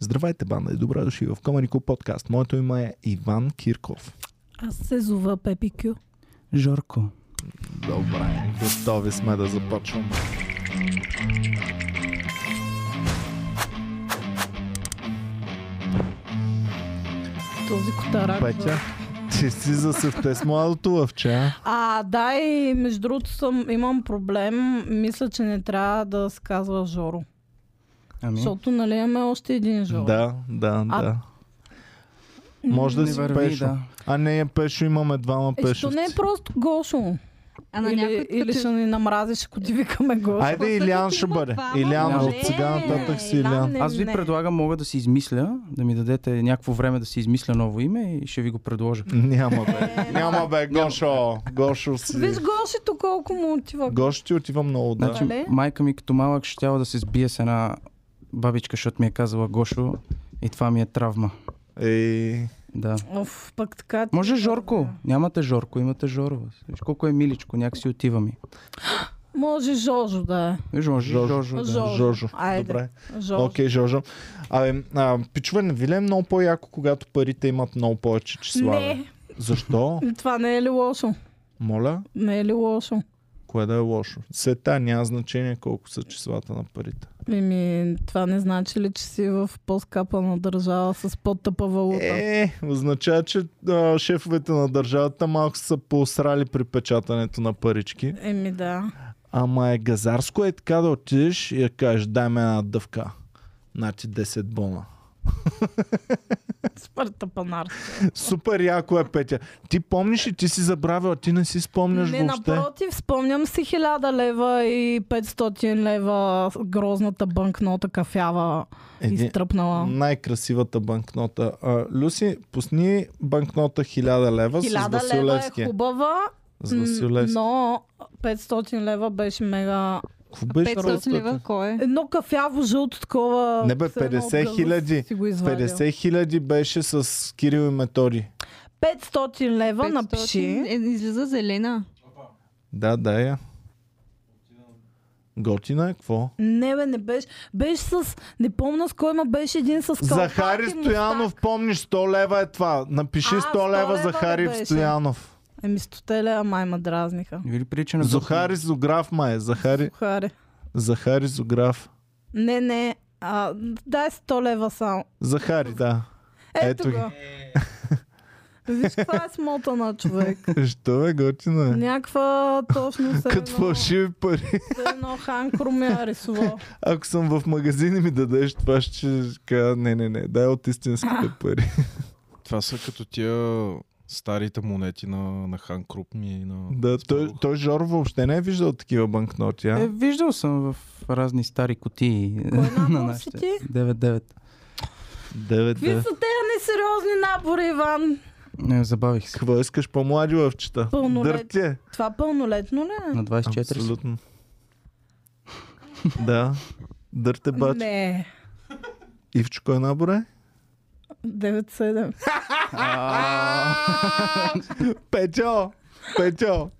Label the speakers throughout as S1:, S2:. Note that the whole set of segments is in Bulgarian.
S1: Здравейте, банда и добре дошли в Комарико подкаст. Моето име е Иван Кирков.
S2: Аз се зова Пепи Кю.
S3: Жорко.
S1: Добре, готови сме да започваме.
S2: Този котарак.
S1: Петя, ти си засъвте с младото лъвче. а?
S2: А, да, и между другото съм, имам проблем. Мисля, че не трябва да се казва Жоро.
S3: Ами,
S2: Защото, нали, имаме още един Жоро.
S1: Да, да,
S2: А-
S1: да. Може да
S3: не
S1: си
S3: върви,
S1: пешо.
S3: да.
S1: А не е пешо, имаме двама
S2: Е, що не е
S1: пешовци.
S2: просто Гошо?
S4: А на
S2: или,
S4: някой
S2: или ще ни намразиш, ако ти викаме Гошо.
S1: Айде
S4: Всъщност
S1: Илян ще
S4: има
S1: бъде.
S4: двама
S1: Илян,
S3: мъже.
S1: от сега нататък си Илян.
S2: не,
S3: Аз ви
S2: не.
S3: предлагам, мога да си измисля, да ми дадете някакво време да си измисля ново име и ще ви го предложа.
S1: Няма бе. Няма бе, Гошо. Гошо си.
S2: Виж Гошито колко му отива.
S1: Гошо ти отива много да.
S3: Значи,
S2: Дале?
S3: майка ми като малък ще тяла да се сбие с една бабичка, защото ми е казала Гошо и това ми е травма.
S1: Ей,
S3: Да.
S2: Оф, пък така.
S3: Може Жорко. Нямате Жорко, имате Жоро. Виж колко е миличко, някакси отива ми.
S2: Може Жожо да е.
S3: Виж, може
S1: Жоржо.
S3: Жоржо. Жоржо да.
S2: Жоржо.
S1: Жоржо.
S2: Айде.
S1: Добре.
S2: Жожо.
S1: Окей, Жоржо. Абе, а, пичове, не ви ли е много по-яко, когато парите имат много повече числа? бе?
S2: Не,
S1: Защо?
S2: това не е ли лошо?
S1: Моля,
S2: Не е ли лошо?
S1: кое да е лошо? Сета няма значение колко са числата на парите.
S2: Еми, това не значи ли, че си в по-скапана държава с по-тъпа валута?
S1: Е, означава, че а, шефовете на държавата малко са поосрали при печатането на парички.
S2: Еми да.
S1: Ама е газарско е така да отидеш и да кажеш, дай ми една дъвка. Значи 10 бона.
S2: Супер тъпанар.
S1: Супер яко е, Петя. Ти помниш и ти си забравил, а ти не си спомняш
S2: Не,
S1: въобще.
S2: напротив, спомням си 1000 лева и 500 лева с грозната банкнота кафява
S1: Един-
S2: изтръпнала.
S1: най-красивата банкнота. А, Люси, пусни банкнота 1000 лева с
S2: 1000 лева
S1: Василевски.
S2: е хубава,
S1: С
S2: м,
S1: Василевски.
S2: но 500 лева беше мега...
S1: Какво беше
S4: 500 лева, кой е?
S2: Едно кафяво жълто такова...
S1: Не бе,
S2: с едно
S1: 50
S2: гъза
S1: хиляди.
S2: си го извадил.
S1: 50 хиляди беше с Кирил и Методи.
S2: 500 лева напиши.
S4: Е, излиза зелена.
S1: Да, да я. Готина е, какво?
S2: Не, бе, не беше. Беше с... Не помня с кой, ма беше един с калпак и
S1: Захари
S2: мустак.
S1: Стоянов, помниш, 100 лева е това. Напиши
S2: А,
S1: 100,
S2: 100
S1: лева
S2: лева ли
S1: Захари
S2: беше?
S1: Стоянов.
S2: Еми, стотеле, ама има дразниха.
S3: Ви ли прилича на
S1: Захари Зограф, май. Захари,
S2: Харе.
S1: Захари Зограф.
S2: Не, не. А, дай 100 лева само.
S1: Захари, да. Ето
S2: Ето
S1: ги.
S2: го. Е. Виж каква е смота на човек.
S1: Що е, готина е.
S2: Някаква точно се
S1: Като
S2: едно,
S1: фалшиви пари.
S2: се едно ханкро ми я рисува.
S1: Ако съм в магазин и ми дадеш това, ще кажа, не, не, не, дай от истинските пари.
S5: Това са като тия старите монети на, на Хан Круп ми и на...
S1: да, той,
S5: Спадух.
S1: той Жор въобще не е виждал такива банкноти,
S3: Е,
S1: а?
S3: виждал съм в разни стари кутии
S2: Кой
S3: на
S2: набор си
S3: нашите.
S2: ти?
S3: 9-9.
S1: Девет,
S2: Какви
S1: девет.
S2: са тези несериозни набори, Иван?
S3: Не, забавих се.
S1: Какво искаш по-млади лъвчета?
S2: Пълнолетни.
S1: Дърти е.
S2: Това пълнолетно ли е?
S3: На 24 си.
S1: Абсолютно. да. Дърте бач.
S2: Не.
S1: Ивчо, кой набор е?
S2: 9-7.
S1: Петьо! Петьо!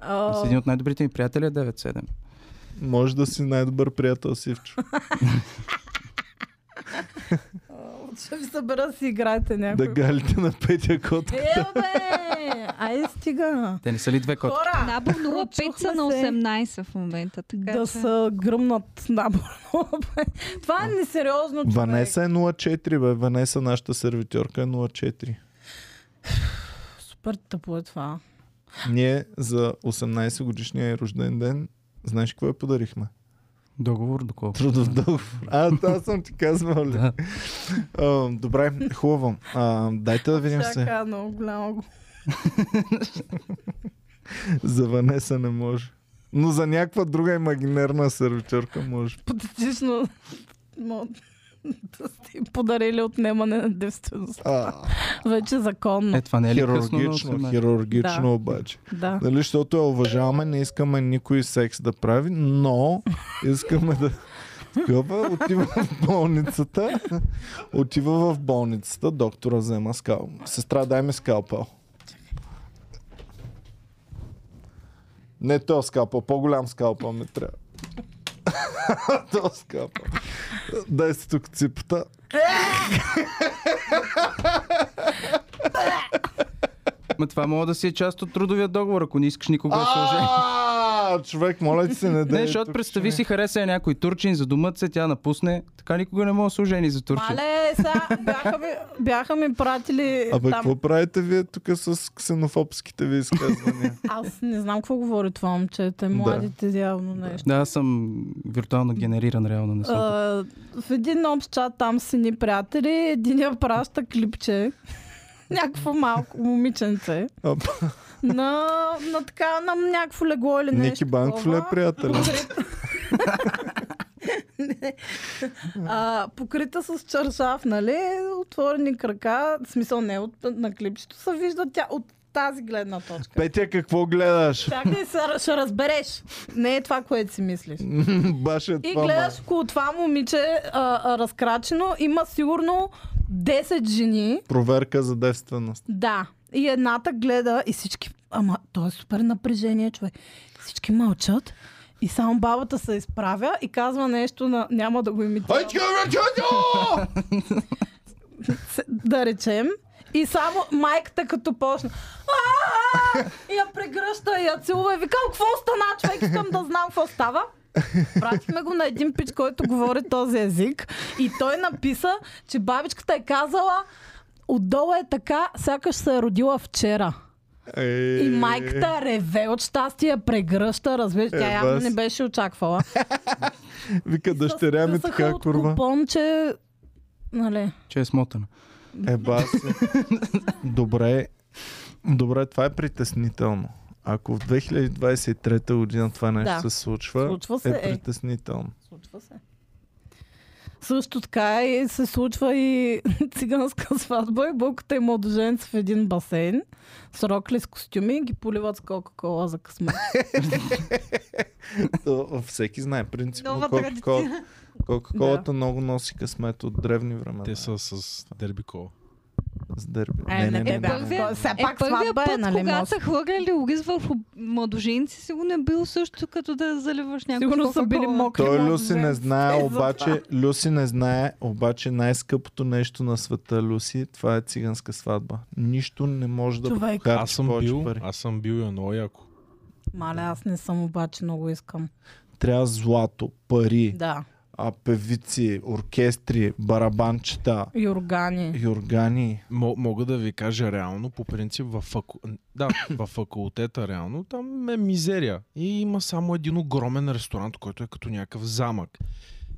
S2: А,
S3: С Ами един от най-добрите ми приятели е 9-7.
S1: Може да си най-добър приятел с Ивчо.
S2: Ще ви събера си играете някой.
S1: да галите на Петя кот.
S2: Е, бе! Айде стига!
S3: Те не са ли две котки?
S2: Хора!
S4: Набор 05 са на
S2: Чухме се.
S4: 18 в момента. Така,
S2: Да
S4: че-
S2: са гръмнат набор. Това е несериозно, човек.
S1: Ванеса е 04, бе. Ванеса, нашата сервитьорка е 04.
S2: Супер тъпо е това.
S1: Ние за 18 годишния й рожден ден, знаеш какво я подарихме?
S3: Договор доколко.
S1: Трудов договор. А, аз съм ти казвал. ли?
S3: Да.
S1: А, добре, хубаво. А, дайте да видим се.
S2: Чака, много голямо го.
S1: За Ванеса не може. Но за някаква друга имагинерна сервиторка може.
S2: Патетично. Мо- да сте им подарили отнемане на девственост.
S1: А,
S2: Вече законно.
S3: Е, това не е ли късно на
S1: хирургично,
S3: 18?
S1: хирургично
S2: Да.
S1: обаче.
S2: Да.
S1: Нали, защото я уважаваме, не искаме никой секс да прави, но искаме да... Гъба отива в болницата. Отива в болницата, доктора взема скал. Сестра, дай ми скалпел. Не то скалпел, по-голям скалпел ми трябва. То скапа. Дай си тук ципата.
S3: Ма това мога да си е част от трудовия договор, ако не искаш никога да сложи.
S1: А, човек, моля ти се, не дай.
S3: Не, защото
S1: тук,
S3: представи
S1: човек.
S3: си, хареса я някой турчин, задумат се, тя напусне. Така никога не мога да се ожени за турчин.
S2: Мале, сега бяха ми, бяха ми пратили
S1: Абе,
S2: Е, там.
S1: какво правите вие тук с ксенофобските ви изказвания?
S2: Аз не знам какво говори това момче. Те младите явно нещо.
S3: Да, аз съм виртуално генериран, реално не съм.
S2: А, в един общ чат там си ни приятели, един я праща клипче. Някакво малко момиченце.
S1: А,
S2: На, на така, на някакво легло или нещо.
S1: Ники Банков ли е
S2: такова.
S1: приятел?
S2: Не. а, покрита с чаршаф, нали? Отворени крака, в смисъл не от, на клипчето, се вижда тя от тази гледна точка.
S1: Петя, какво гледаш?
S2: Чакай, сега ще разбереш. Не е това, което си мислиш.
S1: Баше
S2: И
S1: е това, май.
S2: гледаш около това момиче а, а, разкрачено, има сигурно 10 жени.
S1: Проверка за девственост.
S2: Да. И едната гледа и всички... Ама, то е супер напрежение, човек. Всички мълчат. И само бабата се изправя и казва нещо на... Няма да го имитирам.
S1: Ай, чё, бе, чё, чё?
S2: С- Да речем. И само майката като почна. «А-а-а!» И я прегръща, и я целува и викам, какво стана, човек, искам да знам какво става. Пратихме го на един пич, който говори този език. И той написа, че бабичката е казала, отдолу е така, сякаш се е родила вчера.
S1: Е,
S2: И майката реве от щастие, прегръща, разбира
S1: Е,
S2: Тя явно
S1: бас.
S2: не беше очаквала.
S1: Вика, дъщеря ми
S2: Скъсаха
S1: така,
S2: от
S1: курва.
S2: купон, че... Нали,
S3: Че е смотана.
S1: Е, баси. Добре. Добре, това е притеснително. Ако в 2023 година това нещо
S2: Да.
S1: се случва,
S2: Случва се,
S1: е
S2: е.
S1: притеснително.
S2: Случва се. Също така и се случва и циганска сватба и булката и младоженец в един басейн с рокли с костюми и ги поливат с кока-кола за късмет.
S1: То, Всеки знае принципно
S4: Нова
S1: Кока-Кола.
S4: традиция.
S1: Кока-колата много носи късмет от древни времена.
S5: Те са с дерби кола.
S1: с дерби.
S2: Е, не, е, бе,
S4: първия-
S2: все
S4: Е,
S2: пак
S4: първия
S2: сватба
S4: път,
S2: е, нали,
S4: когато
S2: може.
S4: са хвърляли ориз върху младоженци, сигурно е бил също като да заливаш някакво
S2: Сигурно са били мокри
S1: Той Люси
S2: младоженци.
S1: не
S2: Е,
S1: знае,
S2: за това.
S1: обаче, Люси не знае, обаче най-скъпото нещо на света, Люси, това е циганска сватба. Нищо не може да
S2: Човек.
S1: похарчи
S5: Аз съм
S1: повече
S5: бил,
S1: пари.
S5: аз съм бил и едно яко.
S2: Мале, аз не съм обаче, много искам.
S1: Трябва злато, пари,
S2: Да,
S1: а, певици, оркестри, барабанчета,
S2: юргани.
S1: юргани.
S5: М- мога да ви кажа реално, по принцип, във, факу... да, във факултета реално, там е мизерия. И има само един огромен ресторант, който е като някакъв замък.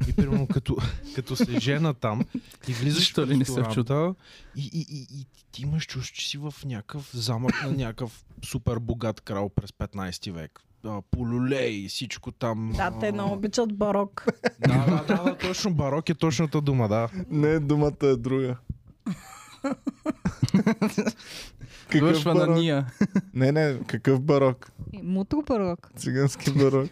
S5: И примерно като, като се жена там, ти влизаш
S3: Защо
S5: в
S3: ли не се
S5: ресторанта и, и, и, и ти имаш чувство, че си в някакъв замък на някакъв супер богат крал през 15 век. А, полюлей, всичко там.
S2: Да, те
S5: а,
S2: не обичат барок.
S5: Да, да, да, да, точно барок е точната дума, да.
S1: Не, думата е друга. какъв
S3: Вършва на
S1: барок?
S3: ния.
S1: Не, не, какъв барок?
S4: Мутро парок.
S1: Цигански барок.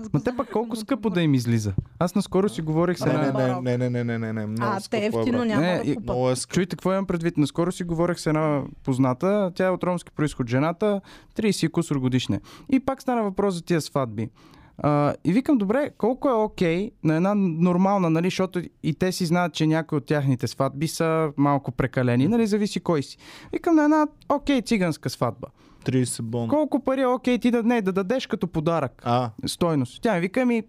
S4: Аз го
S3: Ма те пак колко
S4: Мутро
S3: скъпо
S4: барок.
S3: да им излиза. Аз наскоро си говорих с
S1: Не,
S3: една...
S1: не, не,
S2: е барок.
S1: не, не, не, не, не, не, много
S2: А, те
S1: скъпо е,
S2: ефтино
S1: брат.
S2: няма
S3: Не, и-
S2: да купат.
S1: Много е скъпо.
S3: Чуйте какво имам предвид. Наскоро си говорех с една позната. Тя е от ромски происход. Жената, 30 и кусор годишна. е. И пак стана въпрос за тия сватби. А, и викам, добре, колко е окей на една нормална, нали, защото и те си знаят, че някои от тяхните сватби са малко прекалени, нали, зависи кой си. Викам на една окей циганска сватба.
S1: 30 бон.
S3: Колко пари е окей ти да, не, да дадеш като подарък?
S1: А,
S3: стойност. Тя ми вика ми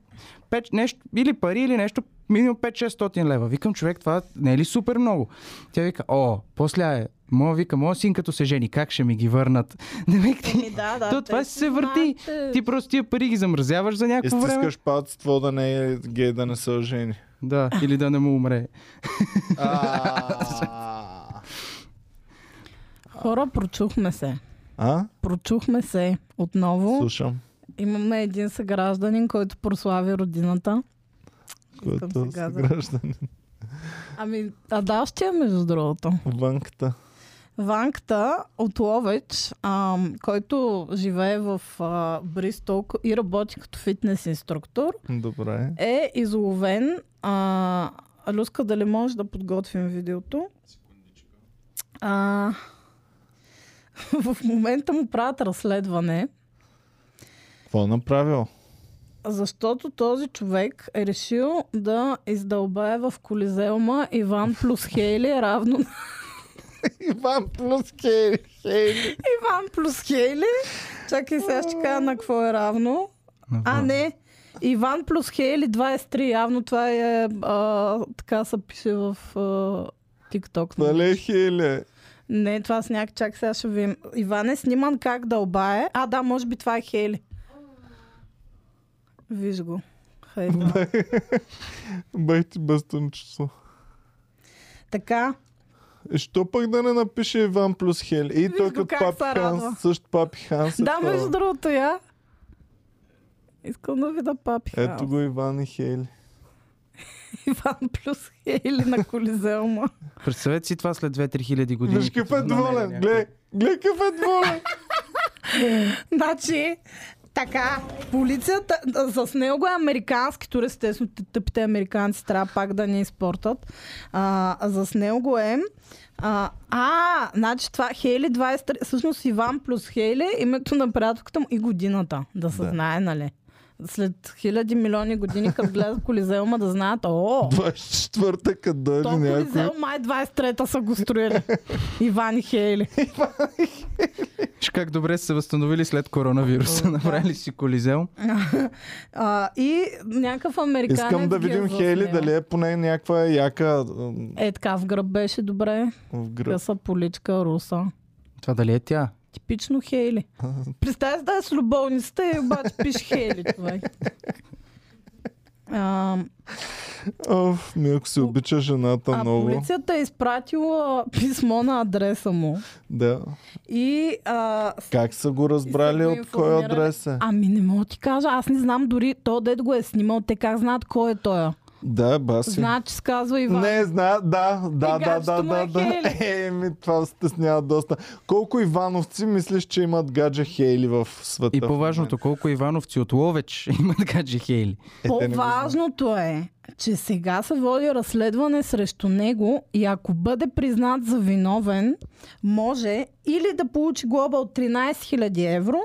S3: пет, нещо, или пари, или нещо, минимум 5-600 лева. Викам, човек, това не е ли супер много? Тя вика, о, после е, моя вика, моя син като се жени, как ще ми ги върнат? Не ме
S2: Еми,
S3: ти...
S2: да, да,
S3: То, това
S2: те
S3: си
S2: си
S3: се върти.
S2: знаят, е.
S3: Ти просто тия пари ги замразяваш за някакво време.
S1: изтискаш палци, това да не е гей, да не се ожени.
S3: Да, или да не му умре.
S1: А.
S2: Хора, прочухме се.
S1: А?
S2: Прочухме се отново.
S1: Слушам.
S2: Имаме един съгражданин, който прослави родината. Искам
S1: Който
S2: сега
S1: се
S2: да-
S1: граждан.
S2: Ами, Адащия, между другото.
S1: Банката.
S2: Ванката от Ловеч, ам, който живее в а, Бристол и работи като фитнес инструктор,
S1: Добре.
S2: е изловен. А, Люска, дали можеш да подготвим видеото? А, в момента му правят разследване.
S1: Какво е направил?
S2: Защото този човек е решил да издълбае в Колизеума Иван плюс Хейли равно на
S1: Иван плюс Хейли. Хейли.
S2: Иван плюс Хейли. Чакай сега ще кажа на какво е равно. А, не. Иван плюс Хейли 23. Явно това е... А, така се пише в а, TikTok.
S1: Нали е Хейли?
S2: Не, това с някак чак сега ще видим. Иван е сниман как дълбае. А, да, може би това е Хейли. Виж го. Хайда.
S1: Бай ти бастунчето.
S2: така,
S1: Е, Що пък да не напише Иван плюс Хейли? И
S2: Виж
S1: той
S2: го
S1: като
S2: как
S1: папи
S2: се радва.
S1: Ханс, също папи Ханс. е
S2: да,
S1: това.
S2: между другото, я. Искам да видя папи.
S1: Ето
S2: Хаус.
S1: го Иван и Хейли.
S2: Иван плюс Хейли на Колизеума.
S3: Представете си това след 2-3 хиляди години.
S1: Виж какъв е
S3: като намеря
S1: доволен.
S3: някой.
S1: Гледай, гледай какъв е доволен.
S2: значи, така, полицията, а, с него е американски турист, естествено те тъпите американци трябва пак да ни изпортат. А, с него е а, а, значи това Хейли 23, всъщност Иван плюс Хейли, името на приятелката му и годината, да се
S1: Да.
S2: знае, нали? След хиляди милиони години, като гледат Колизеума, да знаят, о,
S3: е
S1: 24-та къде ли
S2: то
S1: Ами някой?
S2: Колизеум май 23-та са го строили. Иван и Хейли.
S3: Виж как добре са се възстановили след коронавируса. Направили си колизел.
S2: А, и някакъв американец
S1: Искам да
S2: ги е
S1: видим
S2: заснел.
S1: Хейли, дали е поне някаква яка м,
S2: Е, така, в гръб беше добре.
S1: в гръб.
S2: Къса поличка, руса.
S3: Това дали е тя?
S2: Типично Хейли. Представя си да е с любовницата и обаче пиш Хейли, човек. А,
S1: Оф, ми ако се обича жената
S2: а
S1: много.
S2: полицията е изпратила писмо на адреса му.
S1: Да.
S2: И а, с-
S1: Как са го
S2: И
S1: разбрали
S2: са го
S1: от кой
S2: информирали.
S1: адрес е?
S2: Ами не мога ти кажа, аз не знам дори то дед го е снимал, те как знаят кой е той.
S1: Да, баси.
S2: Значи се казва Иван.
S1: Не, зна, да, да, да, да,
S2: гаджето му
S1: да,
S2: е
S1: да.
S2: Хейли.
S1: Еми, това стеснява доста. Колко ивановци мислиш, че имат гадже Хейли в света?
S3: И
S1: в
S3: по-важното, колко ивановци от Ловеч имат гадже Хейли.
S1: момента? Е, те не го знаят.
S2: По-важното е, че сега се води разследване срещу него и ако бъде признат за виновен, може или да получи глоба от 13 000 евро,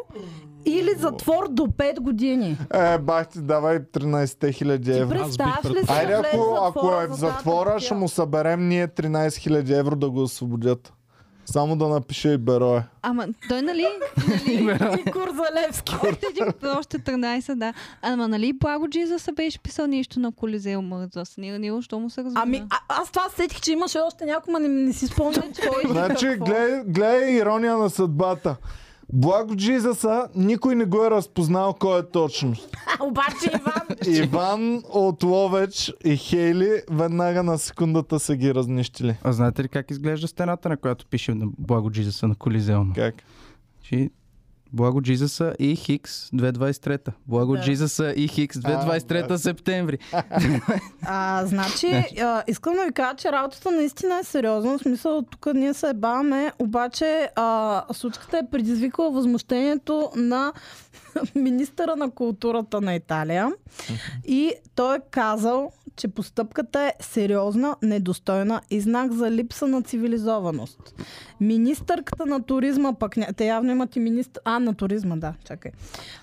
S2: или затвор до 5 години.
S1: Е, бах ти, давай 13 хиляди
S2: Ти
S1: евро.
S2: представяш ли
S5: предпочел.
S2: си
S1: Айде,
S2: да влезе
S1: ако,
S2: в
S1: ако е в
S2: за тази
S1: затвора,
S2: тъпотия?
S1: ще му съберем ние 13 000 евро да го освободят. Само да напише и берое.
S4: Ама той нали...
S2: И Курзалевски.
S4: още, един, още 13, да. Ама нали Благо Джизаса беше писал нещо на Колизеума за Снил що му се разбира?
S2: Ами, а, аз това сетих, че имаше още някой, ма не, не си спомням кой. и
S1: Значи,
S2: какво.
S1: гледай, гледай ирония на съдбата. Благо Джизаса, никой не го е разпознал кой е точно.
S2: А, обаче Иван...
S1: Иван от Ловеч и Хейли веднага на секундата са ги разнищили.
S3: А знаете ли как изглежда стената, на която пише на Благо Джизаса на Колизеума?
S1: Как?
S3: Чи... Благо Джизаса и Хикс 2023. Благо
S2: Да.
S3: Джизаса и Хикс 2023
S1: А, да.
S3: септември.
S2: А, значи, а, искам да ви кажа, че работата наистина е сериозна. В смисъл, тук ние се ебаваме, обаче а, случката е предизвикала възмущението на министъра на културата на Италия. И той е казал, че постъпката е сериозна, недостойна и знак за липса на цивилизованост. Министърката на туризма пък... ня- Те явно имат и министър... А, на туризма, да, чакай.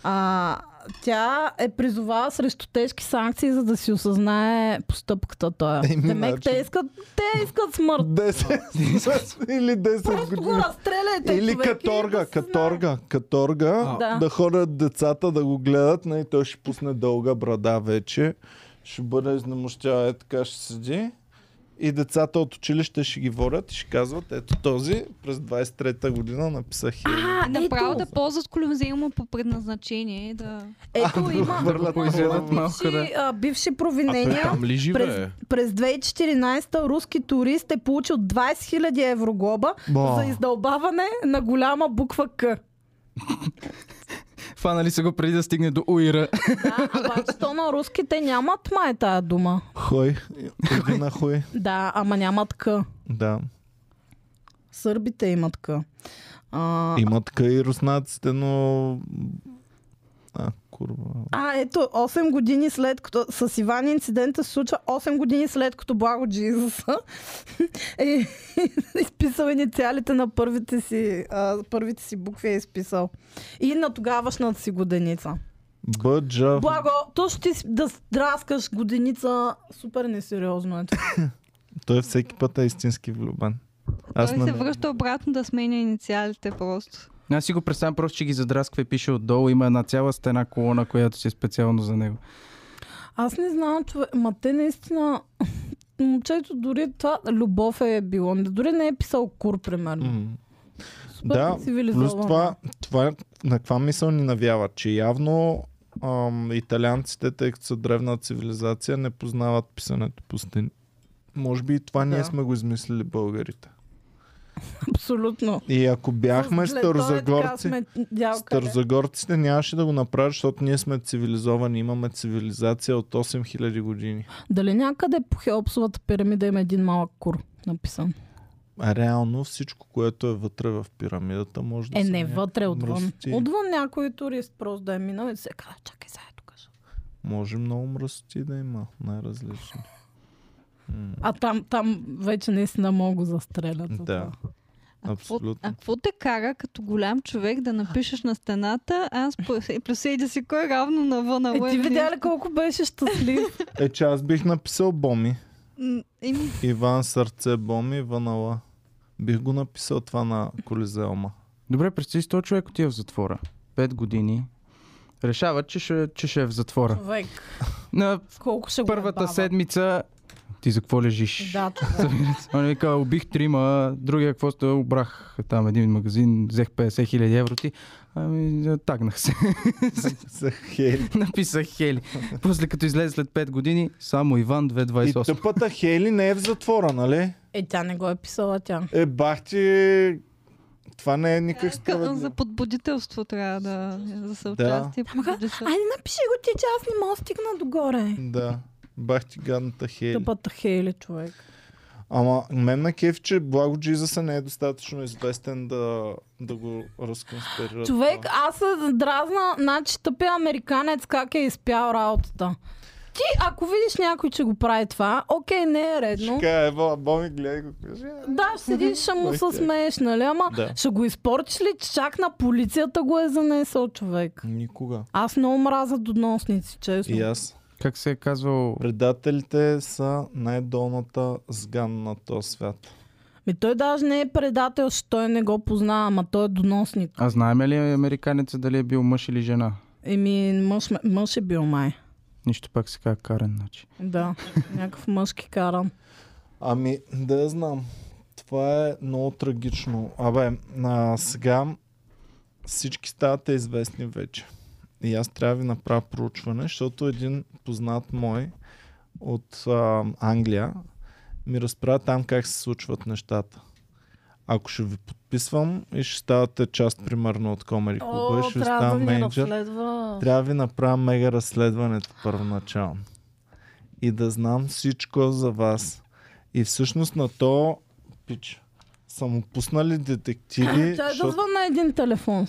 S2: А, тя е призовала срещу тежки санкции, за да си осъзнае постъпката той.
S1: Еми,
S2: Демек,
S1: значи-
S2: те искат, те искат смърт.
S1: 10 или 10
S2: Просто го
S1: години.
S2: разстреляйте,
S1: Или
S2: човек, и да
S1: каторга,
S2: се
S1: каторга, каторга,
S2: Да.
S1: да ходят децата да го гледат, не, той ще пусне дълга брада вече, ще бъде изнемощява, е така ще седи. И децата от училище ще ги водят и ще казват, ето този през 23-та година написах
S2: знае.
S1: Хили.
S2: А,
S4: Направо
S2: ето,
S4: да ползват Колизеума по предназначение. Да...
S2: ето има
S1: Хвърлят
S3: Го
S1: хора.
S3: изядат малко, да.
S2: бивши, а, бивши
S5: А той
S2: провинения.
S1: е
S5: там ли живее?
S2: През, през 2014 руски турист е получил 20 000 евро глоба
S1: Ба.
S2: за издълбаване на голяма буква К.
S3: Фанали са го преди да стигне до Уира.
S2: Да, обаче то на руските нямат май тая дума.
S1: Хой, иди на хой.
S2: Да, ама нямат К.
S1: Да.
S2: Сърбите имат К. А,
S1: Има така и руснаците, но... А, курва.
S2: а, ето, 8 години след като... С Иван инцидента се случва 8 години след като Благо Джизуса е изписал инициалите на първите си, а, първите си букви е изписал. И на тогавашната си годеница.
S1: Бъджа.
S2: Благо, то ще ти с- да драскаш годиница супер несериозно. е Ето.
S1: Той всеки път е истински влюбен. Аз
S4: Той
S1: не...
S4: се връща обратно да сменя инициалите просто.
S3: Аз си го представям просто, че ги задрасква и пише отдолу. Има една цяла стена колона, която си е специално за него.
S2: Аз не знам, човек. Ма те наистина... Момчето дори това любов е било. Дори не е писал кур, примерно.
S1: М.
S2: Супер
S1: Да, плюс
S2: цивилизовано.
S1: това, това на каква мисъл ни навява, че явно ам, италианците, тъй като са древна цивилизация, не познават писането по стени. Може би и това ние
S2: Да.
S1: сме го измислили българите.
S2: Абсолютно.
S1: И ако бяхме
S2: С гледоне е така
S1: старозагорци,
S2: сме дялка, да.
S1: старозагорците нямаше да го направят, защото ние сме цивилизовани, имаме цивилизация от 8000 години.
S2: Дали някъде по Хеопсовата пирамида има един малък кур написан?
S1: А реално всичко, което е вътре в пирамидата, може да
S2: Е,
S1: са
S2: не,
S1: някакви
S2: вътре, отвън.
S1: мръсоти.
S2: Отвън някой турист просто да е минал и да се каже, чакай сега е тук.
S1: Може много мръсоти да има, най-различни. М.
S2: А там, там вече наистина мога го застрелят. за
S1: Да.
S2: това.
S4: А какво-
S1: Абсолютно.
S4: А какво те кара като голям човек да напишеш на стената, аз проседя си кой е равно на въна
S2: Е, ти видя ли колко беше щастлив?
S1: Е, че аз бих написал Боми.
S4: Еми,
S1: Иван Сърце Боми, Ванала. Бих го написал това на Колизеума.
S3: Добре, представи си, този човек отива в затвора. Пет години. Решава, че ще, че ще е в затвора.
S2: Човек,
S3: На
S2: колко ще го
S3: първата
S2: ебава.
S3: седмица ти за какво лежиш?
S2: Да, това.
S3: Той ми казва, убих трима, другия какво сте, обрах там един магазин, взех 50 хиляди евро ти. Ами, да, тагнах се.
S1: За Хейли.
S3: Написах Хели. После като излезе след 5 години, само Иван
S1: И
S3: 228.
S1: тъпата Хейли не е в затвора, нали?
S2: е, тя не го е писала тя.
S1: Е, бах ти... Това не е никак
S4: къ- за
S1: справедливо.
S4: подбудителство трябва да за съучастие. подбудител-
S2: Айде напиши го ти, че аз не мога да стигна догоре.
S1: Да. Бах ти гадната Хейли.
S2: Тъпата хейли, човек.
S1: Ама мен ме кеф, че Благо Джизъса не е достатъчно известен да, да го разконспирира.
S2: Човек, аз се дразна, значи тъпия американец как е изпял работата. Ти, ако видиш някой, че го прави това, окей, не е редно.
S1: Така, ева, Боми, гледай го. кажи.
S2: Да, ще седиш, ще му
S3: е.
S2: се смееш, нали? Ама
S1: Да.
S2: ще го изпортиш ли, че чак на полицията го е занесъл човек.
S1: Никога.
S2: Аз много мраза доносници, честно.
S1: И аз.
S3: Как се е казвал?
S1: Предателите са най-долната сган на този свят.
S2: Ми той даже не е предател, че той не го познава, ама той е доносник.
S3: А знаеме ли американеца дали е бил мъж или жена?
S2: Еми, мъж, ме- мъж е бил май.
S3: Нищо пак се казва Карен, значи.
S2: Да, някакъв мъжки каран.
S1: Ами, да я знам. Това е много трагично. Абе, а, сега всички ставате известни вече. И аз трябва да ви направя проучване, защото един познат мой от а, Англия ми разправя там как се случват нещата. Ако ще ви подписвам и ще ставате част примерно от Комери Клуба и ще ви
S2: трябва да
S1: ставам
S2: ни
S1: менеджер.
S2: разследва.
S1: Трябва да ви направя мега разследването първоначално. И да знам всичко за вас. И всъщност на то, пич, са му пуснали детективи,
S2: Чай да
S1: защото
S2: звънна един телефон.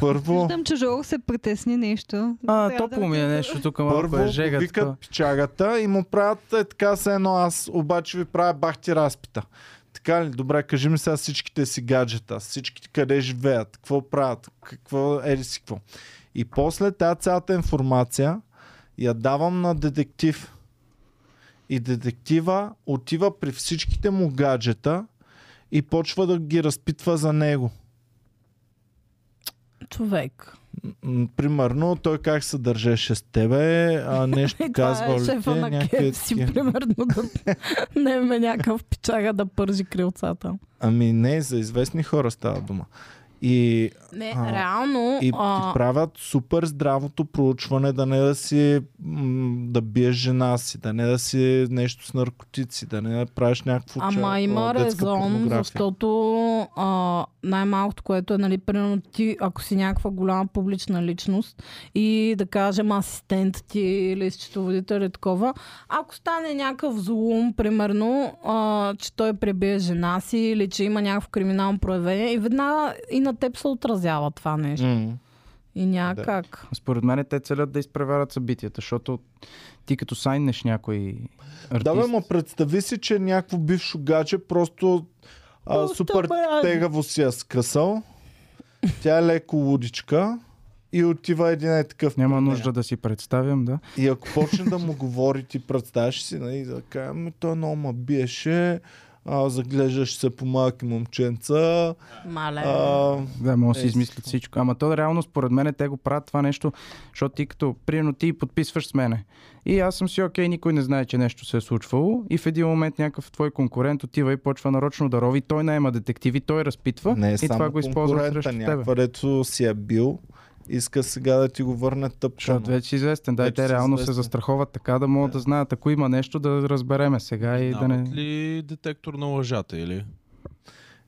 S1: първо,
S4: Виждам, че Жоро се притесни нещо.
S3: А,
S4: Трябва
S3: топло ми е нещо тук, малко
S1: първо
S3: е жега.
S1: викат
S3: такова.
S1: пичагата и му правят е така се едно аз, обаче ви правя бахти разпита. Така ли? Добре, кажи ми сега всичките си гаджета, всичките къде живеят, какво правят, какво е ли си какво. И после тази цялата информация я давам на детектив. И детектива отива при всичките му гаджета и почва да ги разпитва за него.
S2: Човек.
S1: М, Примерно, той как се държеше с тебе, а нещо
S2: И това
S1: казва
S2: е
S1: ли
S2: шефа
S1: ти,
S2: на
S1: някакви
S2: KFC,
S1: такива.
S2: примерно, да не има някакъв пичага да пържи крилцата.
S1: Ами не, за известни хора става дума. И,
S2: Не,
S1: А,
S2: реално...
S1: и ти
S2: а,
S1: правят супер здравото проучване, да не да си м, да биеш жена си, да не да си нещо с наркотици, да не да правиш някакво
S2: Ама
S1: ча-
S2: има
S1: а, детска
S2: резон,
S1: порнография.
S2: защото а, най-малкото, което е, нали, примерно ти, ако си някаква голяма публична личност и да кажем асистент ти или счетоводител или такова, ако стане някакъв злум, примерно, а, че той пребие жена си или че има някакво криминално проявление и веднага и на теб се отразява това нещо.
S1: М.
S2: И някак.
S3: Според мен те целят да изпреварят събитията, защото ти като сайнеш някой артист...
S1: Да, бе, ма представи си, че някакво бившо гадже просто а,
S2: Просто,
S1: супер
S2: бе, аз-
S1: тегаво си я скъсал. Тя е леко е лудичка. и отива един е такъв.
S3: Няма
S1: при нея.
S3: нужда да си представям, да.
S1: И ако почне да му говори, ти представяш си, нали, да кажем, «Ми той много ма биеше, а, заглеждаше се по малки момченца.
S2: Мале.
S1: А,
S3: Да, може да си
S1: Е,
S3: измислят всичко. Ама то реално според мен те го правят това нещо, защото ти като, примерно ти подписваш с мене. И аз съм си окей, никой не знае, че нещо се е случвало. И в един момент някакъв твой конкурент отива и почва нарочно да рови. Той найема детективи, той разпитва
S1: не е
S3: и
S1: само
S3: това го използва
S1: конкурента,
S3: срещу тебе.
S1: някаква, дето си е бил, иска сега да ти го върне тъпчено.
S3: Защото вече си известен. Да, и
S1: Вече
S3: те
S1: си
S3: реално се
S1: известен.
S3: застраховат така да могат да.
S1: Да.
S3: знаят, ако има нещо, да разбереме сега и Е, да не...
S5: Дават ли детектор на лъжата или?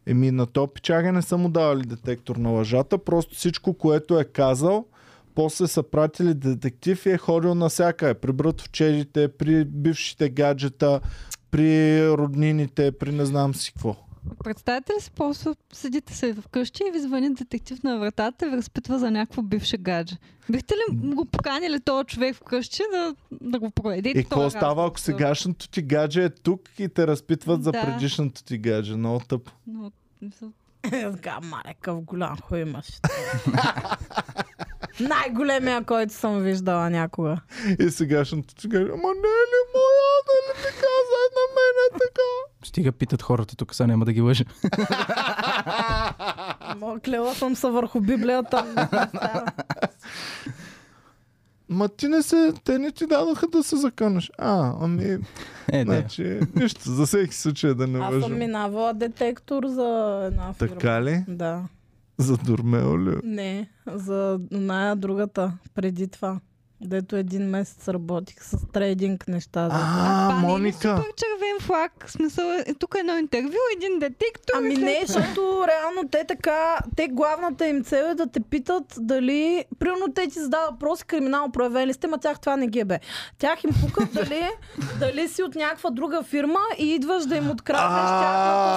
S1: Еми на то пичага не са му давали детектор на лъжата, просто всичко, което е казал, после са пратили детектив и е ходил навсякъде. При братовчедите, при бившите гаджета, при роднините, при не знам си какво.
S4: Представете ли си, просто седите се вкъщи и ви звъни детектив на вратата и ви разпитва за някакво бивше гадже. Бихте ли м- го поканили този човек вкъщи да, да го проведете?
S1: И какво става, ако сегашното ти гадже е тук и те разпитват за
S4: Да.
S1: предишното ти гадже? Много тъп.
S4: Но, мисъл,
S2: Сега малека в голям хуй имаш. Най-големия, който съм виждала някога.
S1: И сегашното ти гадже, ама не е ли моя, да ли ми каза на мене така?
S3: Стига питат хората, тук сега няма да ги лъжа.
S2: Мо, Клела съм се върху библията.
S1: Ма ти не се, те не ти дадоха да се закънеш. А, ами,
S3: Е, да.
S1: значи, нищо, за всеки случай да не
S2: Аз съм
S1: лъжа.
S2: минавала детектор за една фирма.
S1: Така ли?
S2: Да.
S1: За дурмел ли?
S2: Не, за най другата, преди това. Дето един месец работих с трейдинг неща. За...
S1: А,
S4: това не е ли
S1: Моника.
S4: Супер червен флаг. В Смисъл, е, тук едно интервю, един детектор.
S2: Ами
S4: и след
S2: не, защото реално те така, те главната им цел е да те питат дали, примерно те ти задават въпроси, криминално проявени ли сте, ма тях това не ги е бе. Тях им пукат дали, дали си от някаква друга фирма и идваш да им откраднеш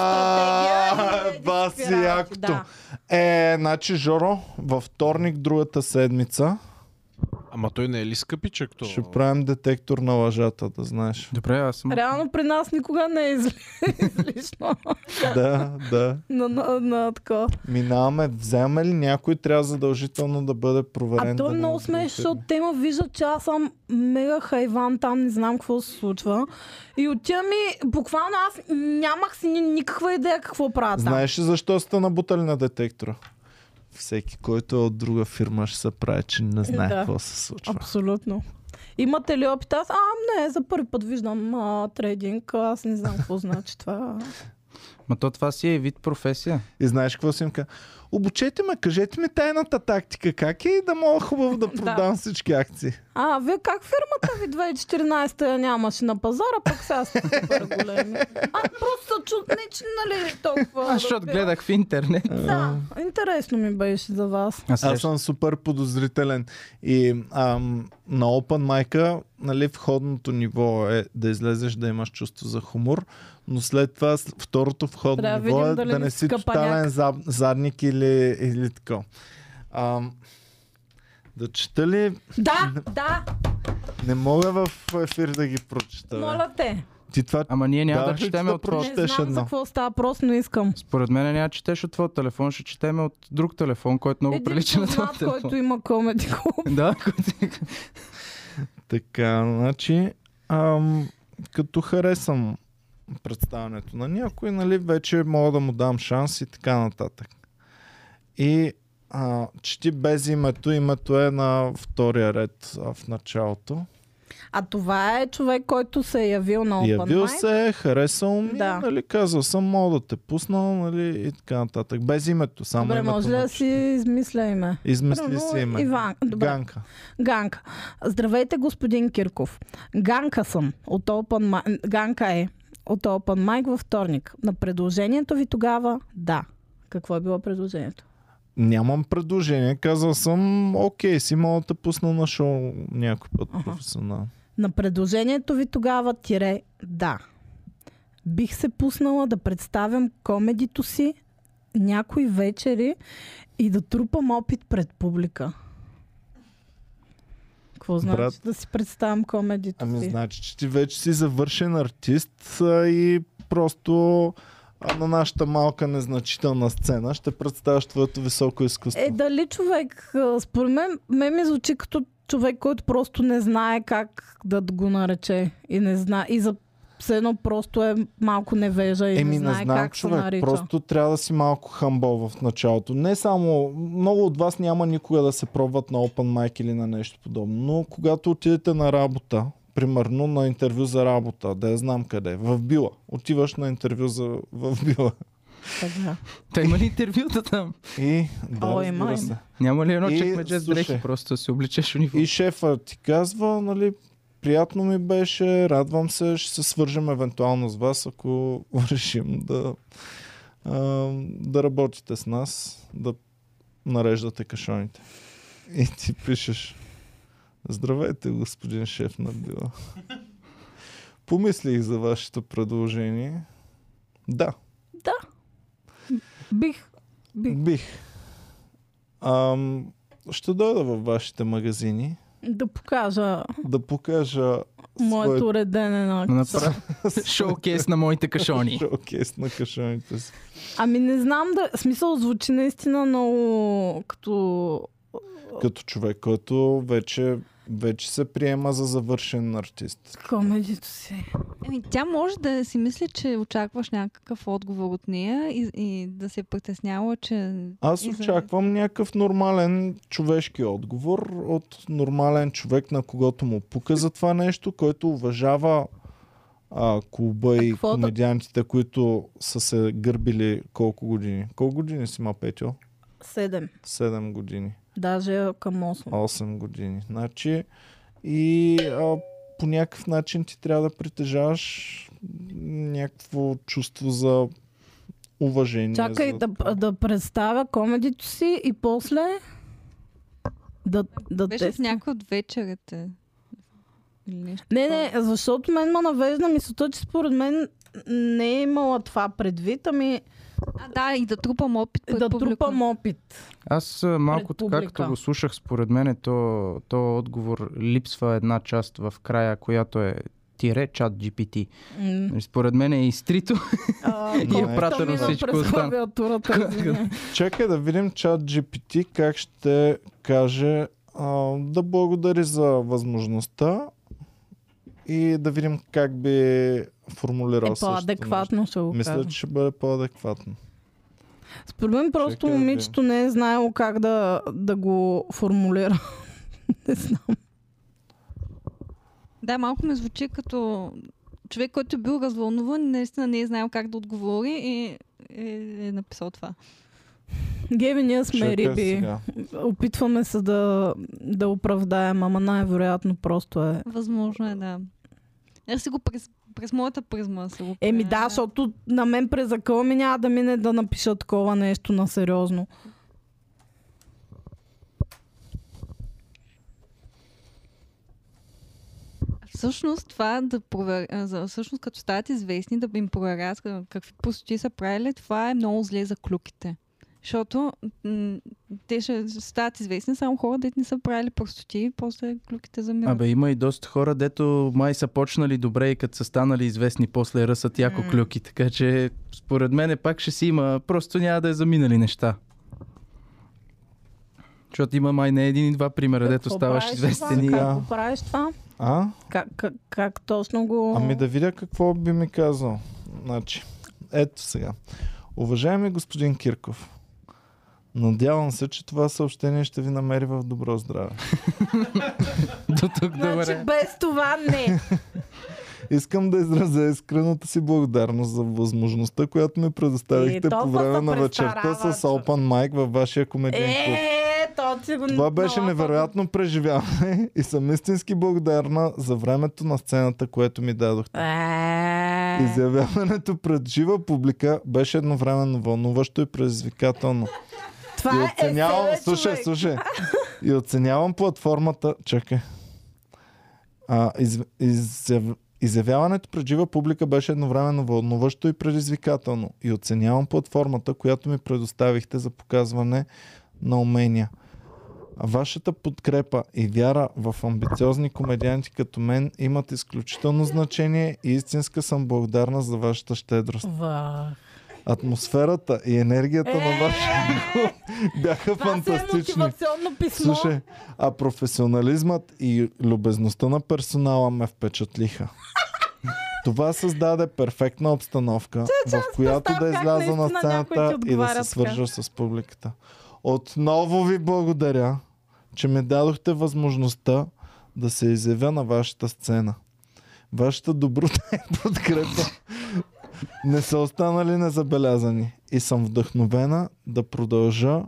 S2: тяхната стратегия. и
S1: Ба си
S2: всякакви работи,
S1: якото.
S2: да.
S1: Е, значи, Жоро, във вторник, другата седмица,
S5: Ама той не е ли скъпичък то?
S1: ще правим детектор на лъжата, да знаеш.
S3: Добре, аз съм...
S2: Реално при нас никога не е изли- излишно
S1: да, да.
S2: на, на, на такова.
S1: Минаваме, вземе ли някой, трябва задължително да бъде проверен.
S2: А
S1: да
S2: то е
S1: не
S2: много
S1: излезе.
S2: смешно, защото те ме виждат, че аз съм мега хайван там, не знам какво се случва. И отивам и буквално аз нямах си ни- никаква идея какво правя там.
S1: Знаеш ли защо сте набутали на детектора? Всеки, който е от друга фирма, ще се прави, че не знае
S2: Да.
S1: какво се случва.
S2: Абсолютно. Имате ли опит? Аз, а, не, за първи път виждам а, трейдинг, аз не знам какво значи това.
S3: Ма то това си е вид професия.
S1: И знаеш какво си им каза? Обучете ме, кажете ми тайната тактика, как е и да мога хубаво да продам всички акции.
S2: А, вие как фирмата ви 2014 я нямаше на пазара, пък сега сте супер големи. А, просто се чу... не, че нали толкова...
S3: Аз защото
S2: разбирам.
S3: гледах в интернет.
S2: Да, интересно ми беше за вас.
S3: Аз,
S1: Аз съм супер подозрителен. И ам, на Open майка, нали, входното ниво е да излезеш да имаш чувство за хумор, но след това с- второто входно
S2: Трябва да
S1: ниво
S2: видим
S1: е
S2: дали
S1: да
S2: не
S1: не
S2: си
S1: си
S2: капаняк.
S1: тотален за, задник или, или така. Ам, да чета ли?
S2: Да, да,
S1: Не мога в ефир да ги прочета. бе.
S2: моля те.
S1: Ти това
S3: Ама ние няма да,
S1: Даваш ли ти
S3: четеме
S1: да
S3: от твоя...
S1: прочетеш?
S2: Не
S1: Четеш
S2: знам за
S1: едно.
S2: какво става, просто не искам.
S3: Според мен няма да четеш от твоя телефон, ще четеме от друг телефон, който много прилича на твоя
S2: познат,
S3: телефон.
S2: който има комеди клуб.
S3: Да, който-
S1: Така, значи, ам, като харесам представянето на някой, нали, вече мога да му дам шанс и така нататък. И а, чети без името, името е на втория ред а, в началото.
S2: А това е човек, който се е явил на Open
S1: Явил
S2: Mic.
S1: се, е, харесал ми,
S2: Да.
S1: да. нали, казал съм, мога да те пусна, нали, и така нататък. Без името, само
S2: Добре,
S1: името.
S2: може ли
S1: на
S2: да си измисля име?
S1: Измисли
S2: Примерно
S1: си име.
S2: Иван. Добре.
S1: Ганка.
S2: Ганка. Здравейте, господин Кирков. Ганка съм от Open Mic. Ганка е от Open Mic във вторник. На предложението ви тогава да. Какво е било предложението?
S1: Нямам предложение. Казал съм, окей, си мога да те пусна на шоу някой път
S2: Аха.
S1: професионално.
S2: На предложението ви тогава тире да. Бих се пуснала да представям комедито си някои вечери и да трупам опит пред публика. Какво значи
S1: Брат.
S2: да си представям комедито
S1: Ами
S2: си?
S1: значи, че ти вече си завършен артист а, и просто а на нашата малка незначителна сцена ще представяш твоето високо изкуство.
S2: Е, дали човек, а, според мен, ме ми звучи като човек, който просто не знае как да го нарече. И не знае. И за все едно просто е малко невежа и
S1: Еми,
S2: Е, не знае
S1: не знам,
S2: как се
S1: човек.
S2: нарича.
S1: Просто трябва да си малко хамбол в началото. Не само, много от вас няма никога да се пробват на open mic или на нещо подобно, но когато отидете на работа, примерно на интервю за работа, да я знам къде, в Била. Отиваш на интервю за, в Била.
S2: Така.
S3: Та има ли интервюта там?
S1: И, да,
S2: О, има,
S1: разбира се.
S2: има.
S3: Няма ли едно
S1: И,
S3: чекмедже с
S1: слушай.
S3: дрехи? Просто да се обличеш униформа.
S1: И шефа ти казва, нали, приятно ми беше, радвам се, ще се свържем евентуално с вас, ако решим да, а, да работите с нас, да нареждате кашоните. И ти пишеш, здравейте, господин шеф на била. Помислих за вашето предложение. Да,
S2: Бих. Бих.
S1: бих. Ам, ще дойда във вашите магазини
S2: Да покажа
S1: да покажа своето
S2: моето редене на
S3: Направя шоукейс на моите кашони.
S1: Шоукейс на кашоните си.
S2: Ами не знам да... Смисъл звучи наистина много като...
S1: Като човек, който вече, вече се приема за завършен артист.
S2: Комедито си.
S4: Еми, Ами, тя може да си мисли, че очакваш някакъв отговор от нея и, и да се е притеснява, че
S1: Аз
S4: И за-
S1: очаквам някакъв нормален човешки отговор от нормален човек, на когото му пука за това нещо, който уважава а, клуба и
S2: какво да-
S1: комедиантите, които са се гърбили колко години. Колко години си има, Петю?
S2: Седем.
S1: Седем години.
S2: Даже към 8.
S1: 8 години. Значи и а, по някакъв начин ти трябва да притежаваш някакво чувство за уважение.
S2: Чакай
S1: за...
S2: да, да представя комедито си и после да, да
S4: беше в
S2: тест...
S4: някой от вечерите. Или нещо.
S2: Не, не, защото мен ма навежда мисълта, че според мен не е имала това предвид, ами
S4: А, да, и да трупам опит пред
S2: да
S4: публика.
S2: трупам опит.
S3: Аз а, малко
S2: Пред
S3: така,
S2: публика.
S3: като го слушах, според мен, е то, то отговор липсва една част в края, която е тире чат GPT.
S2: М,
S3: Нали, Според мен е изтрито.
S2: а,
S1: е
S2: колкото
S3: пратено
S2: мина
S3: всичко
S2: през
S3: останало.
S2: клавиатурата. извиня.
S1: Чакай да видим чат GPT как ще каже а, да благодари за възможността и да видим как би формулирал
S2: Е,
S1: същото нещо.
S2: по-адекватно ще го
S1: Мисля,
S2: кажа.
S1: че ще бъде по-адекватно.
S2: Според мен просто
S1: Чакай да
S2: момичето не е знаело как да, да го формулира. не знам.
S4: Да, малко ми звучи като човек, който е бил развълнуван и наистина не е знаел как да отговори и е, е написал това.
S2: Геви, ние сме
S1: Чакай
S2: риби.
S1: сега.
S2: Опитваме се да, да оправдаем, ама най-вероятно просто е.
S4: Възможно е, да. Аз си го през, през моята призма се го
S2: Еми да,
S4: правя,
S2: защото на мен през акъл ми няма да мине да напиша такова нещо на сериозно.
S4: Всъщност това да провер... а, за, всъщност като стават известни, да им проверят а, какви пустоти са правили, това е много зле за клюките. Защото м- те ще стават известни само хора, дето не са правили простоти и после клюките замират.
S3: Абе, има и доста хора, дето май са почнали добре и като са станали известни, после ръсат яко
S2: М.
S3: клюки. Така че, според мен, пак ще си има. Просто няма да е заминали неща. Защото има май не един и два примера, дето
S2: Какво
S3: ставаш
S2: правиш
S3: известен и
S2: това?
S1: да.
S2: Как го правиш това?
S1: А?
S2: Как, как, как точно го...
S1: Ами да видя какво би ми казал. Значи, ето сега. Уважаеми господин Кирков, надявам се, че това съобщение ще ви намери в добро здраве.
S3: до тук
S2: Значи
S3: добре.
S2: без това не.
S1: Искам да изразя искрената си благодарност за възможността, която ми предоставихте
S2: И
S1: по
S2: Е, толкова
S1: време
S2: се
S1: на вечерта
S2: престарава,
S1: с
S2: че-
S1: Open Mic във вашия комедиен клуб.
S2: е, то ти го...
S1: Това беше
S2: Малата-
S1: невероятно преживяване и съм истински благодарна за времето на сцената, което ми дадохте.
S2: Е,
S1: Изявяването пред жива публика беше едновременно вълнуващо и предизвикателно.
S2: Това
S1: И
S2: е
S1: оценявам,
S2: селе,
S1: слушай,
S2: човек.
S1: слушай. И оценявам платформата. Чакай. А, из, изяв, изявяването пред жива публика беше едновременно вълнуващо и предизвикателно. И оценявам платформата, която ми предоставихте за показване на умения. Вашата подкрепа и вяра в амбициозни комедианти като мен имат изключително значение и истинска съм благодарна за вашата щедрост.
S2: Вах.
S1: Атмосферата и енергията на вашия клуб бяха
S2: Е! Това си е
S1: фантастични.
S2: мотивационно писмо.
S1: Слушай, а професионализмът и любезността на персонала ме впечатлиха. Това създаде перфектна обстановка,
S2: е
S1: в която да
S2: представям как
S1: изляза на
S2: наистина някой ти
S1: сцената и да
S2: отговаря
S1: се
S2: така.
S1: свържа с публиката. Отново ви благодаря, че ми дадохте възможността да се изявя на вашата сцена. Вашата доброта и подкрепа не са останали незабелязани и съм вдъхновена да продължа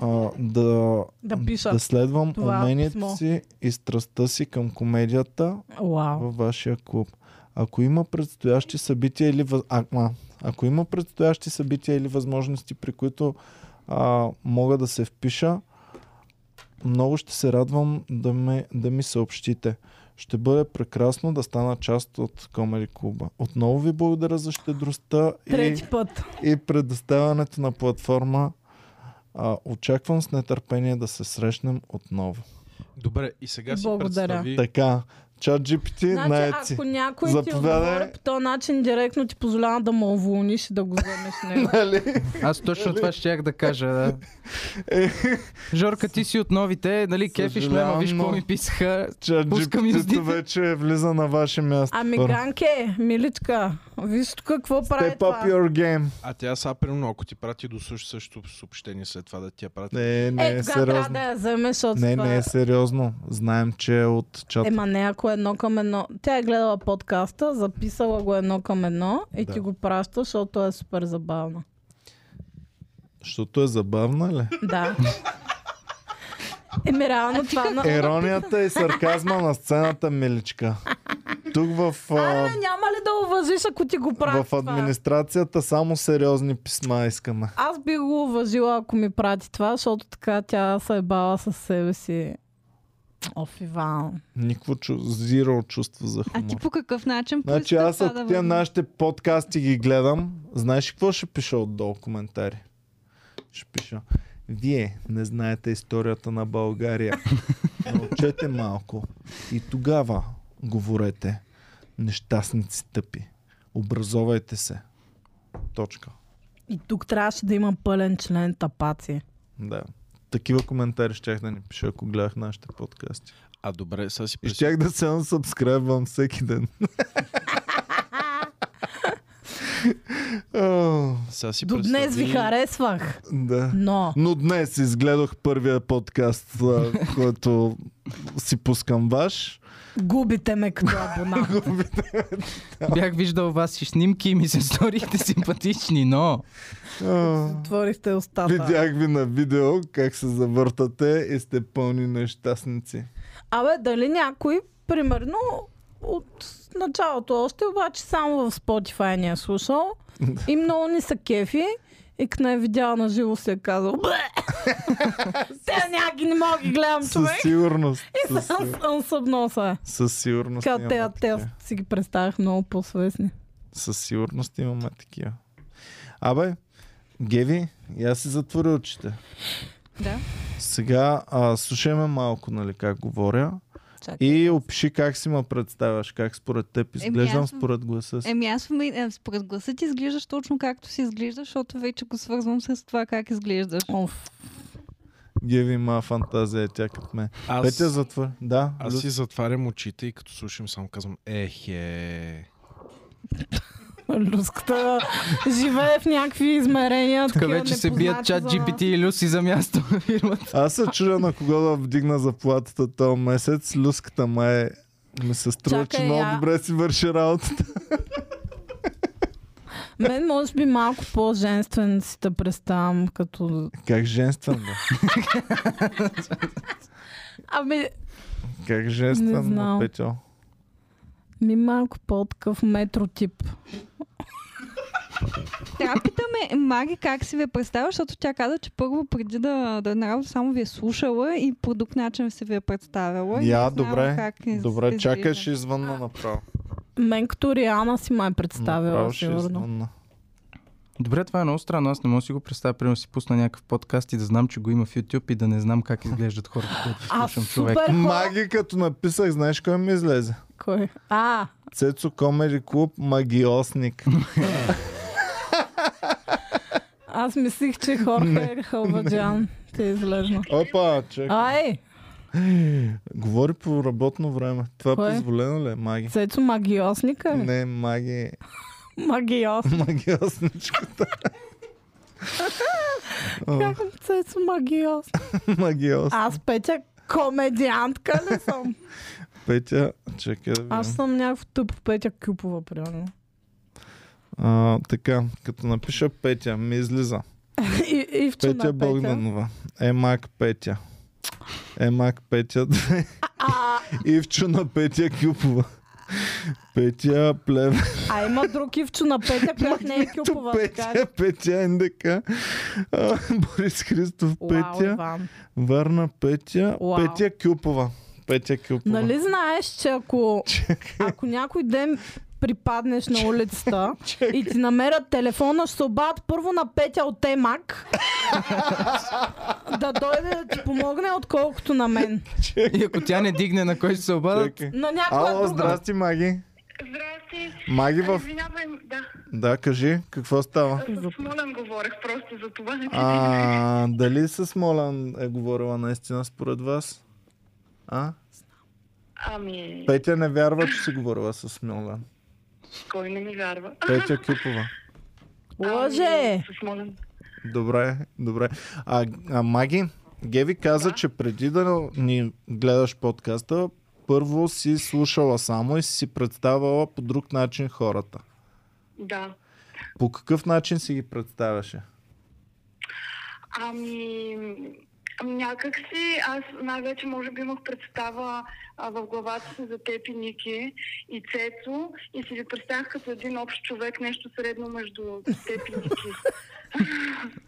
S1: а, да,
S2: Да пиша
S1: да следвам
S2: това
S1: умението
S2: писмо.
S1: си и страстта си към комедията
S2: Уау.
S1: във вашия клуб. Ако има предстоящи събития или въз... а, а, ако има предстоящи събития или възможности, при които а, мога да се впиша, много ще се радвам да, ме, да ми съобщите. Ще бъде прекрасно да стана част от Комери клуба. Отново ви благодаря за щедростта и
S2: Трети път.
S1: и предоставянето на платформа. А, очаквам с нетърпение да се срещнем отново.
S5: Добре, и сега си
S2: Благодаря.
S5: представи...
S1: Така, чат GPT
S2: Значи,
S1: на Etsy.
S2: ако някой ти
S1: Заповядай.
S2: отговори по този начин, директно ти позволява да ме уволниш и да го вземеш него.
S1: Нали?
S3: Аз точно това щях да кажа. Да.
S1: Е.
S3: Жорка, ти си от новите, нали, кефиш ме, ама виж
S1: Съжалявам,
S3: какво
S1: но-
S3: ми писаха.
S1: Чат
S3: Пускам юздите.
S1: GPT вече влиза на ваше място.
S2: Ами,
S1: Първо.
S2: Ганке, миличка, виж тук какво прави
S1: Step up
S2: това.
S1: your game.
S5: А тя сега, примерно, ако ти прати до суш също съобщение след това да ти я прати.
S1: Не, не е,
S2: Е, тогава трябва
S1: сериозно.
S2: да я вземеш, защото
S1: Не,
S2: това
S1: не е сериозно. Знаем, че е от чат.
S2: Ема не, ако е едно към едно. Тя е гледала подкаста, записала го едно към едно и
S1: Да.
S2: ти го праща, защото е супер забавно.
S1: Защото е забавна ли?
S2: Да. Еми реално това
S1: Е,
S2: на...
S1: Иронията и сарказма на сцената, миличка. Тук в... а,
S2: Абе, няма ли да уважиш, ако ти го прави
S1: в
S2: това?
S1: администрацията само сериозни писма искаме.
S2: Аз би го уважила, ако ми прати това, защото така тя се е бала със себе си. Оф, Иван.
S1: Никакво чу... zero чувство за
S4: А ти
S1: хумор.
S4: по какъв начин
S1: Значи
S4: поиска
S1: аз
S4: това да
S1: ако тия
S4: върви?
S1: нашите подкасти ги гледам, знаеш ли какво ще пиша отдолу в коментари? Ще пиша. Вие не знаете историята на България. Научете малко. И тогава говорете. Нещастници тъпи. Образовайте се. Точка.
S2: И тук трябваше да има пълен член тапаци.
S1: Да. Такива коментари щях да ни пиша, ако гледах нашите подкасти.
S5: А добре, сега си
S1: И
S5: представи...
S1: щях да се unsubscribe всеки ден. О,
S5: Сега си
S2: До днес ви
S5: представи-
S2: харесвах,
S1: да.
S2: но...
S1: Но днес изгледах първия подкаст, а, който си пускам ваш.
S2: Губите ме като абонат.
S3: Бях виждал вас и снимки и ми се сторихте симпатични, но...
S1: А,
S2: Отворихте устата.
S1: Видях ви на видео как се завъртате и сте пълни нещастници.
S2: Абе, дали някой, примерно, от началото още, обаче само в Spotify ни е слушал и много ни са кефи и като не е видял на живо се е казал Бле! Те няки не мога ги гледам,
S1: Със
S2: човек.
S1: сигурност.
S2: И
S1: Със, сигур-
S2: съм събнал се.
S1: със сигурност.
S2: Така, те,
S1: имаме
S2: те
S1: такива.
S2: си ги представях много по-свестни.
S1: Със сигурност имаме такива. Абе, Геви, я си затвори очите.
S4: Да.
S1: Сега а, слушаме малко, нали, как говоря.
S2: Чакай.
S1: И опиши как си ме представяш, как според теб изглеждам,
S4: аз-
S1: според гласа си.
S4: Еми аз в момент- е, според гласа ти изглеждаш точно както си изглеждаш, защото вече го свързвам с това как изглеждаш.
S2: Оф.
S1: Геви има фантазия, тя като мен.
S5: Аз...
S1: Петя затвор. Да.
S5: Аз
S1: Люс.
S5: си затварям очите и като слушам само казвам Ехе.
S2: Люската живее в някакви измерения.
S3: Тук
S2: такива
S3: вече се бият
S2: непознати
S3: чат
S2: за нас.
S3: GPT и Люси за място на фирмата.
S1: Аз се чудя на кого да вдигна заплатата този месец. Люската май ми се струва, че
S2: Чакай,
S1: много
S2: я-
S1: добре си върши работата.
S2: Мен може би малко по-женствен си да представям като...
S1: Как женствен да.
S2: Ами,
S1: Как женствен
S2: Не
S1: да,
S2: знам.
S1: Петя.
S2: Ми малко по-такъв метро тип.
S4: Трябва да питаме Маги как си ви представяш, защото тя каза, че първо преди да, да е на работа, само ви е слушала и по друг начин се ви е представила. и
S1: Я,
S4: не знам
S1: добре.
S4: как из-
S1: Добре,
S4: изглежда.
S1: чакаш извънна направо.
S2: Мен като Риана си май
S1: Направо
S2: представила,
S1: ще
S2: сигурно.
S1: извънна.
S3: Добре, това е много странно. Аз не мога да си го представя, примерно си пусна някакъв подкаст и да знам, че го има в YouTube и да не знам как изглеждат хората, които
S2: А,
S3: слушам човек.
S2: супер хора.
S1: Маги, като написах, знаеш кой ми излезе?
S2: Кой? А,
S1: Цецо Комери Клуб Магиосник.
S2: Аз мислих, че Хорхе е халваджан. Те е излъжна.
S1: Опа, чакай.
S2: Ай,
S1: Говори по работно време. Това
S2: Кое?
S1: позволено ли е, маги?
S2: Цецо магиосника ли?
S1: Не, маги.
S2: Магиос.
S1: Магиосничката. О,
S2: Как е Цецо магиос?
S1: Магиос.
S2: Аз Петя комедиантка ли съм?
S1: Петя, чакай да
S2: Аз
S1: видим.
S2: съм някакво тъпо Петя Кюпова, примерно.
S1: А, така, като напиша Петя, ми излиза.
S2: И, и в чуна
S1: Петя
S2: Петя.
S1: Богданова. Емак Петя. Емак Петя.
S2: А,
S1: Ивчо на Петя Кюпова. Петя Плев.
S2: а има друг Ивчо на Петя, която не е Кюпова. така ли?
S1: Петя, Петя НДК. А, Борис Христов
S2: Уау,
S1: Петя.
S2: Иван.
S1: Варна Петя.
S2: Уау.
S1: Петя Кюпова. Петя Кюпова.
S2: Нали знаеш, че ако, ако някой ден припаднеш на улицата и ти намерят телефона, ще се обадят първо на Петя от Емак да дойде да ти помогне, отколкото на мен.
S3: И ако тя не дигне, на кой ще се обадат?
S1: Чакай.
S2: На някоя
S1: Ало,
S2: друга.
S1: здрасти, Маги.
S6: Здрасти.
S1: Маги в...
S6: Извинявай, да.
S1: Да, кажи, какво става?
S6: С Смолян говорех просто за това.
S1: А, дали с Смолян е говорила наистина според вас? А?
S6: Ами,
S1: Петя не вярва, че си говорила с Смолян.
S6: кой не ми вярва?
S1: Петя Кюпова.
S2: Лъже!
S6: Ами, С Смолян.
S1: Добре, добре. А, а Маги, Геви каза, че преди да ни гледаш подкаста, първо си слушала само и си представала по друг начин хората.
S6: Да.
S1: По какъв начин си ги представяше?
S6: Ами, някак си, аз най-вече може би имах представа а, в главата си за теб и Ники и Цецо и си ви представях като един общ човек, нещо средно между теб и Ники.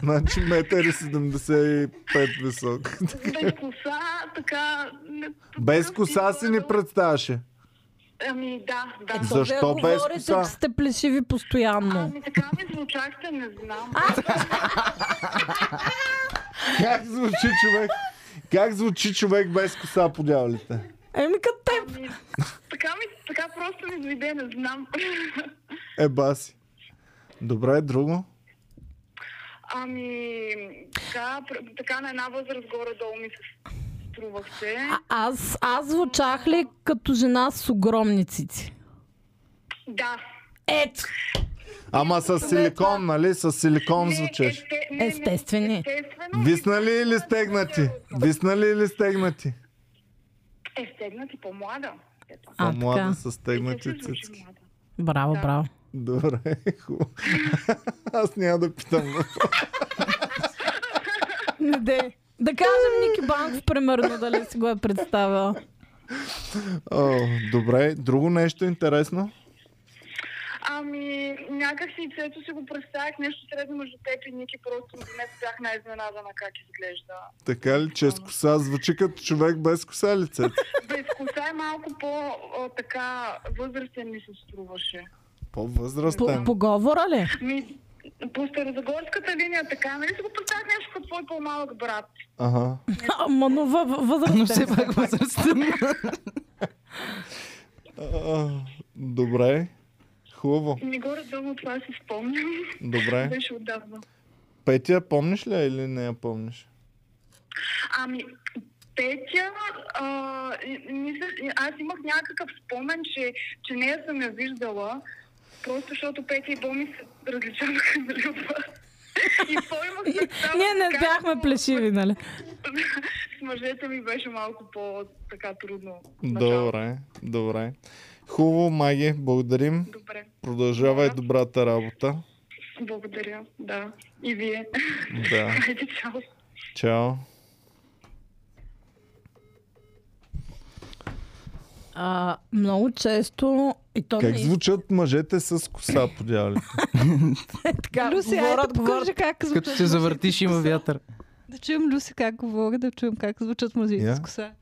S1: Значи метър и 75 висок.
S6: Без коса, така... не-
S1: Без коса си ни представяше.
S6: Ами да, да.
S2: Ето,
S1: Защо
S2: вие
S1: без
S2: говорите,
S1: коса?
S2: че сте плешиви постоянно.
S6: Ами така ми звучахте, не знам.
S1: Как звучи човек? Как звучи човек без коса по дяволите?
S2: Еми като теб.
S6: Ами, така, ми, така просто ми дойде, не знам.
S1: Е, баси. Добре, друго.
S6: Ами, така, пр- така на една възраст горе-долу ми се струвахте.
S2: А, аз, аз звучах ли като жена с огромни цици?
S6: Да.
S2: Ето!
S1: Ама с силикон, нали? С силикон
S6: Не,
S1: звучеш.
S6: есте- не, не,
S2: Естествени.
S6: Естествено.
S1: Виснали или стегнати? Виснали или стегнати?
S6: Е, стегнати по-млада. Ето.
S2: А, така.
S1: Млада с стегнати
S6: Не се звучи
S1: цицки.
S6: млада.
S2: Браво, браво.
S1: Добре, хубаво. Аз няма да питам.
S2: Не де. Да кажем Ники Банков, примерно, дали си го е представила.
S1: О, добре, друго нещо интересно?
S6: Ами, някак си и Цето си го представях нещо средно между теб и Ники, просто днес бях най-изненадана как изглежда.
S1: Така ли, че с коса звучи като човек без коса лицето?
S6: Без коса е малко по-така възрастен ми се струваше.
S2: По,
S1: По-възрастен.
S2: поговора ли?
S6: Ми, по Старозагорската линия така, нали си го представях нещо като твой по-малък брат?
S1: Ага.
S2: Ама, но във- във-
S3: Но
S2: възрастен.
S3: все пак възрастен.
S1: А, добре. Хубаво.
S6: Не горе дълно това си спомням.
S1: Добре.
S6: Беше отдавна.
S1: Петя, помниш ли я или не я помниш?
S6: Ами, Петя, а, и- мисля, и аз имах някакъв спомен, че, че нея съм я виждала, просто защото Петя и Боми се различаваха за любов. И той имах представа
S2: Ние не
S6: как
S2: бяхме
S6: му-
S2: плешиви, нали?
S6: С мъжете ми беше малко по-така трудно. началото.
S1: Добре, добре. Хубаво, Маги, благодарим.
S6: Добре.
S1: Продължавай добрата работа.
S6: Благодаря, да. И вие.
S1: Да.
S6: Хайде, чао.
S1: Чао.
S2: А, много често и то
S1: Как
S2: не
S1: звучат мъжете с коса по дяволите?
S2: е така.
S4: Люси, айде
S2: говорят, говорят.
S4: покажи как звучат.
S3: Като се завъртиш, има вятър.
S4: Да чуем Люси как говори, да чуем как звучат музиките
S1: Я?
S4: с коса.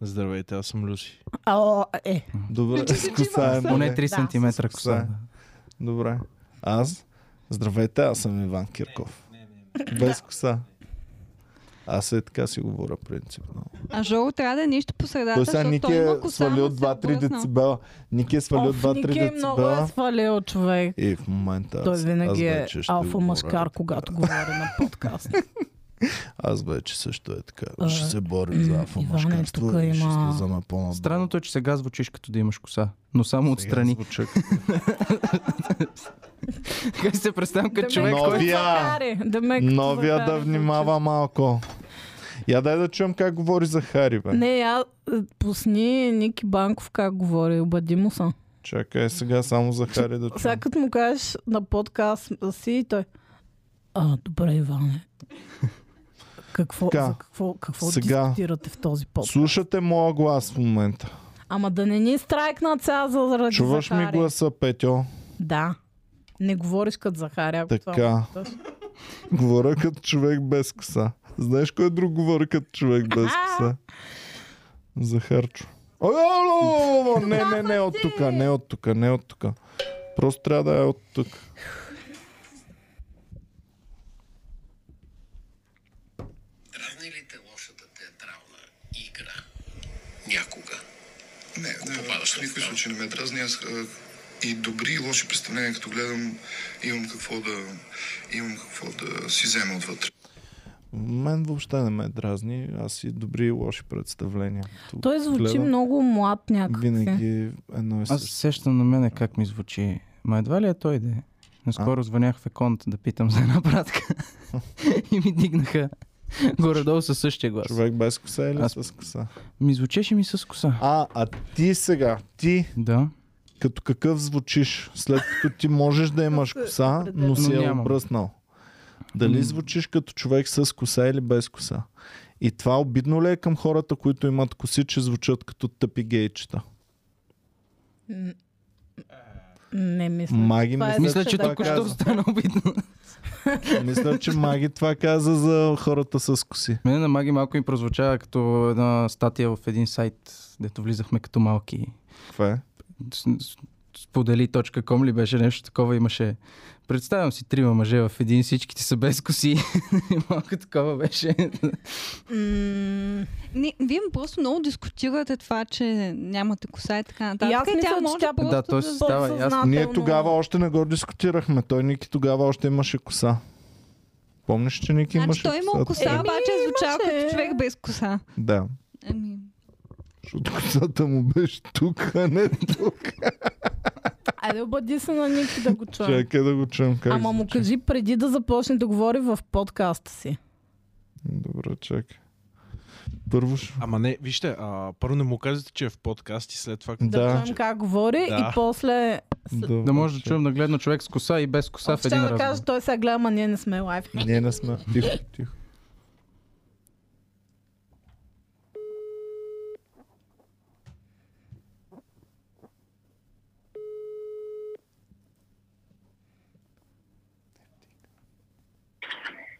S5: Здравейте, аз съм Люси.
S2: О, е.
S1: Добре, с коса е.
S3: Поне
S1: нали?
S3: 3 см
S1: коса.
S3: коса.
S1: Добре. Аз? Здравейте, аз съм Иван Кирков. Без коса. Аз е така си говоря принципно.
S4: А Жоро трябва да е нещо по средата,
S1: Той сега
S4: защото
S1: Ники
S4: той има
S1: е
S4: коса,
S1: свалил
S4: ама се е
S1: 2-3
S4: бръснал.
S1: децибела. Ники е свалил
S2: Оф,
S1: 2-3
S2: Ники много е
S1: децибела.
S2: свалил човек.
S1: И в момента
S2: Той
S1: аз, аз
S2: винаги е
S1: вече ще
S2: алфа
S1: говоря.
S2: маскар, когато говори на подкаст.
S1: Аз вече също е така.
S2: А,
S1: ще се борим за
S2: м,
S1: алфа
S2: Иване,
S1: машкарство
S2: тука
S1: и ще
S2: има-
S1: слизаме по-надолу.
S3: Странното е, че сега звучиш като да имаш коса, но само
S1: Сега
S3: отстрани.
S1: звуча
S3: Как се представям като
S2: Демек
S3: човек,
S1: Но-
S3: който...
S1: Новия!
S2: Захари, Демек
S1: Новия да
S2: Захари.
S1: внимава малко. Я дай да чуем как говори за Хари, бе.
S2: Не, я е, пусни Ники Банков как говори, обади му са.
S1: Чакай сега само за Хари да
S2: Сега
S1: чуем.
S2: като му кажеш на подкаст си и той. А, добре, Иване. Какво,
S1: Така,
S2: за какво, какво
S1: сега.
S2: дискутирате в този подкаст?
S1: Слушате моя глас в момента.
S2: Ама да не ни е страйкнат сега за заради
S1: Чуваш ми
S2: Захари.
S1: гласа, Петьо?
S2: Да. Не говориш като Захаря. ако това
S1: Така.
S2: му питаш.
S1: Говоря като човек без коса. Знаеш кой друг говори като човек без коса? Захарчо. Ой, ало! Не, не, не от тук, не от тук, не от тук. Просто трябва да е от тук.
S7: Дразни ли те лошата театрална игра? Някога.
S8: Не, не,
S7: попадаш
S8: в
S7: в
S8: никой
S7: тази.
S8: случай не ме дразни. Аз а, и добри и лоши представления, като гледам, имам какво да, имам какво да си взема отвътре.
S1: Мен въобще не ме дразни. Аз си добри и лоши представления. Тук
S2: Той звучи
S1: гледам
S2: много млад някакси.
S1: Винаги едно и
S3: Аз
S1: също.
S3: се сещам на мене как ми звучи. Ма едва ли е той да е? Наскоро звънях в Еконт да питам за една пратка. и ми дигнаха горе-долу със същия глас.
S1: Човек без коса или
S3: Аз-
S1: с коса?
S3: Ми звучеше ми с коса.
S1: А, а ти сега, ти
S3: Да.
S1: като какъв звучиш, след като ти можеш да имаш коса, но си
S3: Но
S1: я
S3: нямам.
S1: обръснал. Дали звучиш като човек с коса или без коса? И това обидно ли е към хората, които имат коси, че звучат като тъпи гейчета?
S2: М- Не мисля.
S1: Маги,
S2: Това е
S1: мисля,
S3: Мисля, че
S2: да
S3: тук ще
S1: казва.
S3: остана обидно.
S1: мисля, че Маги това каза за хората с коси.
S3: Мене на маги малко ми прозвучава като една статия в един сайт, дето влизахме като малки.
S1: Каква е?
S3: С- с- Сподели.com ли беше нещо такова, имаше. Представям си трима мъже в един, всичките са без коси. малко такова беше.
S2: М-
S4: Не, вие просто много дискутирате това, че нямате коса и така нататък.
S2: И аз
S4: И
S2: мисля, че
S4: може
S2: тя
S4: просто
S3: Да, то си става ясно.
S2: подсъзнателно-
S1: Ние тогава още не го дискутирахме. Той Ники тогава още имаше коса. Помниш, че Ники
S4: Значи
S1: имаше
S4: той има
S1: косата?
S4: коса,
S2: Еми,
S4: обаче е звучал
S2: имаше.
S4: като човек без коса.
S1: Да.
S4: Еми,
S1: Защото косата му беше тук, а не тук.
S2: Айде обади се на Ники да го чуем.
S1: Чакай да го чуем как
S2: Ама му
S1: звучи.
S2: кажи преди да започне да говори в подкаста си.
S1: Добре, чакай. Първо ще...
S5: Ама не, вижте, а, първо не му кажете, че е в подкаст и след това...
S2: Да,
S1: Да.
S2: чуем как говори
S5: Да.
S2: и после...
S1: Добре,
S3: Да може да
S1: чакай.
S3: чуем нагледно човек с коса и без коса в
S2: Ще
S3: един
S2: да
S3: разговор.
S2: кажа, той сега гледа, ама ние не сме лайф.
S1: Ние не сме. Тихо, тихо.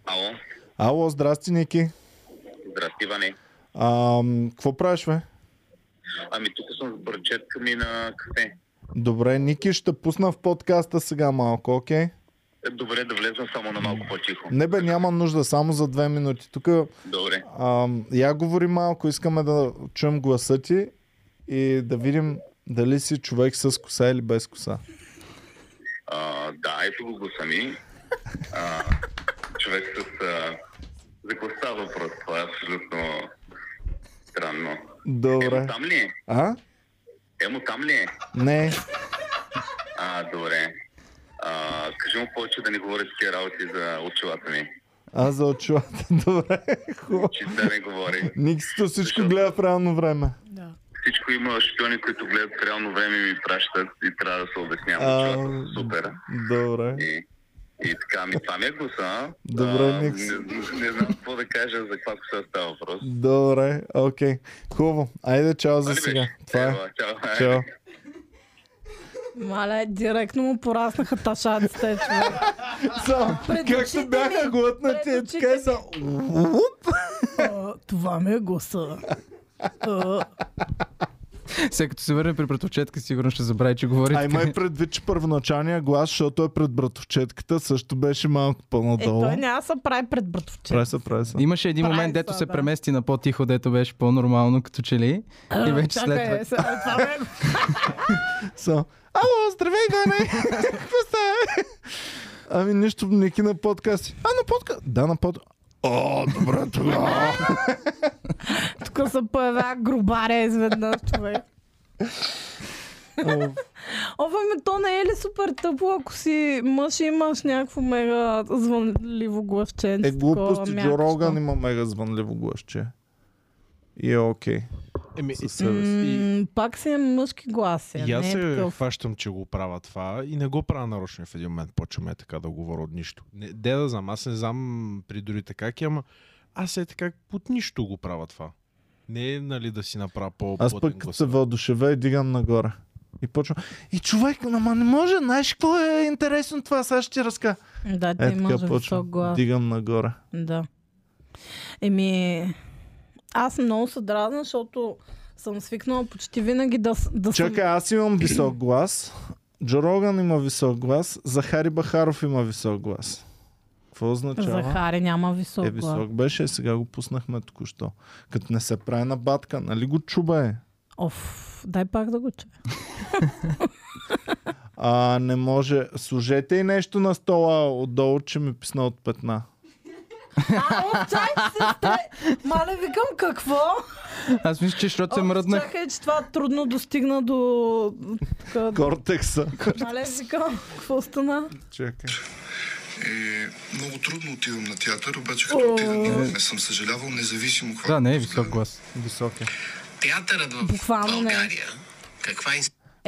S7: Ало,
S1: Ало, здрасти, Ники.
S7: здрасти, Иване.
S1: Ам, какво правиш, бе?
S7: Ами тук съм с бърчетка ми на кафе.
S1: Добре, Ники, ще пусна в подкаста сега малко, окей?
S7: Е, Добре, да влезна само на малко по-тихо.
S1: Не бе, няма нужда, само за две минути. Тук
S7: Добре.
S1: я говори малко, искаме да чуем гласа ти и да видим дали си човек с коса или без коса.
S7: А, да, ето го го сами. А, човек с... А, за какво става въпрос? Това е абсолютно странно. Емо
S1: Добре.
S7: там ли е?
S1: А?
S7: Емо там ли е?
S1: Не.
S7: А, добре. А, кажи му повече да не говори такива работи за очилата ми.
S1: Аз за очилата. Добре. Хубаво.
S7: Че да не говори.
S1: Никсито всичко гледа в реално време.
S7: Всичко има шпиони, които гледат в реално време и ми пращат и трябва да се обяснявам.
S1: А,
S7: очилата са Супер.
S1: Добре.
S7: И, и така, ми това ми е гласа.
S1: Добре,
S7: а,
S1: Никс.
S7: Не, не, знам какво да кажа, за каква коса става въпрос.
S1: Добре. Окей. Хубаво. Айде, чао за
S7: Нали беше?
S1: сега. Това е.
S7: Ева, Чао.
S1: Чао.
S2: Мале, директно му пораснаха ташаците, човек.
S1: Само,
S2: Пред очите
S1: както
S2: ми,
S1: бяха глътнати,
S2: пред
S1: е така и
S2: очите
S1: са... Уп!
S2: А, Това ми е гласа. А,
S3: Сега като се върне при братовчетка, сигурно ще забрави, че говори.
S1: А
S3: така.
S1: има и предвид, че първоначалния глас, защото е пред братовчетката, също беше малко
S2: Е,
S1: по-надолу.
S2: той няма да се прави пред братовче.
S1: Прави се, прави се.
S3: Имаше един
S2: Прави
S3: момент,
S2: се,
S3: дето се
S2: да.
S3: премести на по-тихо, дето беше по-нормално, като че ли. И вече след
S2: Чакай, е,
S3: това.
S2: сега това е- ме-
S1: Са. Ало, здравей, Гоне! Какво става? Ами нищо, Ники на подкаст. А, на подкаст? Да, на подкаст. О, добре тогава.
S2: Тук се появява грубаря изведнъж, човек.
S1: О,
S2: Офа ми, то не е ли супер тъпо, ако си мъж и имаш някакво мега звънливо главченце?
S1: Е, глупости,
S2: такова,
S1: Джо
S2: мякащо?
S1: Роган има мега звънливо гласче. И е окей.
S5: Еми,
S1: Със себе си.
S2: М, Пак си е мъжки глас. Е,
S5: И аз
S2: не е
S5: се
S2: такъв.
S5: хващам, че го правя това и не го правя нарочно. И В един момент почваме така да говоря от нищо. Не, де да знам, аз не знам при дори така, ки, ама аз е така от нищо го правя това. Не е, нали, да си направя по
S1: Аз пък като се въодушевя и дигам нагоре. И почвам. И човек, ама не може, знаеш какво е интересно това, сега ще ти разка.
S2: Да, ти
S1: Е,
S2: имаш
S1: така
S2: висок
S1: почвам.
S2: глас.
S1: Дигам нагоре.
S2: Да. Еми, аз много се дразна, защото съм свикнала почти винаги да, с- да
S1: Чакай, аз имам висок глас. Джо Роган има висок глас. Захари Бахаров има висок глас. Какво
S2: съм...
S1: означава?
S2: Захари няма висок
S1: Е,
S2: глас.
S1: висок беше, сега го пуснахме току-що. Като не се прави на батка, нали го чуба е?
S2: Оф, дай пак да го чуя.
S1: А, не може. Сложете и нещо на стола отдолу, че ми писна от петна.
S2: А, оф, чай, сестре! Мале, викам какво?
S3: Аз мисля, че защото се
S2: Оф,
S3: мръднах.
S2: Чакай, че това трудно достигна до... така,
S1: Кортекса.
S2: Мале, викам, какво стана?
S1: Чакай.
S8: Е, много трудно отивам на театър, обаче като отида никога не съм съжалявал, независимо какво.
S3: Да, не е висок глас.
S1: Висок е.
S9: Театърът в
S2: Буквално не.
S9: България. Каква е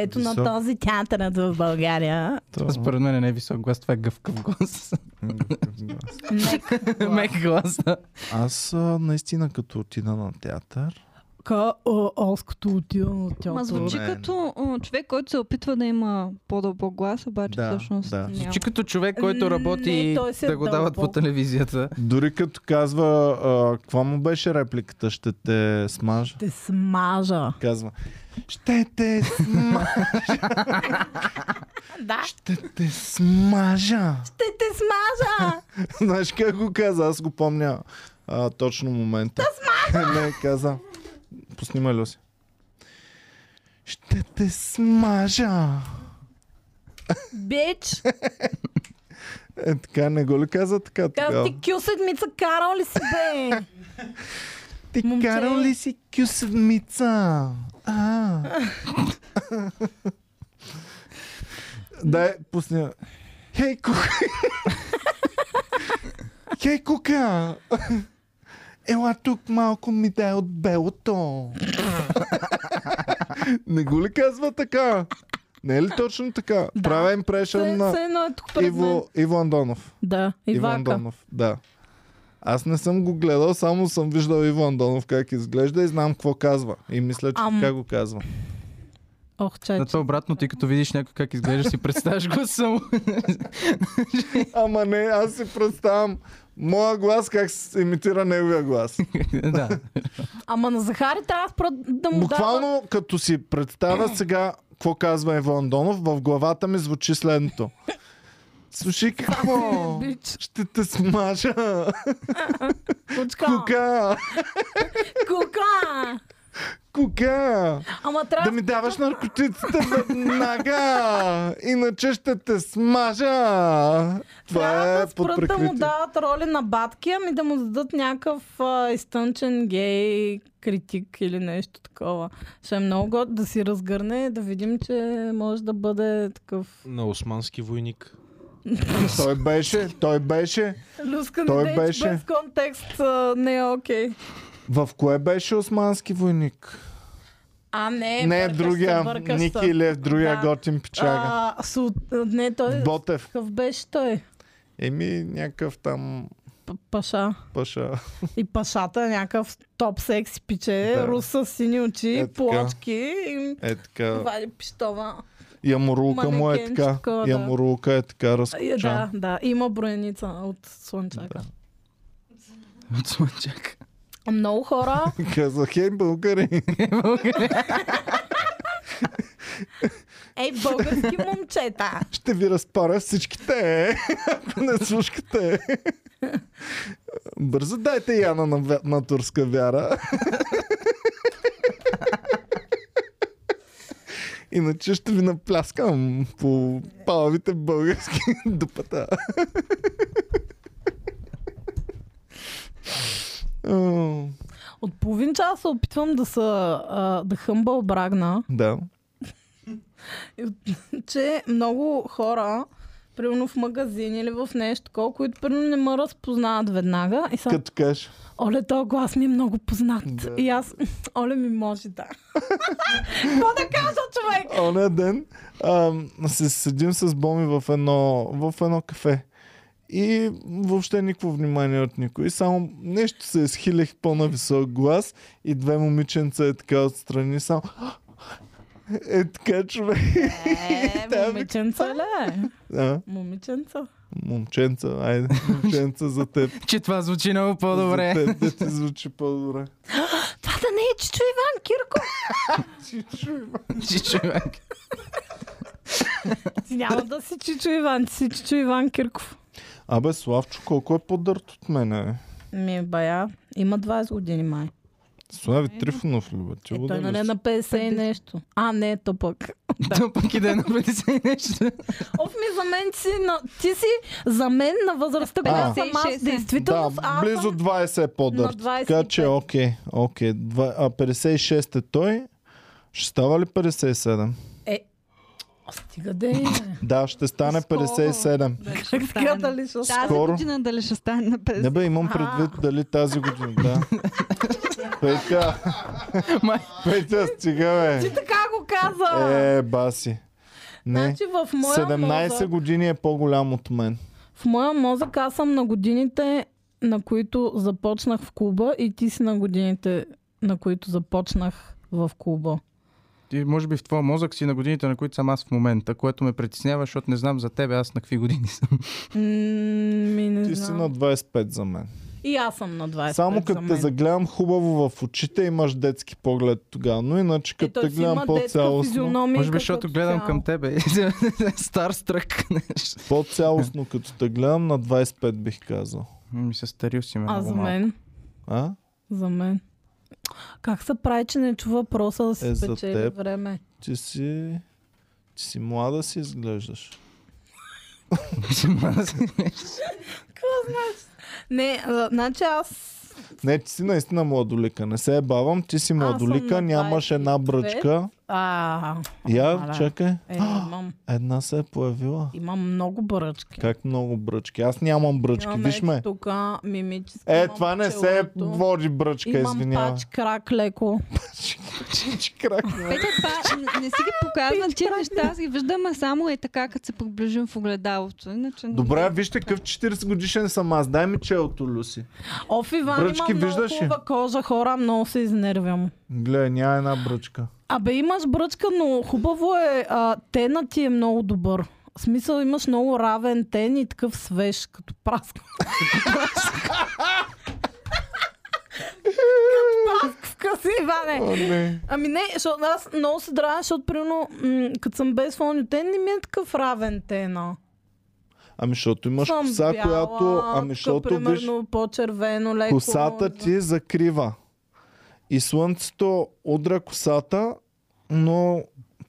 S2: Ето на
S1: Висок.
S2: този театърът в България.
S3: Това според мен не е висок глас, това е гъвкав глас.
S2: Нека.
S3: Мек глас, да.
S1: Аз а, наистина като отида на театър.
S2: Ка, о, аз като отивам на
S4: Ма
S2: театър.
S4: звучи
S1: не, не.
S4: като а, човек, който се опитва да има по-дълбок глас, обаче
S1: Да,
S4: всъщност
S1: да.
S4: няма.
S3: Звучи като човек, който работи
S2: Не,
S3: и
S2: той си е
S3: да го дават по
S2: дълбоко.
S3: телевизията.
S1: Дори като казва, а, каква му беше репликата, ще те смажа.
S2: Те смажа.
S1: Казва, ще те, сма...
S2: Да.
S1: ще те смажа.
S2: Ще те смажа!
S1: Знаеш как го каза? Аз го помня а, точно момента. Не, каза. Поснимай, Люси. Ще те смажа.
S2: Бич!
S1: Е, така не го ли каза така
S2: Каза
S1: тогава?
S2: ти кю седмица карал ли си бе?
S1: Ти
S2: момче.
S1: карал ли си кюсвмица? А. Дай, пусня. Хей, кука! Хей, кука! Ела тук малко ми дай от белото. Не го ли казва така? Не е ли точно така?
S2: Да.
S1: Правя импрешън
S2: Се-
S1: на
S2: Се едно е тук пред мен.
S1: Иво, Иво Андонов.
S2: Да,
S1: Иво
S2: Ивака.
S1: Андонов, да. Аз не съм го гледал, само съм виждал Иво Андонов как изглежда и знам какво казва. И мисля, че
S2: Ам.
S1: така го казва.
S2: Ох, чай,
S3: На
S2: че
S3: това обратно, ти като видиш някой как изглежда, си представяш гласа му.
S1: Ама не, аз си представям моя глас как се имитира неговия глас.
S3: да.
S2: Ама на Захари трябва да спра да му дава...
S1: Буквално като си представя сега какво казва Иво Андонов, в главата ми звучи следното. Слушай какво?
S2: Бич,
S1: Ще те смажа.
S2: кучка,
S1: Кука!
S2: кука.
S1: Кука!
S2: Ама трябва
S1: Да ми даваш наркотиците веднага! Иначе ще те смажа! Това
S2: трябва
S1: е
S2: да
S1: под
S2: спрат да му
S1: прикритие.
S2: дават роли на батки, ами да му дадат някакъв а, изтънчен гей критик или нещо такова. Ще е много год да си разгърне, да видим, че може да бъде такъв
S5: На османски войник.
S1: Той беше, той беше.
S2: люска
S1: Той
S2: не е
S1: беше-
S2: без контекст а, не е окей.
S1: В кое беше османски войник?
S2: А, не,
S1: Не, е
S2: бъркаш Е, се,
S1: другия.
S2: бъркаш се.
S1: Ники Лев, другия
S2: Да.
S1: готин печага.
S2: А, су... Не, той...
S1: Ботев.
S2: Какъв беше той?
S1: Еми, някакъв там
S2: П- Паша.
S1: паша.
S2: И пашата е някакъв топ секси пиче,
S1: Да.
S2: да. рус с сини очи,
S1: Е
S2: е,
S1: така.
S2: плочки и
S1: Е така.
S2: вади пищова.
S1: Ямурлука му е
S2: Манекенче
S1: така.
S2: такова, да.
S1: Ямурлука е така
S2: Е, да,
S1: разкочан.
S2: да, има броеница от слънчака.
S3: От Слънчак.
S2: Да. Много хора,
S1: Казах, хей, българи.
S2: Ей, български момчета!
S1: Ще ви разпаря всичките, е. ако не слушкате. Бързо дайте Яна на, вя- на турска вяра. Иначе ще ви напляскам по палавите български дупата. О,
S2: От половин час се опитвам да са а, да хъмбъл брагна,
S1: да.
S2: че много хора, примерно в магазин или в нещо такова, които примерно не ме разпознават веднага и са,
S1: Като кажеш,
S2: Оле, този глас ми е много познат.
S1: Да.
S2: И аз, Оле ми може да. Какво да кажа, човек?
S1: оня ден ам, се седим с Боми в едно, в едно кафе. И въобще никакво внимание от никой. Само нещо се изхилях по-нависок глас и две момиченца е така отстрани. Само... Е така, човек.
S2: Е,
S1: Ами,
S2: момиченца, ле.
S1: А,
S2: Момиченца.
S1: момченца, айде. Момченца за теб.
S3: Че това звучи много
S1: За
S3: по-добре.
S1: теб да ти звучи по-добре.
S2: Това да не е Чичо Иван Кирко.
S3: Че човек.
S2: Ти няма да си Чичо Иван, ти си Чичо Иван Кирков.
S1: Абе, Славчо, колко е по-дърт от мене? бе?
S2: Ми, бая, има 20 години май.
S1: Слави Трифонов, люба. Ти
S2: Е,
S1: го
S2: той
S1: да
S2: нали е
S1: ли си?
S2: на 50 и нещо. А, не, то пък.
S3: Да, пък и да е на 50 и нещо.
S2: Оф ми, за мен ти си, на... ти си за мен на възрастта,
S1: А.
S2: която съм аз.
S4: 56 е.
S2: Действително,
S1: Да,
S2: да, аз
S1: близо
S2: близо...
S1: 20 е по-дър.
S2: На
S1: Така че,
S2: 25.
S1: окей, окей. Два- А 56 е той. Ще става ли 57?
S2: Стига де е.
S1: Да, е. ще стане
S4: Скоро.
S1: 57.
S4: Дали ще
S2: Така
S4: стане?
S2: дали ще...
S4: Тази
S1: Скоро.
S4: година дали ще стане на 50?
S1: Не бе, имам предвид дали тази година. Да. Петя,
S3: Май,
S1: Петя, стига
S2: Ти така го каза.
S1: бе. Е, баси. Не,
S2: Значи в моя
S1: 17
S2: мозък,
S1: години е по-голям от мен.
S2: в моя мозък аз съм на годините, на които започнах в клуба и ти си на годините, на които започнах в клуба.
S3: Ти може би в твоя мозък си на годините, на които съм аз в момента, което ме притеснява, защото не знам за тебе аз на какви години съм.
S2: М, Ми не
S1: Ти си
S2: знам.
S1: на 25 за мен.
S2: И аз съм на 20.
S1: Само
S2: пет за
S1: като те
S2: мен.
S1: загледам хубаво в очите, имаш детски поглед тогава. Но иначе
S2: Е,
S1: като
S2: той
S1: те
S2: си
S1: гледам
S2: има детска
S1: по-цялостно.
S2: физиономия
S3: може би,
S2: като
S3: защото гледам
S2: цяло.
S3: към тебе. Стар стрък. нещо.
S1: По-цялостно, като те гледам, на 25 бих казал.
S3: Ми се старил си ме
S2: А
S3: много
S2: за
S3: малко.
S2: мен?
S1: А?
S2: За мен. Как се прави, че не чува въпроса да
S1: Е,
S2: си
S1: за
S2: спечели
S1: теб.
S2: време?
S1: Ти си... Ти си млада си изглеждаш.
S2: Не, а, значи аз
S1: Не, ти си наистина младолика. Не се ебавам, ти си
S2: съм
S1: младолика,
S2: на
S1: нямаш една
S2: 22.
S1: бръчка.
S2: а,
S1: Я,
S2: Мале.
S1: чакай.
S2: е, имам,
S1: Една се е появила.
S2: имам много бръчки.
S1: Как много бръчки? Аз нямам бръчки,
S2: Имам
S1: виж
S2: ето
S1: ме.
S2: Тук мимически.
S1: Е,
S2: имам
S1: това не се е
S2: пчелото.
S1: води бръчка,
S2: Имам
S1: извинявай.
S2: пач крак леко.
S1: Чич крак.
S4: Петя, това не- не си ги показвам тия неща, аз ги виждам, а само е така, като се приближим в огледалото. Иначе... не-
S1: Добре, вижте какъв 40 годишен съм аз. Дай ми челото, Люси.
S2: Оф, Иван,
S1: Бръчки
S2: имам много
S1: виждаш ли?
S2: хубава кожа, хора, много се изнервям.
S1: Гледай, няма една бръчка.
S2: Абе, имаш бръчка, но хубаво е. А, тена ти е много добър. В смисъл, имаш много равен тен и такъв свеж, като праско. като праско в къси, Иване.
S1: О, не.
S2: Ами не, защото аз много се дразня, защото примерно, м- като съм без фонни тен, не ми е такъв равен тена.
S1: Ами, защото имаш
S2: съм
S1: коса,
S2: бяла,
S1: която...
S2: така,
S1: Ами, защото, виж,
S2: примерно, по-червено, леко.
S1: Косата ти закрива. И слънцето удря косата, но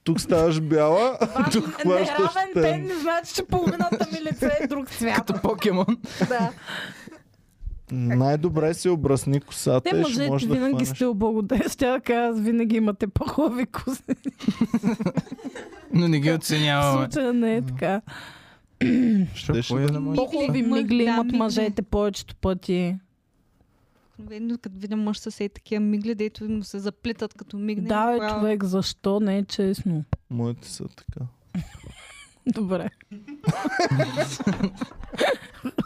S1: тук ставаш бяла, а тук хващаш
S2: Неравен тен
S1: тен.
S2: не значи, че половината ми лице е друг цвят.
S3: Като покемон.
S2: да.
S1: Най-добре си обрасни косата
S2: Те
S1: и ще можеш
S2: мъжете
S1: да
S2: винаги
S1: хванеш.
S2: сте облагодетели. Ще да кажа, аз винаги имате по-хубави коси.
S3: Но не ги
S2: В
S3: оценяваме.
S2: случая не е така.
S3: Що,
S1: ще
S3: кой е
S1: да-
S3: да може?
S2: По-хубави
S4: Мигли.
S2: мигли
S4: Да,
S2: имат
S4: мигли.
S2: мъжете повечето пъти.
S4: Обикновено, като видя мъж с ей такива мигли, дето му се заплитат като мигне.
S2: Да, бе,
S4: направо.
S2: човек, защо не е честно?
S1: Моите са така.
S2: Добре.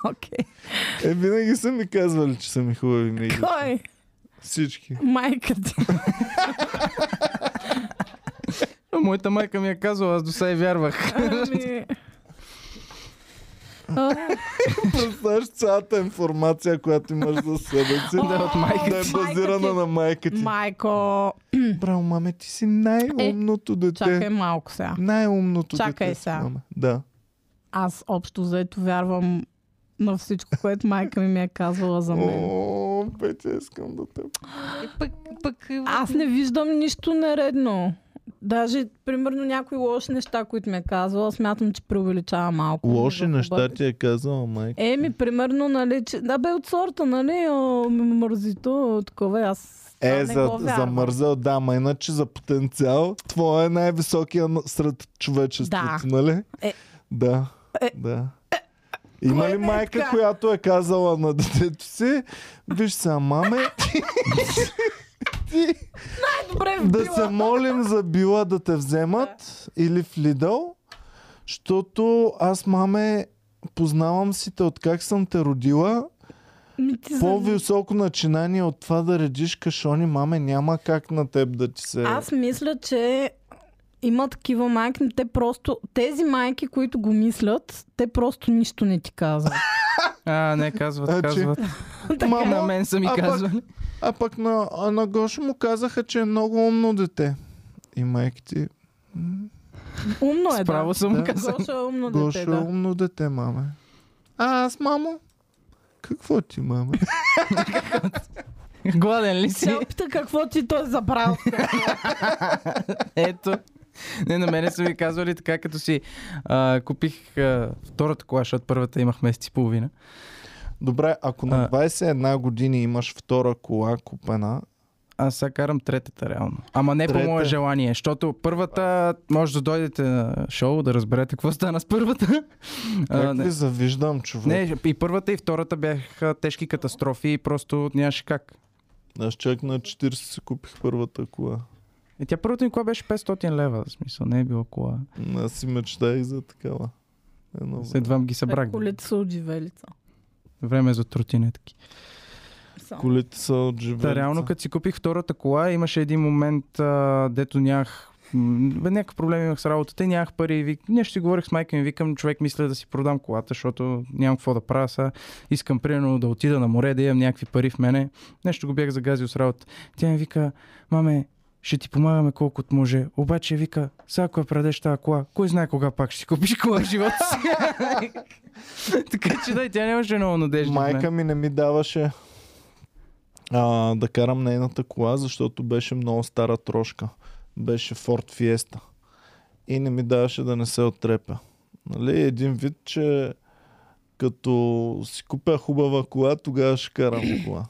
S2: Окей.
S1: Е, винаги са ми казвали, че са ми хубави миги.
S2: Кой?
S1: Всички.
S2: Майка ти.
S3: Моята майка ми е казала, аз до сега и вярвах.
S2: Ами...
S1: Представяш цялата информация, която имаш за себе си.
S2: Да, от майка
S1: Да е
S2: ти. Майка
S1: базирана
S2: ти.
S1: на майка ти.
S2: Майко,
S1: Браво, маме, ти си най-умното дете.
S2: чакай малко сега.
S1: Най-умното
S2: Чакай
S1: дете. си,
S2: сега.
S1: маме. Да.
S2: Аз общо взето вярвам на всичко, което майка ми ми е казвала за мен.
S1: О, Петя, искам да те...
S4: И пък, пък...
S2: Аз не виждам нищо нередно. Даже, примерно, някои лоши неща, които ми е казвала, смятам, че преувеличава малко.
S1: Лоши
S2: В
S1: неща
S2: обаче-
S1: ти е казала майка.
S2: Еми, примерно, нали, че... Да бе, от сорта, нали, о, ме мързито, такова, и аз това
S1: Е,
S2: не
S1: за,
S2: го
S1: за
S2: вярвам.
S1: мързел, да, ма иначе за потенциал, твоя е най-високия на- сред човечеството,
S2: Да.
S1: нали?
S2: Е.
S1: Да,
S2: Е.
S1: да. Има
S2: Кой
S1: ли
S2: не е
S1: майка,
S2: така?
S1: която е казала на детето си, виж сега, маме, ти, ти,
S2: Добре, в
S1: да
S2: била.
S1: се молим за била да те вземат или в Лидъл, защото аз, маме, познавам си те от как съм те родила,
S2: Ми ти за...
S1: по-високо начинание от това да редиш кашони, маме, няма как на теб да ти се...
S2: Аз мисля, че има такива майки, но те просто... Тези майки, които го мислят, те просто нищо не ти казват.
S3: А, не, казват,
S1: А, че-
S3: казват.
S1: Мамо,
S3: На мен са ми
S1: а пък-
S3: казвали.
S1: А пък на, а на Гошо му казаха, че е много умно дете. И майки ти,
S2: Умно е,
S3: Справо съм му
S1: Да.
S3: казал.
S2: да. Гоша е умно
S1: Гошо
S2: дете,
S1: е
S2: да.
S1: умно дете, маме. А аз, мамо? Какво ти, мама?
S3: Гладен ли си?
S2: Се опита какво ти той е забрал.
S3: Ето. Не, на мене са ми казвали така, като си а, купих а, втората кола, защото първата имах месец и половина.
S1: Добре, ако на
S3: А.
S1: 21 години имаш втора кола купена,
S3: Аз сега карам третата реално. Ама не
S1: Трета.
S3: по мое желание, защото първата може да дойдете на шоу, да разберете какво стана с първата. А,
S1: как
S3: не.
S1: ви завиждам, човек?
S3: не, и първата и втората бяха тежки катастрофи и просто нямаше как.
S1: Аз човек на 40 си купих първата кола.
S3: Е, тя първата ми кола беше 500 лева, в смисъл, не е било кола.
S1: Аз си мечтах за такава. Едно време.
S3: След два ги събрах.
S2: Колите са от живелица.
S3: Време за тротинетки.
S2: Само.
S1: Колите са от живеца.
S3: Та, реално, като си купих втората кола, имаше един момент, а, дето нямах м, бе, някакъв проблем имах с работата и нямах пари. И Вик... Нещо си говорих с майка ми, викам, човек мисля да си продам колата, защото нямам какво да правя сега. Искам, примерно, да отида на море, да имам някакви пари в мене. Нещо го бях загазил с работа. Тя ми вика, маме, ще ти помагаме колкото може. Обаче вика, сега ако я предеш тази кола, кой знае кога пак ще си купиш кола в живота си. така че да, и тя нямаше много надежда. в мен.
S1: Майка ми не ми даваше а, да карам нейната кола, защото беше много стара трошка. Беше Ford Fiesta. И не ми даваше да не се оттрепя. Нали? Един вид, че като си купя хубава кола, тогава ще карам кола.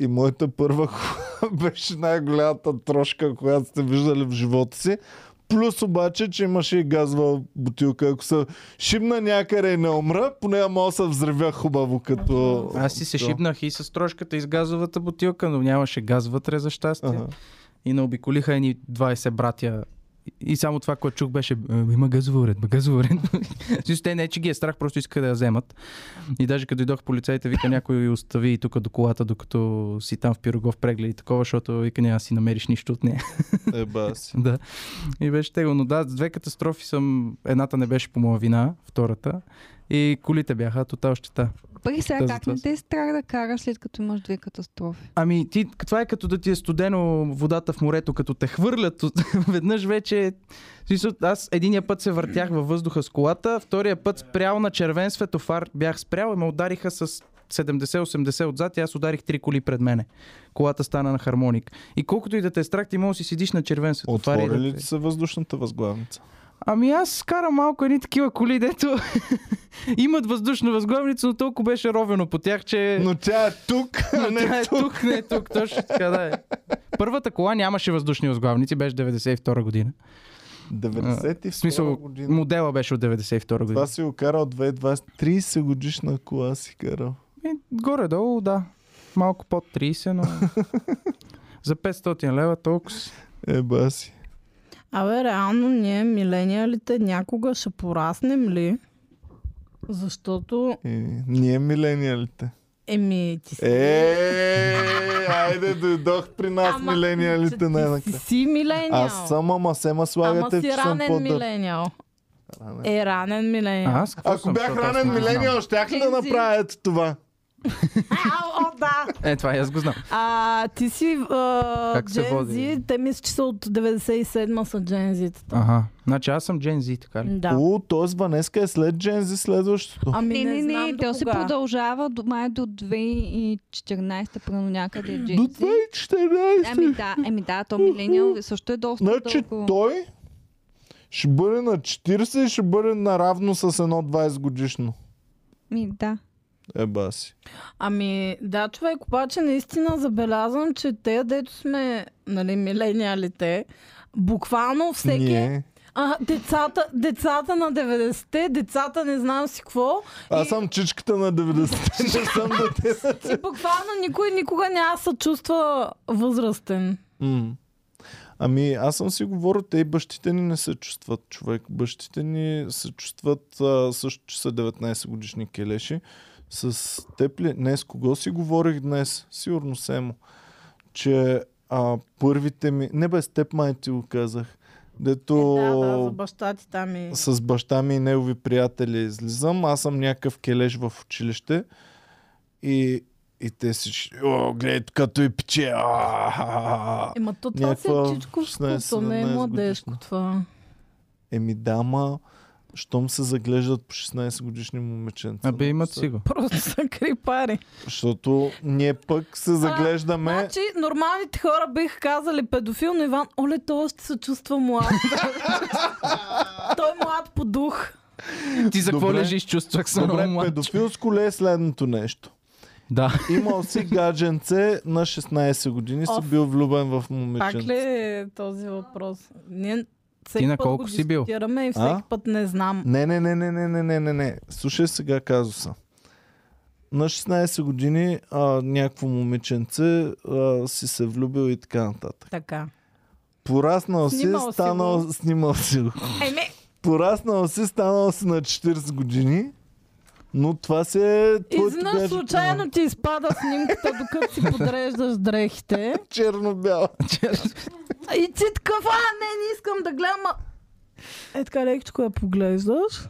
S1: И моята първа кола беше най-голямата трошка, която сте виждали в живота си. Плюс обаче, че имаше и газова бутилка. Ако се шибна някъде и не умра, поне я мога да се взривя хубаво като...
S3: Аз си се
S1: Да.
S3: шибнах и с трошката и с газовата бутилка, но нямаше газ вътре за щастие.
S1: Ага.
S3: И наобиколиха едни 20 братя. И само това, което чух беше, «Е, има газова уредба, газова уредба. Всъщност Те не, че ги е страх, просто искаха да я вземат. И даже като дойдох полицаите, вика някой остави и тук до колата, докато си там в Пирогов преглед и такова, защото вика няма да си намериш нищо от нея.
S1: Еба си.
S3: да. И беше тегло. Но да, с две катастрофи съм, едната не беше по моя вина, втората. И колите бяха тотал щета.
S4: Пари сега
S3: Да, за
S4: как
S3: това
S4: не
S3: си.
S4: те е страх да караш след като имаш две катастрофи?
S3: Ами, ти, това е като да ти е студено водата в морето, като те хвърлят от... веднъж вече. в смисъл, Аз единия път се въртях във въздуха с колата, втория път спрял на червен светофар, бях спрял и ме удариха с 70-80 отзад и аз ударих три коли пред мене. Колата стана на хармоник. И колкото и да те е страх, ти може да си седиш на червен светофар. и
S1: Отвори
S3: да
S1: ли
S3: те-
S1: ти се въздушната възглавница?
S3: Ами аз карам малко едни такива коли, дето имат въздушна възглавница, но толкова беше ровено по тях, че...
S1: Но тя е тук, а
S3: Но тя
S1: не
S3: е
S1: тук.
S3: тук, не е тук, точно така да е. Първата кола нямаше въздушни възглавници, беше 92 година. В
S1: 92
S3: смисъл,
S1: година.
S3: модела беше от 92
S1: Това
S3: година.
S1: си го карал 2020. 30 годишна кола си карал.
S3: Е, горе-долу, да. Малко под 30, но... За 500 лева толкова. си.
S1: Еба си.
S2: Абе, реално ние, милениалите, някога ще пораснем ли? Защото,
S1: Е, ние милениалите.
S2: еми, ти си...
S1: Е, айде, дойдох при нас
S2: Ама,
S1: милениалите
S2: ти
S1: най-накрая.
S2: си милениал.
S1: Аз съм, ама сема
S2: Ама
S1: слагате,
S2: си
S1: че съм
S2: ранен
S1: по-дър.
S2: милениал.
S1: Ранен.
S2: Е, ранен милениал.
S3: А, аз какво
S1: Ако
S3: съм,
S1: бях
S3: защото аз
S1: ранен
S3: не го знам?
S1: милениал, щях ли да
S4: Джинзи.
S1: направя ето това?
S2: А, о, да.
S3: Е, това и аз го знам.
S2: А, ти си а,
S3: Как се води?
S2: джензи. Те мисля, че са от 97 са джензитата.
S3: Ага. Значи аз съм Gen Z, така ли?
S2: Да.
S1: О, т.е. Ванеска е след Джензи следващото.
S2: Ами
S4: Не, не,
S2: знам
S4: не,
S2: до
S4: то се
S2: кога.
S4: продължава до май до 2014 прямо някъде.
S1: До
S4: Gen Z.
S1: 2014.
S4: Ами да, еми да, то милениал също е доста
S1: Значи
S4: дълго.
S1: той ще бъде на 40 и ще бъде наравно с едно 20 годишно. Е,
S4: Ми, да.
S1: Еба си.
S2: Ами, да, човек, обаче наистина забелязвам, че те, дето сме, нали, милениалите, буквално всеки...
S1: Ние.
S2: А, децата, децата на 90-те, децата не знам си какво.
S1: Аз
S2: и-
S1: съм чичката на 90-те, не съм дете.
S2: И буквално никой никога няма се чувства възрастен.
S1: М. Ами аз съм си говорил, те и бащите ни не се чувстват човек. Бащите ни се чувстват а, също, че са 19 годишни келеши. С теб ли? Днес кого си говорих днес? Сигурно Семо. Че а, първите ми... Не бе, с теб май ти го казах. Дето...
S2: Е, Да, да, за баща ти там и...
S1: с баща ми и негови приятели излизам. Аз съм някакъв кележ в училище. И, и те си... О, гледай, като и пече. А, а, а, а.
S2: Ема то това си
S1: някаква
S2: е чичковското,
S1: 16-17
S2: не е
S1: годишна.
S2: младежко това.
S1: Еми дама, щом се заглеждат по 16 годишни момиченца. нали,
S3: Абе, имат си го.
S2: Просто са крипари.
S1: Защото ние пък се заглеждаме...
S2: Значи, нормалните хора бих казали педофил, но Иван, оле, той още се чувства млад. той е млад по дух.
S3: Ти за какво
S1: Добре.
S3: лежиш? Чувствах се много
S1: Добре,
S3: млад.
S1: педофилско ли е следното нещо?
S3: Да.
S1: Имал си гадженце на 16 години, си
S2: Оф.
S1: бил влюбен в
S2: Пак ли
S1: момиченце.
S2: е този въпрос? Ние
S3: Ти
S2: всеки
S3: на
S2: път
S3: колко
S2: го
S3: си бил?
S2: дискутираме и всеки път не знам.
S1: Не, не, не, не, не, не, не, не, не. Слушай сега казуса. На 16 години а, някакво момиченце а, си се влюбил и така нататък.
S2: Така.
S1: Пораснал си,
S2: Снимал си го.
S1: станал... Снимал си го.
S2: Еми,
S1: Пораснал си, станал си на 40 години, но това си е... твоето гадже-
S2: изведнъж случайно ти изпада снимката, докато си подреждаш дрехите.
S1: Черно-бяло.
S2: И ти такъв, а, не, не искам да гледам. а- Е така лекичко я поглеждаш.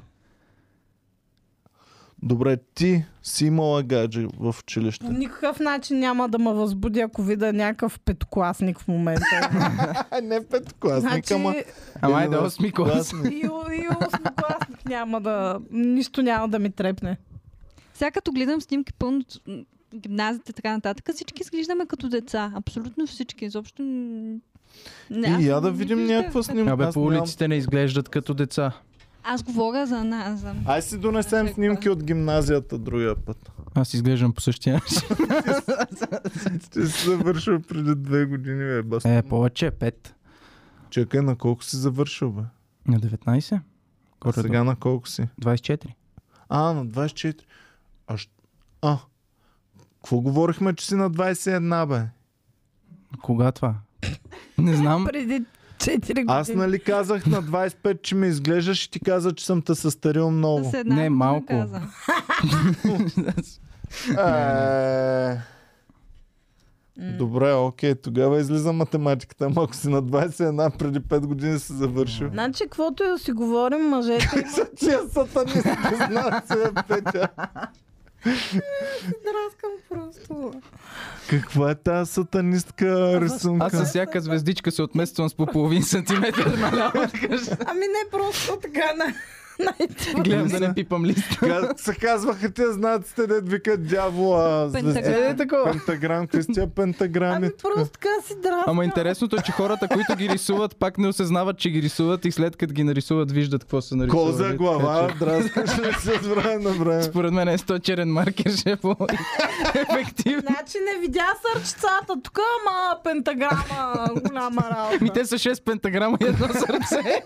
S1: Добре, ти си имала гадже в училище.
S2: По никакъв начин няма да ме възбуди, ако видя някакъв петокласник в момента.
S1: А, не петокласник,
S2: значи
S1: ама...
S3: Ама е
S1: или
S3: да
S1: на
S3: осми клас.
S1: класник.
S2: и, и осмокласник няма да... Нищо няма да ми трепне.
S4: Сега като гледам снимки пълно от, м, гимназията и така нататък, всички изглеждаме като деца. Абсолютно всички. Изобщо... м, Не, аз
S1: И я да
S4: не
S1: видим
S4: виждам.
S1: някаква снимка.
S3: Абе,
S1: аз
S3: по
S1: нямам.
S3: улиците не изглеждат като деца.
S4: Аз говоря за нас. За...
S1: Ай си донесем снимки от гимназията другия път.
S3: Аз изглеждам по същия начин.
S1: Ти си завършил преди две години, бе, бас.
S3: Е, повече, 5.
S1: Чакай, на колко си завършил, бе?
S3: На 19?
S1: А
S3: Горе
S1: сега на колко си?
S3: 24.
S1: А, на 24. А, щ- а, какво говорихме, че си на 21, бе?
S3: Кога това? Не знам.
S2: Преди 4 години.
S1: Аз нали казах на 25, че ме изглеждаш и ти каза, че съм те състарил много.
S4: С една
S3: Не,
S4: година
S3: малко.
S4: Каза.
S1: Е, Добре, окей, тогава излиза математиката. Ама ако си на 21, преди 5 години си завършил. е
S2: Значи, каквото и да си говорим, мъжете имат
S1: Тия сатанисти знаят се е петя.
S2: драскам просто.
S1: Каква е тази сатанистка
S3: Аз
S1: рисунка?
S3: с всяка звездичка се отмествам с по половин сантиметър нали? наляво. така ще
S2: Ами не просто така на... на-
S3: Гледам да не пипам лист.
S1: Как се казваха тия знаците, дед викат дявола. звезди.
S4: Пентаграм. Е,
S3: такова.
S1: Пентаграм, какви са тия
S2: Ами
S1: пентаграми?
S2: просто така си драскам.
S3: Ама интересното е, че хората, които ги рисуват, пак не осъзнават, че ги рисуват и след като ги нарисуват, виждат какво са нарисували.
S1: Коза
S3: Така
S1: глава,
S3: че,
S1: драскаш ли се от време на време?
S3: Според мен е 100 черен маркер ще е по-ефективно.
S2: Значи не видя сърчицата тук, ама пентаграма голяма
S3: Ми
S2: работа.
S3: Ами те са 6 пентаграма и едно сърце.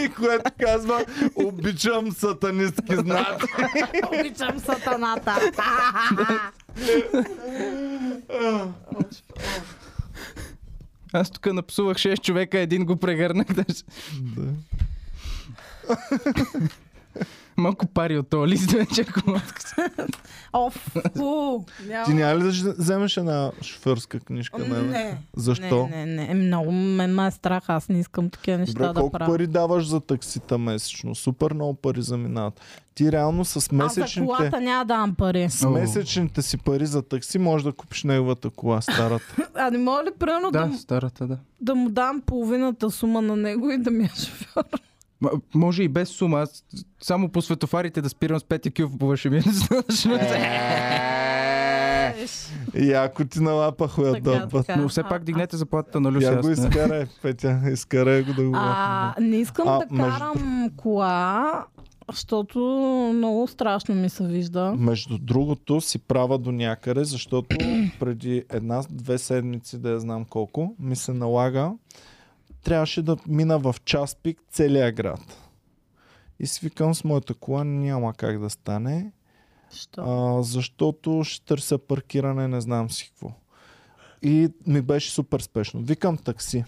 S1: И което казва, обичам сатанистки знаци.
S2: Обичам сатаната.
S3: Аз тук напсувах 6 човека, един го прегърнах. даже. Малко пари от този лист вече, ако мога да кажа.
S2: Оф, фу, няма.
S1: Ти няма ли да ще вземеш една шофьорска книжка?
S2: М, Ами, Не.
S1: Защо?
S2: Не, не, не. Много ме ме е страх. Аз не искам такива неща
S1: Добре,
S2: да
S1: колко
S2: правя.
S1: пари даваш за таксита месечно? Супер много пари заминават. Ти реално с
S2: Аз за
S1: месечните,
S2: колата няма да дам пари.
S1: с месечните си пари за такси можеш да купиш неговата кола, старата.
S2: А не мога ли Ами, примерно да,
S3: Да,
S2: м-
S3: старата, да.
S2: да му дам половината сума на него и да ми е шофьор?
S3: М- може и без сума. Аз само по светофарите да спирам с 5 кюв, повече ми е достатъчно.
S1: И ако ти налапа хуя
S2: Така,
S1: този път.
S2: така.
S3: Но все пак дигнете заплатата на Люси.
S1: Я
S3: аз
S1: го
S3: не-
S1: изкарай, Петя. Изкарай го да го
S2: А, не искам
S1: А,
S2: да
S1: между-
S2: карам кола, защото много страшно ми се вижда.
S1: Между другото си права до някъде, защото преди една-две седмици, да я знам колко, ми се налага, трябваше да мина в час пик целия град. И свикам с моята кола, няма как да стане,
S2: Що?
S1: а, защото ще търся паркиране, не знам си какво. И ми беше супер спешно. Викам такси.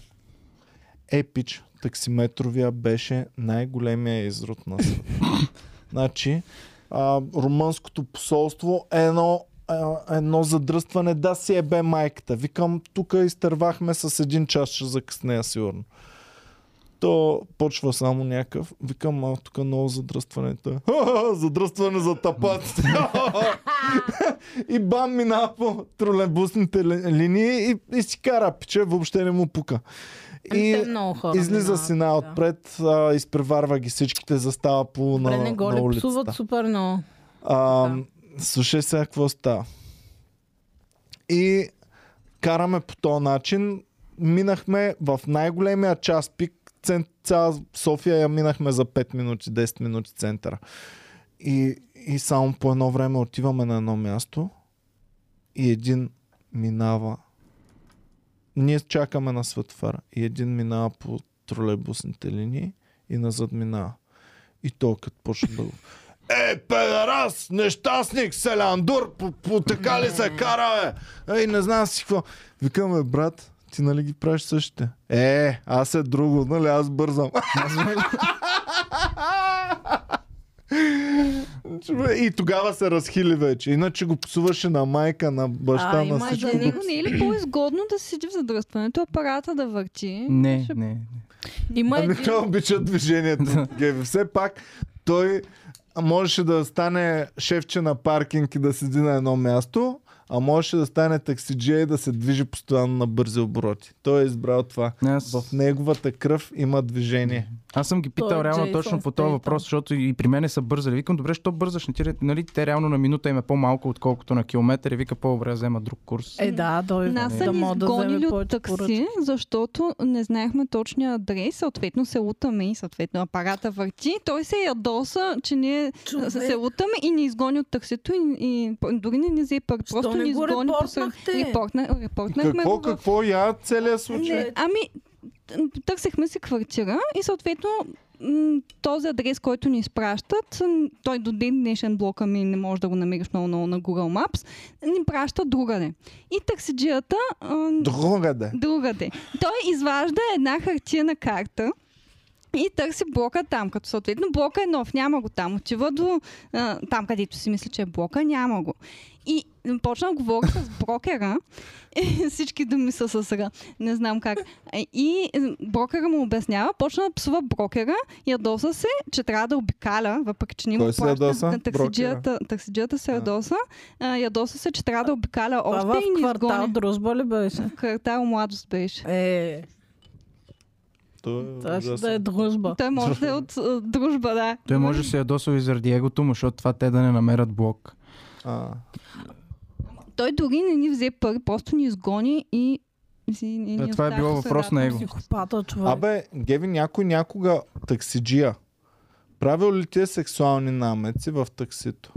S1: Епич, таксиметровия беше най-големия изрод на света. значи, а, румънското посолство е едно, а, едно задръстване, да си е бе майката. Викам, тук изтървахме с един час, ще закъснея сигурно. То почва само някакъв. Викам, а тук много задръстване. Та, «Ха-ха, задръстване за тапаците. и бам минава по тролейбусните ли- линии и, и си кара пиче, въобще не му пука.
S2: Ами те много хора
S1: Излиза
S2: минават,
S1: си на
S2: да.
S1: отпред, а, изпреварва ги всичките, застава по
S2: Добре,
S1: на,
S2: не го
S1: на
S2: ли псуват
S1: улицата.
S2: супер много?
S1: А,
S2: Да.
S1: Слушай сега какво става. И караме по този начин. Минахме в най-големия час пик. Цен, цяла София я минахме за 5 минути, 10 минути центъра. И, и само по едно време отиваме на едно място и един минава. Ние чакаме на светофара и един минава по тролейбусните линии и назад минава. И той като почна да го... Е, педарас, нещастник, селяндур, по, по така ли се кара, бе? Ей, не знам си какво. Викам, бе, брат, ти нали ги правиш същите? Е, аз е друго, нали, аз бързам. Чове, И тогава се разхили вече. Иначе го псуваше на майка, на баща,
S2: А,
S1: на
S2: има и
S1: всичко.
S4: За него не е ли по-изгодно да седи в задръстването, апарата да върти?
S3: Не,
S4: Ще-
S3: не.
S2: Има
S1: Ами
S2: един...
S1: той обича движението. Геви. Все пак той можеше да стане шефче на паркинг и да седи на едно място, а можеше да стане таксиджия и да се движи постоянно на бързи обороти. Той е избрал това.
S3: не. Аз...
S1: В неговата кръв има движение.
S3: Аз съм ги питал
S2: Той е
S3: реално
S2: Джейсон
S3: точно по този
S2: Стейтъм.
S3: въпрос, защото и при мене са бързали. Викам, добре, що бързаш? Не ти, ли- нали, те реално на минута им е по-малко, отколкото на километър. И вика, по-добре, да взема друг курс.
S2: Е, да, той
S4: Нас са
S2: да
S4: ни
S2: мога да
S4: изгонили
S2: вземе
S4: от
S2: повече
S4: такси,
S2: поръчки.
S4: защото не знаехме точния адрес, съответно се лутаме и съответно апарата върти. Той се ядоса, че ние
S2: Човек.
S4: се лутаме и ни изгони от таксито и, и дори не ни взе пари.
S2: Що
S4: Просто
S2: не
S4: ни
S2: го
S4: изгони
S2: репортнахте?
S4: Репортна, репортнахме
S1: Какво,
S4: го в
S1: какво я целият случай?
S4: Не, ами, т- търсихме си квартира и съответно м, този адрес, който ни изпращат, м, той до ден днешен блока ми не може да го намериш много, много на Google Maps, ни праща другаде. И таксиджията а,
S1: Другаде.
S4: другаде. Той изважда една хартиена карта и търси блока там, като съответно блока е нов, няма го там. Отива до а, там, където си мисли, че е блока, няма го. И почна да говоря с брокера. И всички думи са с ръ. Не знам как. Е, И е, брокера му обяснява, почна да псува брокера, ядоса се, че трябва да обикаля, въпреки че ни му
S1: Кой се ядоса?
S4: на таксиджията, таксиджията се
S1: А.
S4: ядоса. а, Ядоса се, че трябва да обикаля
S2: Това е
S4: още
S2: в
S4: и ни
S2: квартал
S4: изгони.
S2: дружба ли беше?
S4: В квартал младост беше.
S2: Е,
S1: Той е
S2: това ще
S1: ужасен.
S2: да е дружба.
S4: Той може да е от а, дружба, да.
S3: Той може да се ядосва и заради егото му, защото това те да не намерят блок.
S1: А,
S4: Той дори не ни взе пари, просто ни изгони и си- и ни
S3: Е, това е
S4: остави
S3: било
S4: в
S3: въпрос на
S4: средата.
S3: его.
S2: Психопата човек.
S1: Абе, Геви, някой някога таксиджия. Правил ли ти е сексуални намеци в таксито?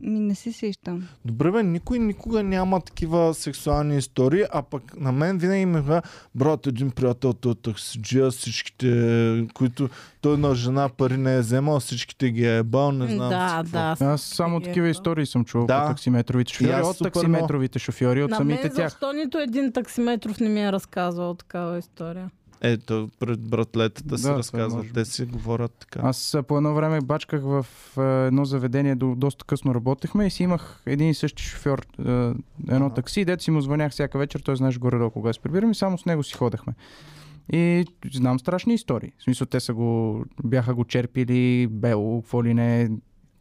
S4: Ми Ами, не си сещам.
S1: Добре, бе, никой никога няма такива сексуални истории, а пък на мен винаги ми бе, брат, един приятел, той е таксиджия, всичките, които той на жена пари не е вземал, всичките ги е ебал, не знам.
S2: да,
S1: си какво.
S2: да.
S3: Аз само
S2: Е,
S3: такива
S2: да.
S3: истории съм чувал
S1: Да.
S3: по таксиметровите шофьори,
S1: аз
S3: от
S1: супер
S3: таксиметровите шофьори, от
S2: На
S3: самите
S2: мен
S3: тях.
S2: защо нито един таксиметров не ми е разказвал такава история.
S1: Ето, пред братлетата си
S3: Да, това
S1: разказват.
S3: може би.
S1: Те си говорят така.
S3: Аз а, по едно време бачках в а, едно заведение, до, доста късно работехме и си имах един и същи шофьор, а, едно такси, дето си му звънях всяка вечер, той знаеш горе-долу кога се прибирам и само с него си ходехме. И знам страшни истории. В смисъл, те са го, бяха го черпили, бело, какво ли не.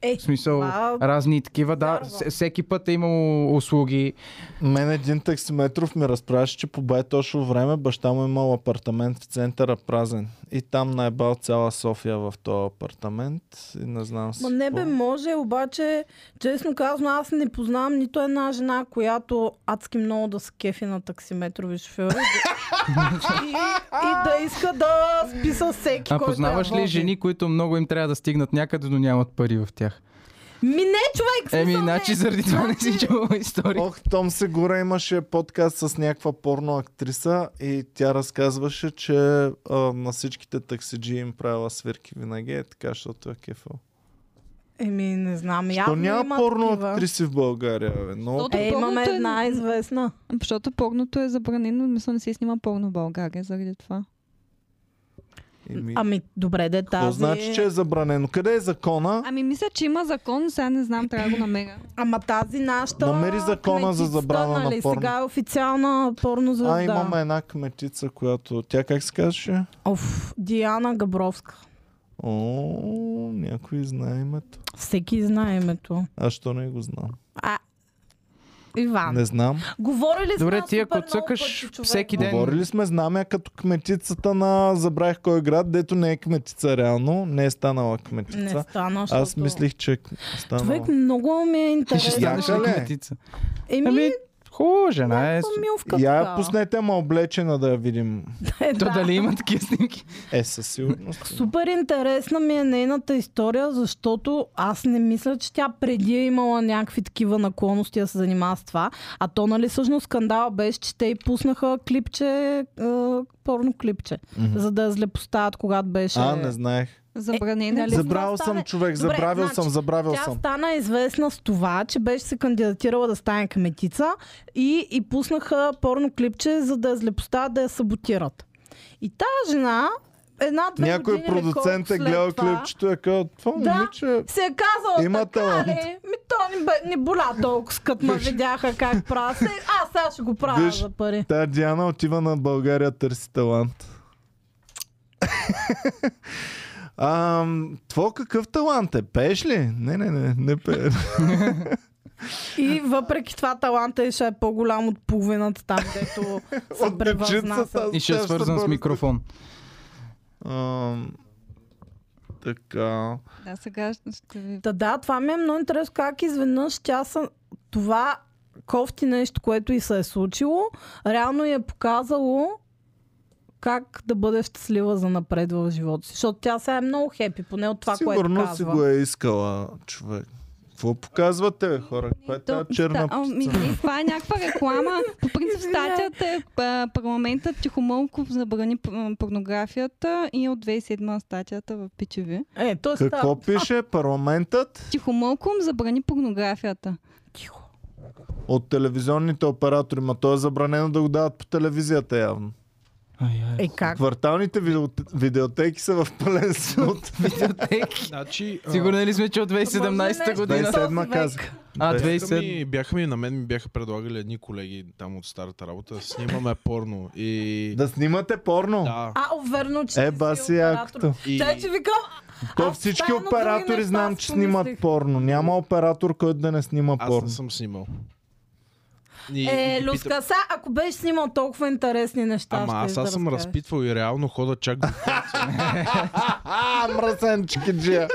S2: Е,
S3: В смисъл,
S2: това-
S3: разни такива. Да,
S2: Вярвам.
S3: с- всеки път е имало услуги.
S1: Мен един таксиметров ми разправяше, че по бай точно време баща му е имал апартамент в центъра празен. И там наебал цяла София в този апартамент. И не знам си.
S2: Ма не бе,
S1: какво.
S2: може, обаче, честно казано, аз не познавам нито една жена, която адски много да се кефи на таксиметрови шофьори. и, и да иска да спи с всеки,
S3: А
S2: който
S3: познаваш
S2: я води.
S3: ли жени, които много им трябва да стигнат някъде, но нямат пари в тях?
S2: Ми не, човек, смисъл,
S3: Еми, значи
S2: не. Значи
S3: иначе заради това не си чувала история.
S1: Ох, Том Сегура имаше подкаст с някаква порно актриса и тя разказваше, че а, на всичките таксиджи им правила свирки винаги, е така, защото е кефал.
S2: Еми, не знам.
S1: То
S2: Ами Явно
S1: няма
S2: има
S1: порно
S2: такива.
S1: актриси в България, бе, но...
S4: Защото
S2: Е, имаме
S4: порното е-
S2: една известна.
S4: Защото порното е забранено, мисля, не се снима порно в България заради това.
S1: Еми,
S2: Ами, добре, де
S1: Какво
S2: тази...
S1: значи, че е забранено? Къде е закона?
S4: Ами мисля, че има закон, сега не знам, трябва да го намеря.
S2: Ама тази нашата...
S1: Намери закона за
S2: кметицата,
S1: забрана на
S2: нали,
S1: порно.
S2: Сега е официална порно звезда.
S1: А, имаме една кметица, която... Тя как се казваше?
S2: Оф, Диана Габровска.
S1: О, някой знае името.
S2: Всеки знае името.
S1: Аз що не го знам?
S2: А, Иван.
S1: Не знам.
S2: Говорили сме
S3: Добре,
S2: на
S3: ти ако
S2: супер много
S3: цъкаш
S2: пъти, човек.
S3: всеки ден-
S1: Говорили сме, знам я като кметицата на Забравих кой град, дето не е кметица реално. Не е станала
S2: Не
S1: кметица.
S2: стана, защото...
S1: Аз мислих, че е станала.
S2: Човек, много ми е
S3: Ти ще
S2: интересно.
S1: Яка
S3: станеш ли
S1: ли е?
S3: кметица?
S2: Еми,
S3: Ами, хубава жена е.
S2: някаква милвка
S1: Я я
S2: така.
S1: пуснете ма облечена да я видим.
S2: Е,
S3: То
S2: да.
S3: дали има такива снимки?
S1: Е, със сигурност.
S2: Супер интересна ми е нейната история, защото аз не мисля, че тя преди е имала някакви такива наклонности да се занимава с това. А то, нали, всъщност скандала беше, че те й пуснаха клипче, е, порно клипче,
S1: Мгм.
S2: за да я злепоставят, когато беше.
S1: А, не знаех.
S4: Забранено.
S2: нали-
S1: Забравил
S2: стане?
S1: съм, човек.
S2: Добре,
S1: Забравил
S2: значи,
S1: съм, забравил
S2: Тя
S1: съм.
S2: стана известна с това, че беше се кандидатирала да стане кметица и, и пуснаха порно клипче, за да я злепоставят, да я саботират. И тази жена, една-две
S1: Някой
S2: години или колко
S1: продуцент е
S2: след
S1: гледал
S2: това-
S1: клипчето и е казал, това
S2: Да.
S1: момиче...
S2: се е казала
S1: Има
S2: така
S1: талант.
S2: ли? Ми то ни, бе, ни боля толкова, като ме видяха как правя. Се, аз сега ще го правя
S1: Виж.
S2: за пари.
S1: Та Диана отива на България, търси талант. Ам, твой какъв талант е? Пееш ли? Не, не, не, не пее.
S2: И въпреки това таланта и ще е по-голям от половината там, дето се
S1: От
S2: превъзнася.
S1: дечицата.
S3: И ще е
S1: Тя
S3: свързан с
S1: бъде-
S3: микрофон.
S1: Ам, така.
S4: Да, сега ще ви...
S2: Та да, това ми е много интересно как изведнъж тя са... Това кофти нещо, което и се е случило, реално й е показало как да бъде щастлива за напред в живота си. Защото тя сега е много хепи, поне от това, което
S1: Сигурно
S2: казва.
S1: си го е искала, човек. Какво показвате, бе, хора? Каква е тази черна
S4: ста- ами,
S1: птица?
S4: и това е някаква реклама. По принцип статията е а, парламентът Тихомълков забрани п- порнографията и е от 2007 статията в ПЧВ.
S2: Е, то става-
S1: Какво пише? Парламентът
S4: Тихомълков забрани порнографията.
S2: Тихо.
S1: от телевизионните оператори, ма то е забранено да го дават по телевизията явно.
S2: Е, как?
S1: Кварталните видеоте- видеотеки са в пълен смут.
S5: Значи, а,
S3: Сигурни ли сме, че от 2017
S2: нещо
S3: година?
S1: 27
S2: век.
S1: казах.
S3: А,
S1: Две-
S3: 2007.
S5: бяха ми, бяха ми, на мен ми бяха предлагали едни колеги там от старата работа. да Снимаме порно. И...
S1: Да снимате порно.
S5: да.
S2: А, о, верно, че
S1: Е,
S2: ти
S1: ба
S2: си
S1: си
S2: оператор.
S1: якото.
S5: И...
S2: Те, че викам,
S1: То
S2: Аз е
S1: всички
S2: постоянно други
S1: оператори
S2: неща
S1: знам,
S2: си
S1: че снимат
S2: помислих.
S1: порно. Няма оператор, който да не снима
S5: Аз
S1: порно.
S5: не съм снимал. И,
S2: е,
S5: и ги питам-
S2: Люска, са, ако беше снимал толкова интересни неща,
S5: Ама аз,
S2: ще
S5: аз съм разпитвал и реално хода чак до
S1: А, мръсенчики джия.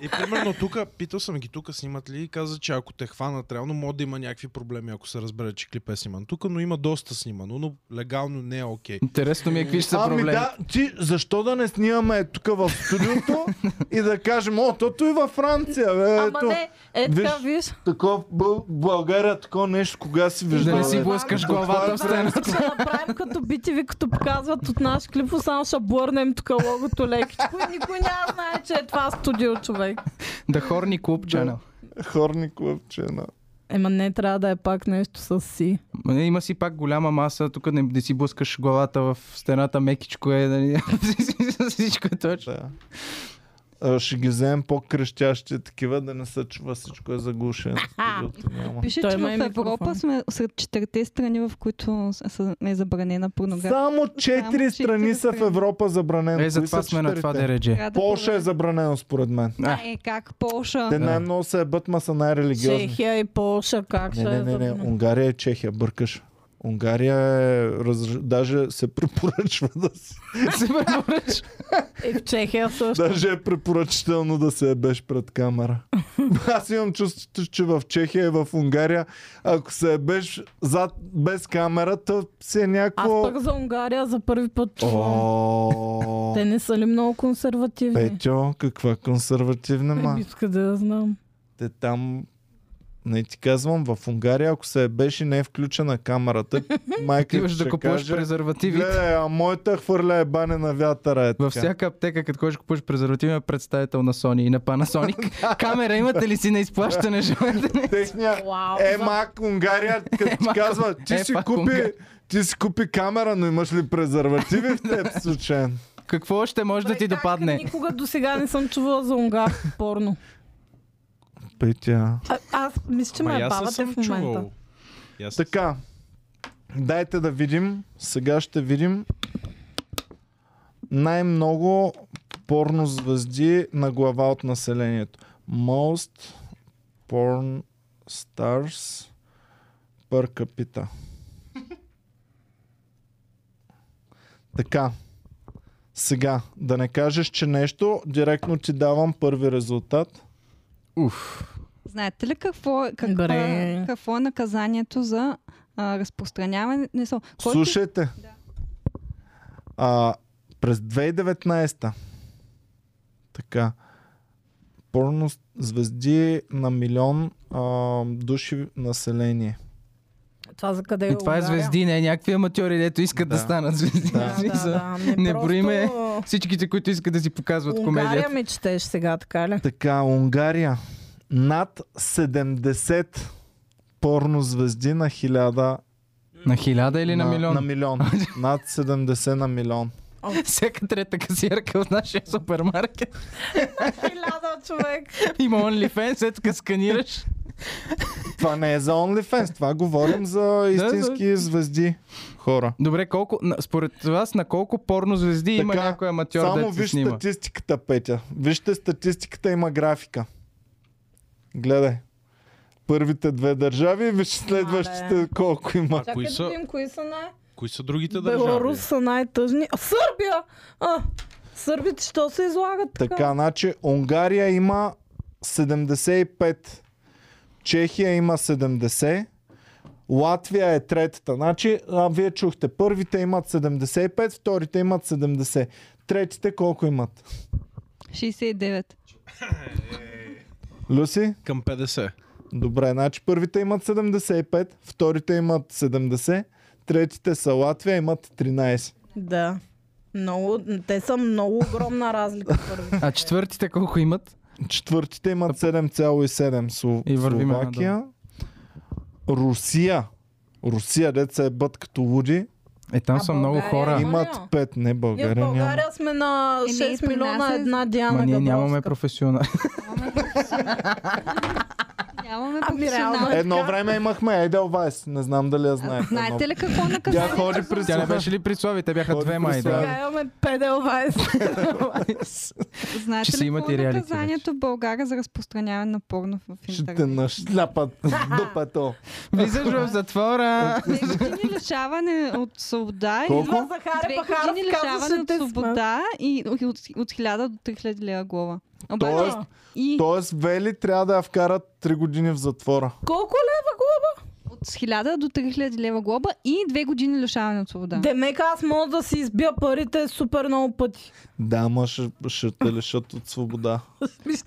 S5: И примерно тук, питал съм ги тук снимат ли и каза, че ако те хванат, реално може да има някакви проблеми, ако се разбере, че клип е сниман тук, но има доста снимано, но легално не е окей.
S3: Интересно ми е какви ще са
S1: Ами
S3: проблеми.
S1: да, ти защо да не снимаме тук в студиото и да кажем, о, тото и във Франция, бе,
S2: Ама
S1: ето.
S2: не, е
S1: виж.
S2: така, виж.
S1: Такова в Бъл- България, такова нещо, кога си
S3: Да
S1: виждал?
S3: не си
S1: бе?
S3: блъскаш
S1: Какво
S3: главата
S1: е
S3: в стена.
S2: Ще направим като бити ви, като показват от наш клип, само ще бърнем тук логото лекичко и никой няма знае, че е това студио човек.
S3: Да хорни клуб чанел.
S1: Хорни клъпче, на.
S2: Ема не, трябва да е пак нещо с си.
S3: Ма не, Има си пак голяма маса, тук не, не си блъскаш главата в стената, мекичко е, нали? всичко е точно.
S1: Да. А, ще ги вземем по-крещящи такива, да не се чува всичко е заглушено. Студиото няма.
S4: Пише,
S2: Ами Той
S4: че
S2: има
S4: в
S2: и микрофон.
S4: Европа сме сред четирите страни, в които с- с- е забранена порнография.
S1: Само четири
S4: четири
S1: страни са в
S4: страни.
S1: Европа забранено.
S3: Е, затова сме на това дередже.
S4: Трябва да
S1: Полша е забранено според мен.
S4: проверя. Е, как Полша?
S1: Те
S3: Да.
S1: най-много се ебът, ма са най-религиозни.
S2: Чехия и Полша, как
S1: Не,
S2: ще
S1: не,
S2: е
S1: не, не.
S2: забранено?
S1: Унгария е Чехия, бъркаш. Унгария е... Раз... Даже се препоръчва да се...
S3: Се препоръча.
S2: И в Чехия също.
S1: Даже е препоръчително да се ебеш пред камера. Аз имам чувството, че в Чехия и в Унгария, ако се ебеш зад, без камерата, си е
S2: Аз
S1: някакво...
S2: пък за Унгария за първи път чувам.
S1: О,
S2: Те не са ли много консервативни?
S1: Петьо, каква консервативна ма.
S2: Не иска да я знам.
S1: Те там... Не ти казвам, в Унгария, ако се беше не е включена камерата, майка
S3: Отиваш
S1: ще
S3: да купуваш
S1: каже,
S3: презервативите.
S1: гледай, а моята хвърля е бане на вятъра. Е
S3: Във
S1: така.
S3: всяка аптека, като ходиш купуваш презерватив, има представител на Sony и на Panasonic. Камера имате ли си на изплащане? желаете ли?
S1: Техния
S2: Вау,
S3: Е,
S2: за-
S1: Емак Е, Унгария, като ти
S3: Емак,
S1: казва, ти си,
S3: Емак,
S1: купи,
S3: Е, Унгария.
S1: ти си купи камера, но имаш ли презервативи в теб случайно?
S3: Какво още може да ти
S2: Бре, как
S3: допадне?
S2: Никога до сега не съм чувала за унгарско порно.
S1: Петя.
S2: А, аз мисля, че ме
S5: Ма и аз
S2: бавате
S5: съм
S2: в момента.
S5: чувал. И Аз... Така.
S1: Така, дайте да видим. Сега ще видим най-много порно звезди на глава от населението. Most porn stars per capita. Така. Сега, да не кажеш, че нещо, директно ти давам първи резултат.
S4: Знаете ли какво, е- каква,
S2: Добре.
S4: какво е наказанието за а, разпространяване? Не съм. Който-
S1: Слушайте. А, през 2019 така порно с- звезди на милион а, души население.
S2: Това за къде е
S3: И това е
S2: Унгария?
S3: звезди, не някакви аматьори, дето искат да,
S1: Да.
S3: станат звезди.
S1: Да.
S2: Да, да, да. Не,
S3: Не
S2: просто-
S3: броиме всичките, които искат да си показват
S2: Унгария
S3: комедията.
S2: ми четеш сега, така ли?
S1: Така, Унгария. Над 70 порно звезди на 1000
S3: На хиляда или на,
S1: На
S3: милион?
S1: милион. Над 70 на милион.
S3: Всяка трета касиерка от нашия супермаркет
S2: Хиляда човек.
S3: има OnlyFans, е така сканираш.
S1: Това не е за OnlyFans, това говорим за истински звезди хора.
S3: Добре, колко, на- според вас на колко порно звезди има
S1: Така,
S3: някой аматьор
S1: Само
S3: да се
S1: виж
S3: снима?
S1: статистиката, Петя. Вижте статистиката, има графика. Гледай. Първите две държави, виж следващите колко има.
S2: Чакай
S5: кои
S2: да
S5: са?
S2: видим кои са най...
S5: Кои са другите
S2: Беларус
S5: държави?
S2: са най-тъжни. А, Сърбия! А, сърбите, що се излагат така?
S1: Така, значи Унгария има 75, Чехия има 70, Латвия е третата. Значи, а, вие чухте, първите имат 75, вторите имат 70. Третите колко имат?
S4: 69.
S1: Люси?
S5: Към 50.
S1: Добре, значи първите имат 75, вторите имат 70, третите са Латвия, имат 13.
S2: Да. Много, те са много огромна разлика първи.
S3: А четвъртите колко имат?
S1: Четвъртите имат 7,7 Сло...
S3: И вървим
S1: Словакия. Русия. Русия, деца е бът като луди.
S3: Е, там
S2: А
S3: са много
S2: България?
S3: хора.
S2: Има-
S1: Имат
S2: България.
S1: 5, не
S2: Ние в
S1: България. няма.
S2: България сме на
S4: Е, не,
S2: 6
S4: при нас
S2: милиона
S4: е-
S2: една
S3: Ма
S2: Диана
S3: ние
S2: Габровска.
S3: нямаме професионал.
S4: Нямаме
S2: Ами,
S4: професионално.
S2: реално е.
S1: Едно време имахме Еделвайс, не знам дали я знаете.
S4: Знаете ли какво е
S1: Тя
S4: наказанието?
S1: ходи през
S3: Тя не беше ли при Слави? Те бяха
S1: Ходи
S3: две
S1: при
S3: май, да.
S1: Слави.
S2: Сега имаме PDL
S4: Знаете
S3: Че
S4: ли
S3: си имат
S4: какво
S3: и
S4: е
S3: реалити
S4: наказанието в България за разпространяване на порно в
S1: Ще те
S4: интернет?
S1: нашляпат дупето.
S3: Влизаш в затвора.
S4: Две години лишаване от свобода и
S1: Колко?
S2: Идва Захари
S4: две
S2: Бахаров,
S4: години
S2: казва,
S4: лишаване
S2: ще
S4: от
S2: те свобода.
S4: свобода и от, от, 1000 до 3000 лева глава. Обаче,
S1: Тоест,
S4: и
S1: Тоест, Вели трябва да я вкарат 3 години в затвора.
S2: Колко лева глоба?
S4: от 1000 до 3000 лева глоба и две години лишаване от свобода.
S2: Демека, аз мога да си избия парите супер много пъти.
S1: Да, ама ще, ще те лишат от свобода.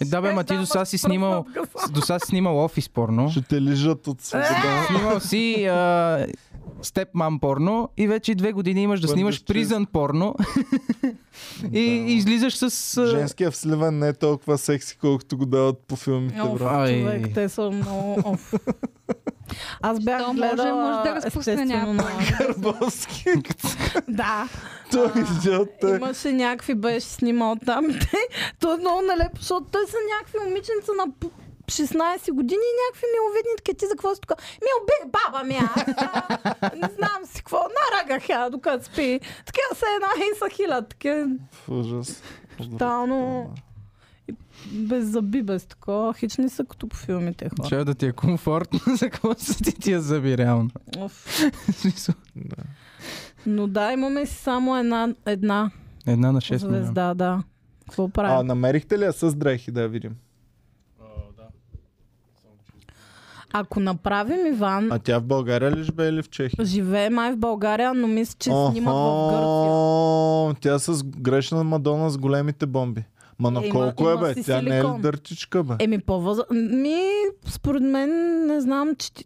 S3: Е, да бе, ма ти до сега си снимал, до сега си снимал офис порно.
S1: Ще те лижат от свобода.
S2: Е,
S3: Снимал си а, степмам порно и вече две години имаш да
S1: Първо
S3: снимаш
S1: ще-
S3: призън порно и, и излизаш с... а,
S1: Женския в Сливен не е толкова секси, колкото го дават по филмите,
S2: Оф,
S1: брат.
S3: Ай.
S2: човек, те са много... Оф. Аз бях
S4: То може,
S2: гледала...
S4: може да
S2: естествено,
S4: разпространява.
S2: много.
S1: Карбовски.
S2: Да.
S1: Той идиот е.
S2: Имаше някакви, беше снимал там. Те, то е много нелепо, защото те са някакви момиченца на п- 16 години и някакви миловидни така. Ти за какво си тук? Ми убих баба ми, аз. а, не знам си какво. Нарагах я, докато спи. Така се една и са хилят. Така
S1: Ужас.
S2: тотално без зъби, без такова. Хични са като по филмите хора.
S3: Трябва да ти е комфортно, за какво са ти тия зъби, реално.
S2: Оф.
S3: В смисъл,
S2: Но да, имаме си само една, една
S3: Една на 6 милиона.
S2: звезда, да. Какво правим?
S1: А намерихте ли я с дрехи да я видим?
S2: Ако направим Иван,
S1: А тя в България ли живее или в Чехия?
S2: живее май в България, но мисля, че снимат в Гърция.
S1: Охо, Тя с грешна Мадона с големите бомби. Ма на
S2: Е, има-
S1: колко е,
S2: има
S1: бе?
S2: си
S1: Тя не е ли
S2: силикон.
S1: дъртичка, бе?
S2: Еми, по-възра... Ми, според мен, не знам, че... ти-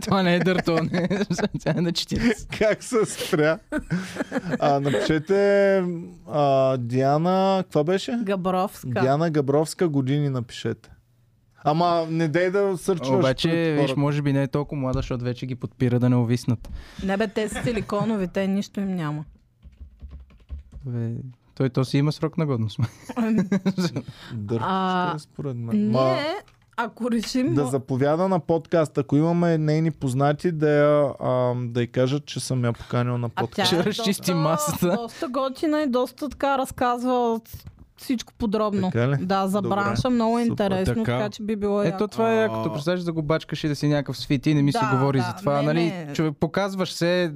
S3: Това не е дърто, не. Тя е на 40.
S1: Как се спря? А, напишете а, Диана... Каква беше?
S2: Габровска.
S1: Диана Габровска години напишете. Ама не дей да сърчваш.
S3: Обаче,
S1: пред
S3: виж,
S1: хората.
S3: може би не е толкова млада, защото вече ги подпира да не увиснат.
S2: Не бе, те са силиконови, те нищо им няма.
S3: Бе, Той то си има срок на годност.
S1: Дъртичка
S2: А,
S1: е според мен. Ма,
S2: Ами, Ние, ако решим...
S1: да заповяда на подкаст. Ако имаме нейни познати, да, я, а, да й кажат, че съм я поканил на
S2: А тя
S1: подкаст.
S3: Ще
S2: е
S3: разчисти
S2: доста,
S3: масата.
S2: доста готина и доста така разказва всичко подробно.
S1: Така ли?
S2: Да, за
S1: Добре.
S2: бранша много е
S1: Супер.
S2: интересно,
S5: Така.
S2: така, че би било
S3: Ето
S2: яко.
S3: това е яко. Като представяш да го бачкаш и да си някакъв свит и не ми се
S2: Да,
S3: говори
S2: да,
S3: за това.
S2: не,
S3: нали,
S2: не.
S3: човек, показваш се,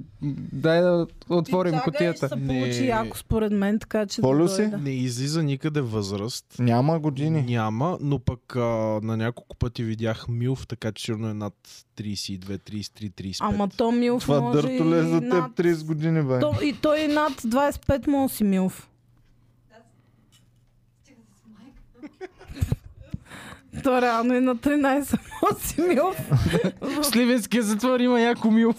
S3: дай да отворим
S2: Чакай, ще
S3: котията.
S2: се получи
S5: Не.
S2: яко според мен, така че
S1: Полю си?
S2: дойда.
S5: Не излиза никъде възраст.
S1: Няма години.
S5: Няма, но пък а, на няколко пъти видях Милф, така че сигурно е над 32, 33, 35.
S2: Ама то Милф
S1: Това
S2: може
S1: дърто ли
S2: и
S1: е за теб
S2: над...
S1: 30 години, бе?
S2: То, и той и над 25 му си Милф. То реално и на 13 му си Милф.
S3: В Сливенския затвор има яко милф.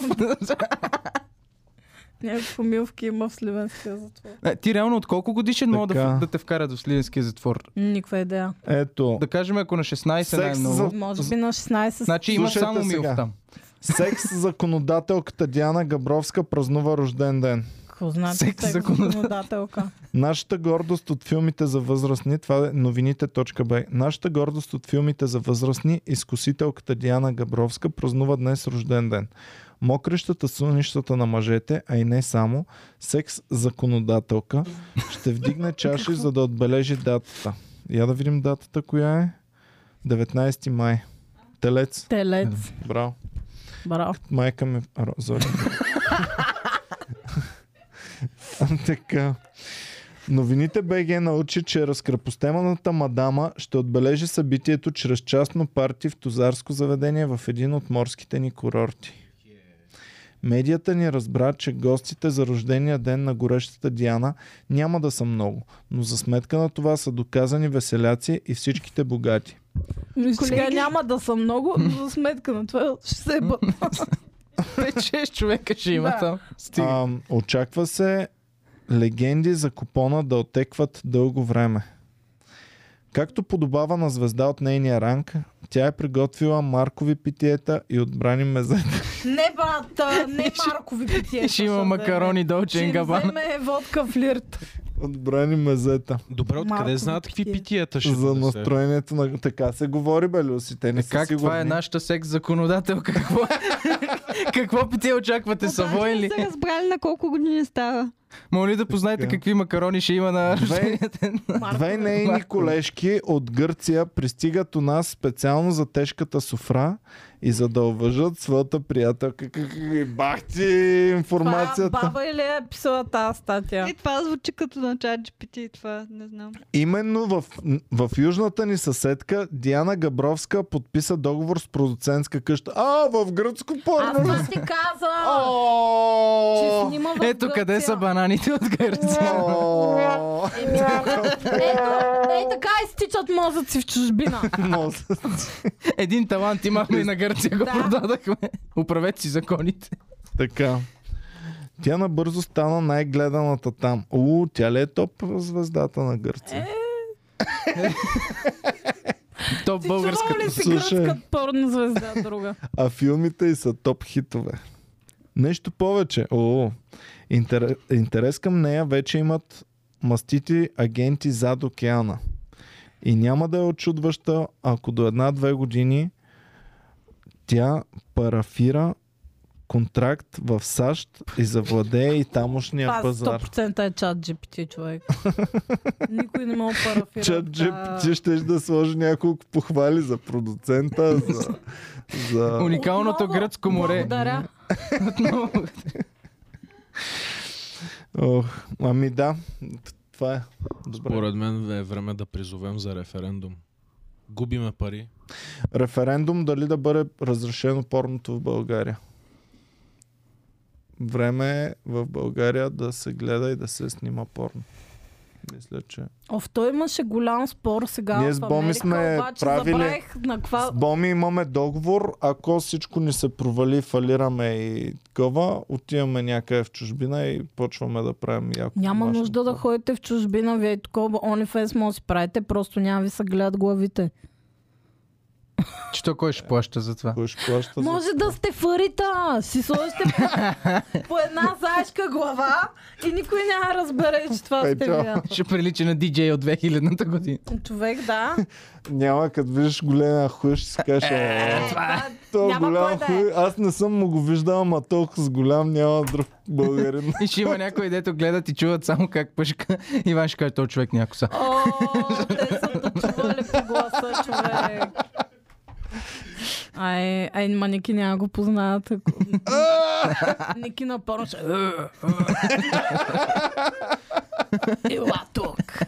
S2: Някакво Милфки има в Сливенския затвор.
S3: Е, Ти реално от колко годишен мога да,
S1: Така.
S3: да те вкарат в Сливенския затвор?
S2: Никаква идея.
S1: Ето.
S3: Да кажем, ако на 16
S1: Секс
S3: най-много.
S1: за-
S2: Може би на 16 с-
S3: Значи има
S1: Слушайте
S3: само милф
S1: сега.
S3: там.
S1: Секс законодателката Диана Габровска празнува рожден ден.
S2: Какво значи
S3: Секс
S2: секс
S3: законодател.
S2: законодателка?
S1: Нашата гордост от филмите за възрастни, това е новините.б. Нашата гордост от филмите за възрастни, изкусителката Диана Габровска празнува днес рожден ден. Мокрищата сунищата на мъжете, а и не само, секс законодателка, ще вдигне чаши, за да отбележи датата. Я да видим датата, коя е. 19 май. Телец.
S2: Телец.
S1: Браво.
S2: Браво.
S1: Майка ми... А, ро- Зори. така. Новините БГ научи, че разкръпостеманата мадама ще отбележи събитието чрез частно парти в тозарско заведение в един от морските ни курорти. Медията ни разбра, че гостите за рождения ден на горещата Диана няма да са много, но за сметка на това са доказани веселяци и всичките богати.
S2: Сега няма да съм много, но за сметка на това ще се еба.
S3: 5-6 Е, човека ще има
S2: Да.
S3: там.
S1: А, очаква се легенди за купона да отекват дълго време. Както подобава на звезда от нейния ранг, тя е приготвила маркови питиета и отбрани мезета.
S2: Не, брат, а, не маркови питие.
S3: Ще има макарони,
S2: е
S3: долче и габана.
S2: Ще вземе водка флирт.
S1: Отбрани мезета.
S5: Добре,
S2: Малко
S5: откъде знаят какви
S2: питие.
S5: питиета ще
S1: За
S5: донесе?
S1: настроението на... Така се говори, бе, Люси. Те не
S3: Е,
S1: са
S3: как
S1: сигурни.
S3: това е нашата секс законодателка? Какво, какво питие очаквате? Савой
S4: Обаче не
S3: ли?
S4: са разбрали на колко години е става.
S3: Моля ли да познаете
S1: Така.
S3: какви макарони ще има на рождението?
S1: Две нейни колежки от Гърция пристигат у нас специално за тежката суфра и за да уважат своята приятелка. Как- как- Бах ти
S2: Това
S1: информацията.
S2: баба или е писала тази статия?
S1: Е,
S4: И това звучи като на чат GPT, това не знам.
S1: Именно в, в южната ни съседка Диана Габровска подписа договор с продуцентска къща. А, в гръцко
S2: Аз
S1: порно!
S2: това ти каза, че
S1: О!
S2: снима в
S3: Ето къде
S2: Гърция.
S3: са бананите от Гърция.
S1: О!
S2: Ето, ей така изтичат мозъци в чужбина.
S1: Мозъци.
S3: Един талант имахме и на Гърция го
S2: Да.
S3: продадахме. Управете си законите.
S1: Така. Тя набързо стана най-гледаната там. У, тя ли е топ звездата на Гърция?
S3: Топ
S2: Ти чувал
S3: българската.
S2: ли си
S1: Слушай.
S2: гръцката порно звезда друга?
S1: А филмите й са топ хитове. Нещо повече. О, интерес, интерес към нея вече имат мастити агенти зад океана. И няма да е очудваща, ако до една-две години тя парафира контракт в САЩ и завладее и тамошния
S2: Това
S1: пазар.
S2: 100% е чат GPT, човек. Никой не мога парафира.
S1: Чат джип,
S2: да.
S1: ти ще да сложи няколко похвали за продуцента, за... за...
S3: Уникалното
S2: Отново,
S3: гръцко море.
S2: Благодаря.
S3: Отново.
S1: Ох, ами да, това е. Добре.
S5: Според мен е време да призовем за референдум. Губиме пари.
S1: референдум дали да бъде разрешено порното в България. Време е в България да се гледа и да се снима порно. Мисля, че.
S2: Оф, той имаше голям спор сега
S1: Ние
S2: в
S1: с Боми
S2: Америка,
S1: сме
S2: обаче
S1: правили-
S2: забравих на каква...
S1: С Боми имаме договор. Ако всичко ни се провали, фалираме и такова, отиваме някъде в чужбина и почваме да правим яко.
S2: Няма
S1: домашно
S2: нужда да
S1: порно.
S2: ходите в чужбина, вие такова OnlyFans може да си правите, просто няма ви се гледат главите.
S3: Че то кой ще плаща за това?
S1: Кой ще плаща за...
S2: Може да сте фарита, си сложите по, по една заешка глава и никой няма да разбере, че това
S1: Е,
S2: сте
S1: чао.
S2: вие.
S3: Ще прилича на диджей от 2000-та година.
S2: Човек, да.
S1: Няма, като видиш големия хуй, ще си кажеш. «А,
S2: Е, Това
S1: Е, То
S2: няма кой
S1: голям
S2: да е.
S1: хуй. Аз не съм му го виждал, ама толкова с голям няма друг българин.
S3: И ще има някой, дето гледат и чуват само как пъшка. Иван ще каже, този човек някой са.
S2: О, те са тъчували по гласа, човек. Ай, ай, ма Ники няма го познават. ако- Ники на порно ще... Ела тук.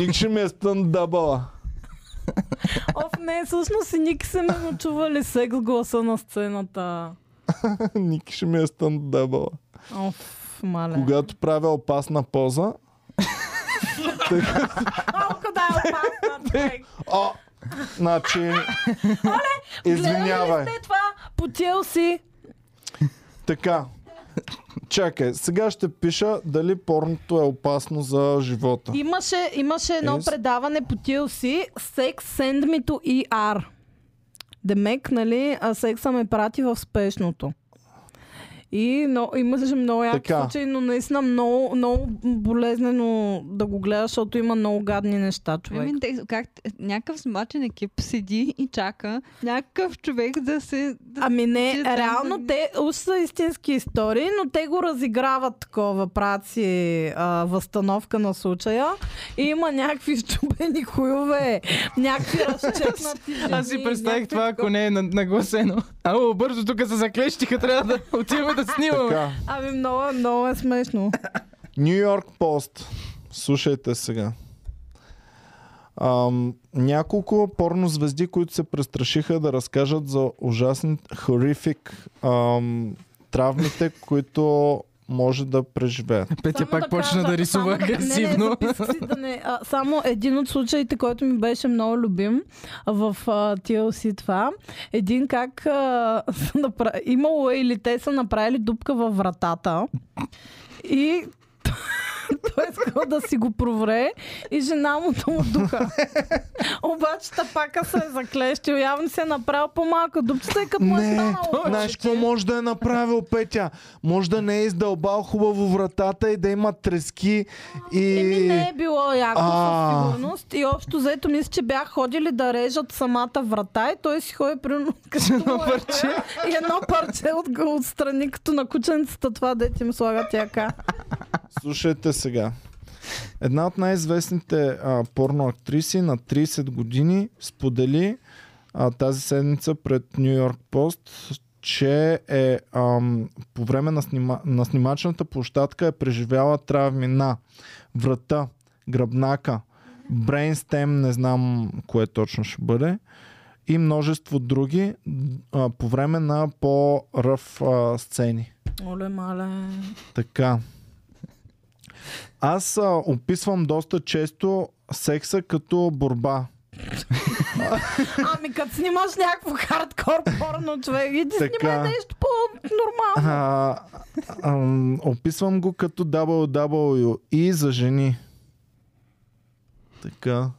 S1: Ник ще ми е стъндабала.
S2: Оф, не, всъщност и Ники са ме го чували секс гласа на сцената.
S1: Ник ще ми е стъндабала.
S2: Оф, мале.
S1: Когато правя опасна поза,
S2: Малко да е опасна, човек.
S1: о, значи,
S2: Гледали
S1: извинявай.
S2: ли сте това по TLC?
S1: Така, чакай, сега ще пиша дали порното е опасно за живота.
S2: Имаше, имаше едно
S1: Yes.
S2: предаване по TLC Sex Send Me to ER. Демек, нали, а секса ме прати в спешното. И но, имаше много яки
S1: Така.
S2: случаи, но наистина много, много болезнено да го гледаш, защото има много гадни неща, човек.
S4: Ами, те- как, някакъв смачен екип седи и чака някакъв човек да се... Да...
S2: Ами не,
S4: Че там
S2: реално
S4: да-
S2: те уж са истински истории, но те го разиграват такова, правят си а, възстановка на случая и има някакви щупени хуйове, някакви разчепнати жени,
S3: Аз си представих
S2: Е, някакви
S3: това, ако не е на- нагласено. Ало, бързо тук се заклещиха, трябва да отиваме да снимаме.
S1: Така,
S2: Ами много, е- много е смешно.
S1: Нью Йорк Пост. Слушайте сега. Ам, няколко порно звезди, които се престрашиха да разкажат за ужасни, хорифик ам, травмите, които може да преживеят.
S3: Петя
S2: Само
S3: пак почна
S2: кажа-
S3: да рисува
S2: само да- Не, не,
S3: агресивно.
S2: записах си да не, а, само един от случаите, който ми беше много любим в а, TLC това. Един как а, са направ... имало е или те са направили дупка във вратата и той е искал да си го провре и жена му да му духа. Обаче тапака се е заклещил. Явно се е направил по-малка дупчета и като му е
S1: Не,
S2: станало.
S1: знаеш какво може да е направил Петя? Може да не е издълбал хубаво вратата и да има трески и...
S2: Еми не е било яко
S1: Ами, А.
S2: със сигурност и общо взето мисля, че бях ходили да режат самата врата и той си ходи примерно като
S3: Едно
S2: му е
S3: парче.
S2: и едно парче от, отстрани като на кученцата това дете им слагат яка.
S1: Слушайте сега. Една от най-известните а, порноактриси на 30 години сподели а, тази седмица пред Нью Йорк Пост, че е ам, по време на, снима, на снимачната площадка е преживяла травми на врата, гръбнака, брейнстем, не знам кое точно ще бъде, и множество други а, по време на по-ръв а, сцени.
S2: Оле мале.
S1: Така. Аз а, описвам доста често секса като борба.
S2: Ами като снимаш някакво хардкор порно човек и ти
S1: Така.
S2: снимай нещо по-нормално.
S1: А, ам, описвам го като WWE за жени. E Така.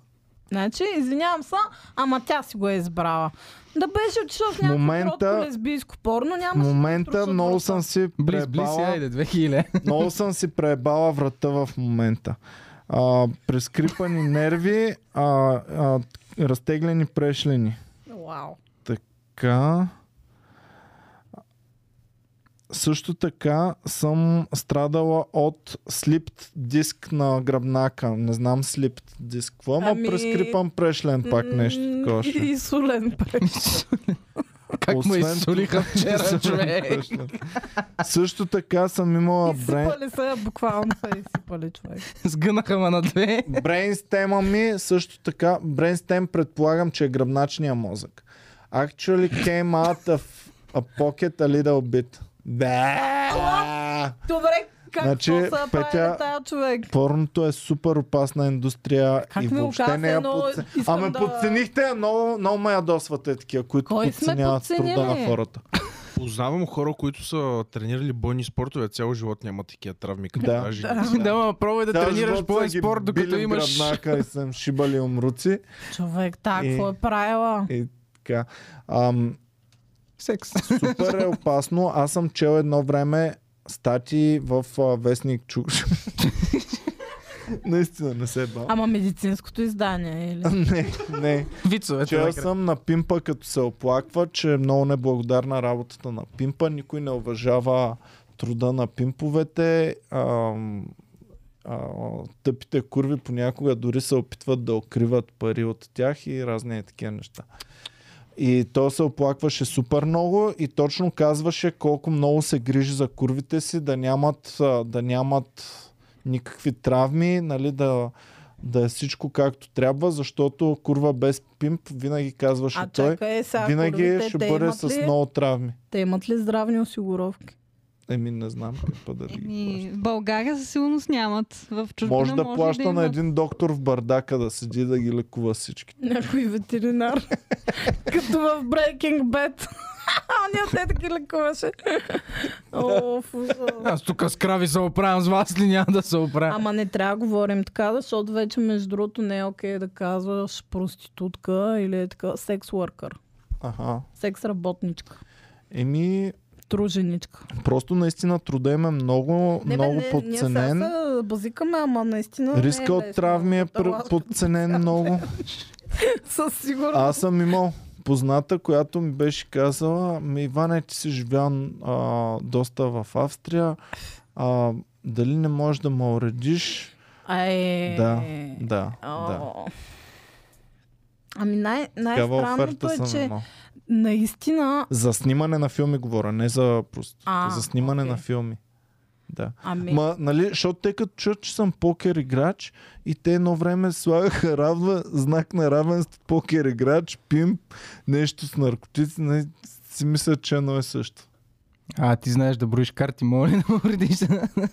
S2: Значи, извинявам се, ама тя си го е избрала. Да беше отишъл в някакво
S1: Момента-
S2: момента, лесбийско порно,
S1: В
S2: нямаше
S1: момента много съм си
S3: Близ, близ,
S1: пребала,
S3: айде, 2000.
S1: много съм си пребала врата в момента. А, прескрипани нерви, а, а, разтеглени прешлени.
S2: Вау.
S1: Така. Също така съм страдала от слипт диск на гръбнака. Не знам слипт диск. Какво, ама
S2: Ами-
S1: прескрипан прешлен пак нещо
S2: М,
S1: такова.
S2: И,
S1: ще е.
S2: и солен преш.
S3: Как ме
S1: Освен
S3: изсолиха вчера, човек.
S1: Прешлен. Също така съм имала брен...
S2: Изсипали са, буквално са изсипали човек.
S3: Сгънаха ме на две.
S1: Брейнстема ми също така. Брейнстем предполагам, че е гръбначния мозък. Actually came out of a pocket a little bit. Да.
S2: Добре, как
S1: Значи,
S2: значи, са
S1: Петя,
S2: Петя... тая човек?
S1: Порното е супер опасна индустрия
S2: Как
S1: и
S2: ми го
S1: въобще
S2: каза,
S1: не я
S2: но
S1: подце...
S2: искам
S1: Аме
S2: да-
S1: подценихте, я, много, много ме ядосвате такива, които
S2: Кой сме
S1: подценяват труда
S2: подценили?
S1: на хората.
S5: Познавам хора, които са тренирали бойни спортове, цял живот нямат такива травми, като
S1: Да.
S5: даже.
S3: Ами Да, ма, пробвай да
S1: Цял
S3: тренираш
S1: живот са
S3: боен
S1: ги
S3: спорт, докато
S1: били в
S3: имаш...
S1: гръбнака и съм шибали умруци.
S2: Човек, та,
S1: И-
S2: какво е правила?
S1: И така. Ам,
S3: Секс.
S1: супер е опасно. Аз съм чел едно време статии в а, вестник Чукш. Наистина не се бавам.
S2: Ама медицинското издание или?
S1: не, не.
S3: Вицове.
S1: Чел съм на Пимпа, като се оплаква, че е много неблагодарна работата на Пимпа. Никой не уважава труда на пимповете. Ам, а, тъпите курви понякога дори се опитват да укриват пари от тях и разни такива неща. И то се оплакваше супер много и точно казваше колко много се грижи за курвите си, да нямат, а, да нямат никакви травми, нали, да, да е всичко както трябва, защото курва без пимп, винаги казваше
S2: А
S1: той,
S2: чакай сега,
S1: винаги
S2: курвите,
S1: ще
S2: те
S1: бъде
S2: имат
S1: с
S2: ли-
S1: много травми.
S2: Те имат ли здравни осигуровки?
S1: Еми, не знам пимпа дали ги
S4: Еми,
S1: плаща.
S4: Ами, в България със сигурност нямат. В чужбина
S1: Може да плаща на
S4: имат.
S1: един доктор в бардака да седи да ги лекува всички.
S2: Някой ветеринар. Като в Breaking Bad. Оня те таки лекуваше. О, в ужас.
S3: Аз тук с крави се оправям, с вас ли няма да се оправя?
S2: Ама не трябва да говорим така, защото вече между другото не е окей да казваш проститутка или е така секс worker,
S1: Ага.
S2: секс работничка,
S1: Еми,
S2: труженичка.
S1: Просто наистина труда им е много, не, много бе, подценен.
S2: Ние
S1: Не,
S2: сега се базикаме, ама наистина
S1: не, Риска
S2: не е
S1: от
S2: лесно.
S1: травми е пр-
S2: Ласка.
S1: подценен много.
S2: Със сигурност.
S1: Аз съм имал позната, която ми беше казала, ми Иване, ти си живял а, доста в Австрия, а, дали не можеш да ме уредиш?
S2: Ай,
S1: Да, да,
S2: О.
S1: да.
S2: Ами най-
S1: Такава
S2: най-странното
S1: оферта
S2: е,
S1: съм
S2: че
S1: имал.
S2: наистина...
S1: За снимане на филми говоря, не за просто.
S2: А,
S1: за снимане
S2: окей.
S1: на филми. Да.
S2: Ами,
S1: Ма, нали, защото те като чуят, че съм покер играч и те едно време слагаха равна, знак на равенство покер играч, пимп, нещо с наркотици, нали, си мислят, че едно е също.
S3: А, ти знаеш да броиш карти, моля ли да му уредиш?
S2: да,
S3: да,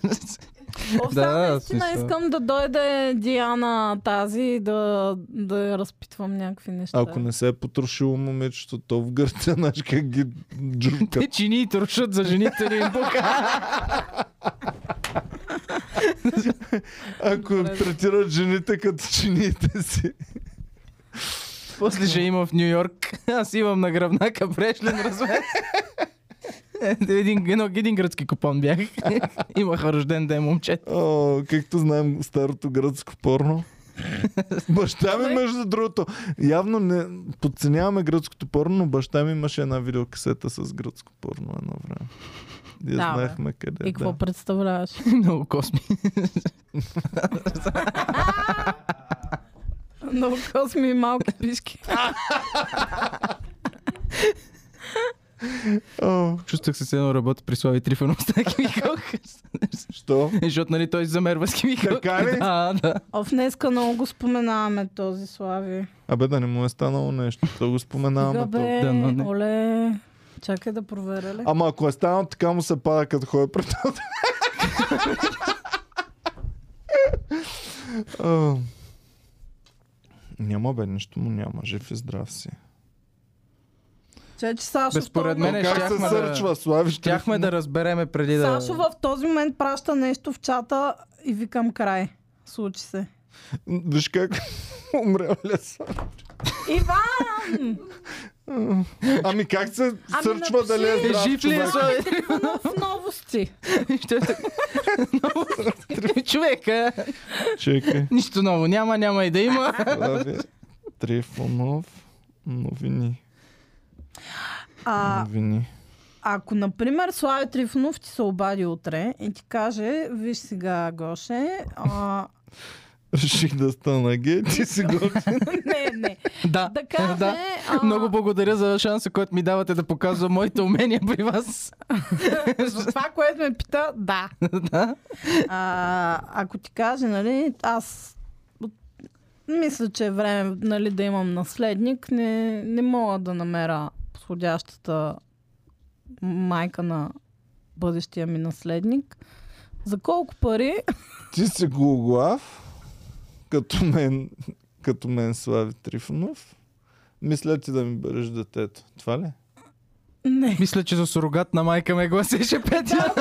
S2: да,
S3: да,
S2: наистина
S3: смисъл.
S2: искам да дойде Диана тази и да, да я разпитвам някакви неща.
S1: Ако не се е потрошило момичето, то в Гърция, знаеш как ги джурка.
S3: Те чини и трошат за жените ли им пука.
S1: Ако третират жените като чините си.
S3: После ще има в Нью Йорк. Аз имам на гръбнака прешлен размер. един, едно, един гръцки купон бях. Имаха рожден ден момче.
S1: О, както знаем старото гръцко порно. Баща
S2: Ами?
S1: ми, между другото, явно не подценяваме гръцкото порно, но баща ми имаше една видеокасета с гръцко порно едно време. Ние
S2: Да, бе.
S1: знаехме къде.
S2: И какво
S1: да.
S2: представляваш?
S3: Много косми.
S2: Много косми и малки пишки.
S1: О,
S3: Чувствах се с едно работа при Слави Трифонов с таки
S1: що?
S3: Защото нали той се замерва с химикал.
S1: Така ли?
S3: Да, да.
S2: Оф, днеска много го споменаваме този Слави.
S1: Абе да не му е станало нещо. То го
S2: Сега
S1: споменаваме. то.
S2: бе,
S3: да, но не.
S2: оле, чакай да проверя ли.
S1: Ама ако е станало, така му се пада като ходи пред това. О, Няма бе, нищо му няма. Жив и здрав си.
S2: Че, че Сашо,
S3: Бе, според
S2: в този
S3: мен е
S2: момент-
S3: ще-
S1: Как се
S3: щяхме да-
S1: сърчва, Слави? ще-
S3: Щяхме да разбереме преди да...
S2: Сашо в този момент праща нещо в чата и викам край. Случи се.
S1: Виж как умрял е леса.
S2: Иван!
S1: Ами как се
S2: Ами
S1: сърчва дали е
S2: напиши.
S1: здрав
S3: Жив ли е
S1: човек?
S3: Слави?
S2: Трифонов новости.
S3: Ще е така. Много- Три човека.
S1: Чекай.
S3: Нищо ново няма, няма и да има.
S1: Слави Трифонов. Новини.
S2: А,
S1: Новини.
S2: ако, например, Слави Трифонов ти се обади утре и ти каже, виж сега, Гоше, а,
S1: Реших да стана гей, ти си готин.
S2: не, не,
S3: Да.
S2: да каже...
S3: да.
S2: А,
S3: Много благодаря за шанса, който ми давате да показвам моите умения при вас.
S2: За това, което ме пита, да.
S3: Да.
S2: А, ако ти каже, нали, аз от- мисля, че е време нали, да имам наследник, не, не мога да намеря подходящата майка на бъдещия ми наследник. За колко пари?
S1: Ти си гологлав, като мен, като мен Слави Трифонов. Мисля ти да ми береш детето. Това ли?
S2: Не.
S3: Мисля, че за сурогат на майка е ме гласеше Петя.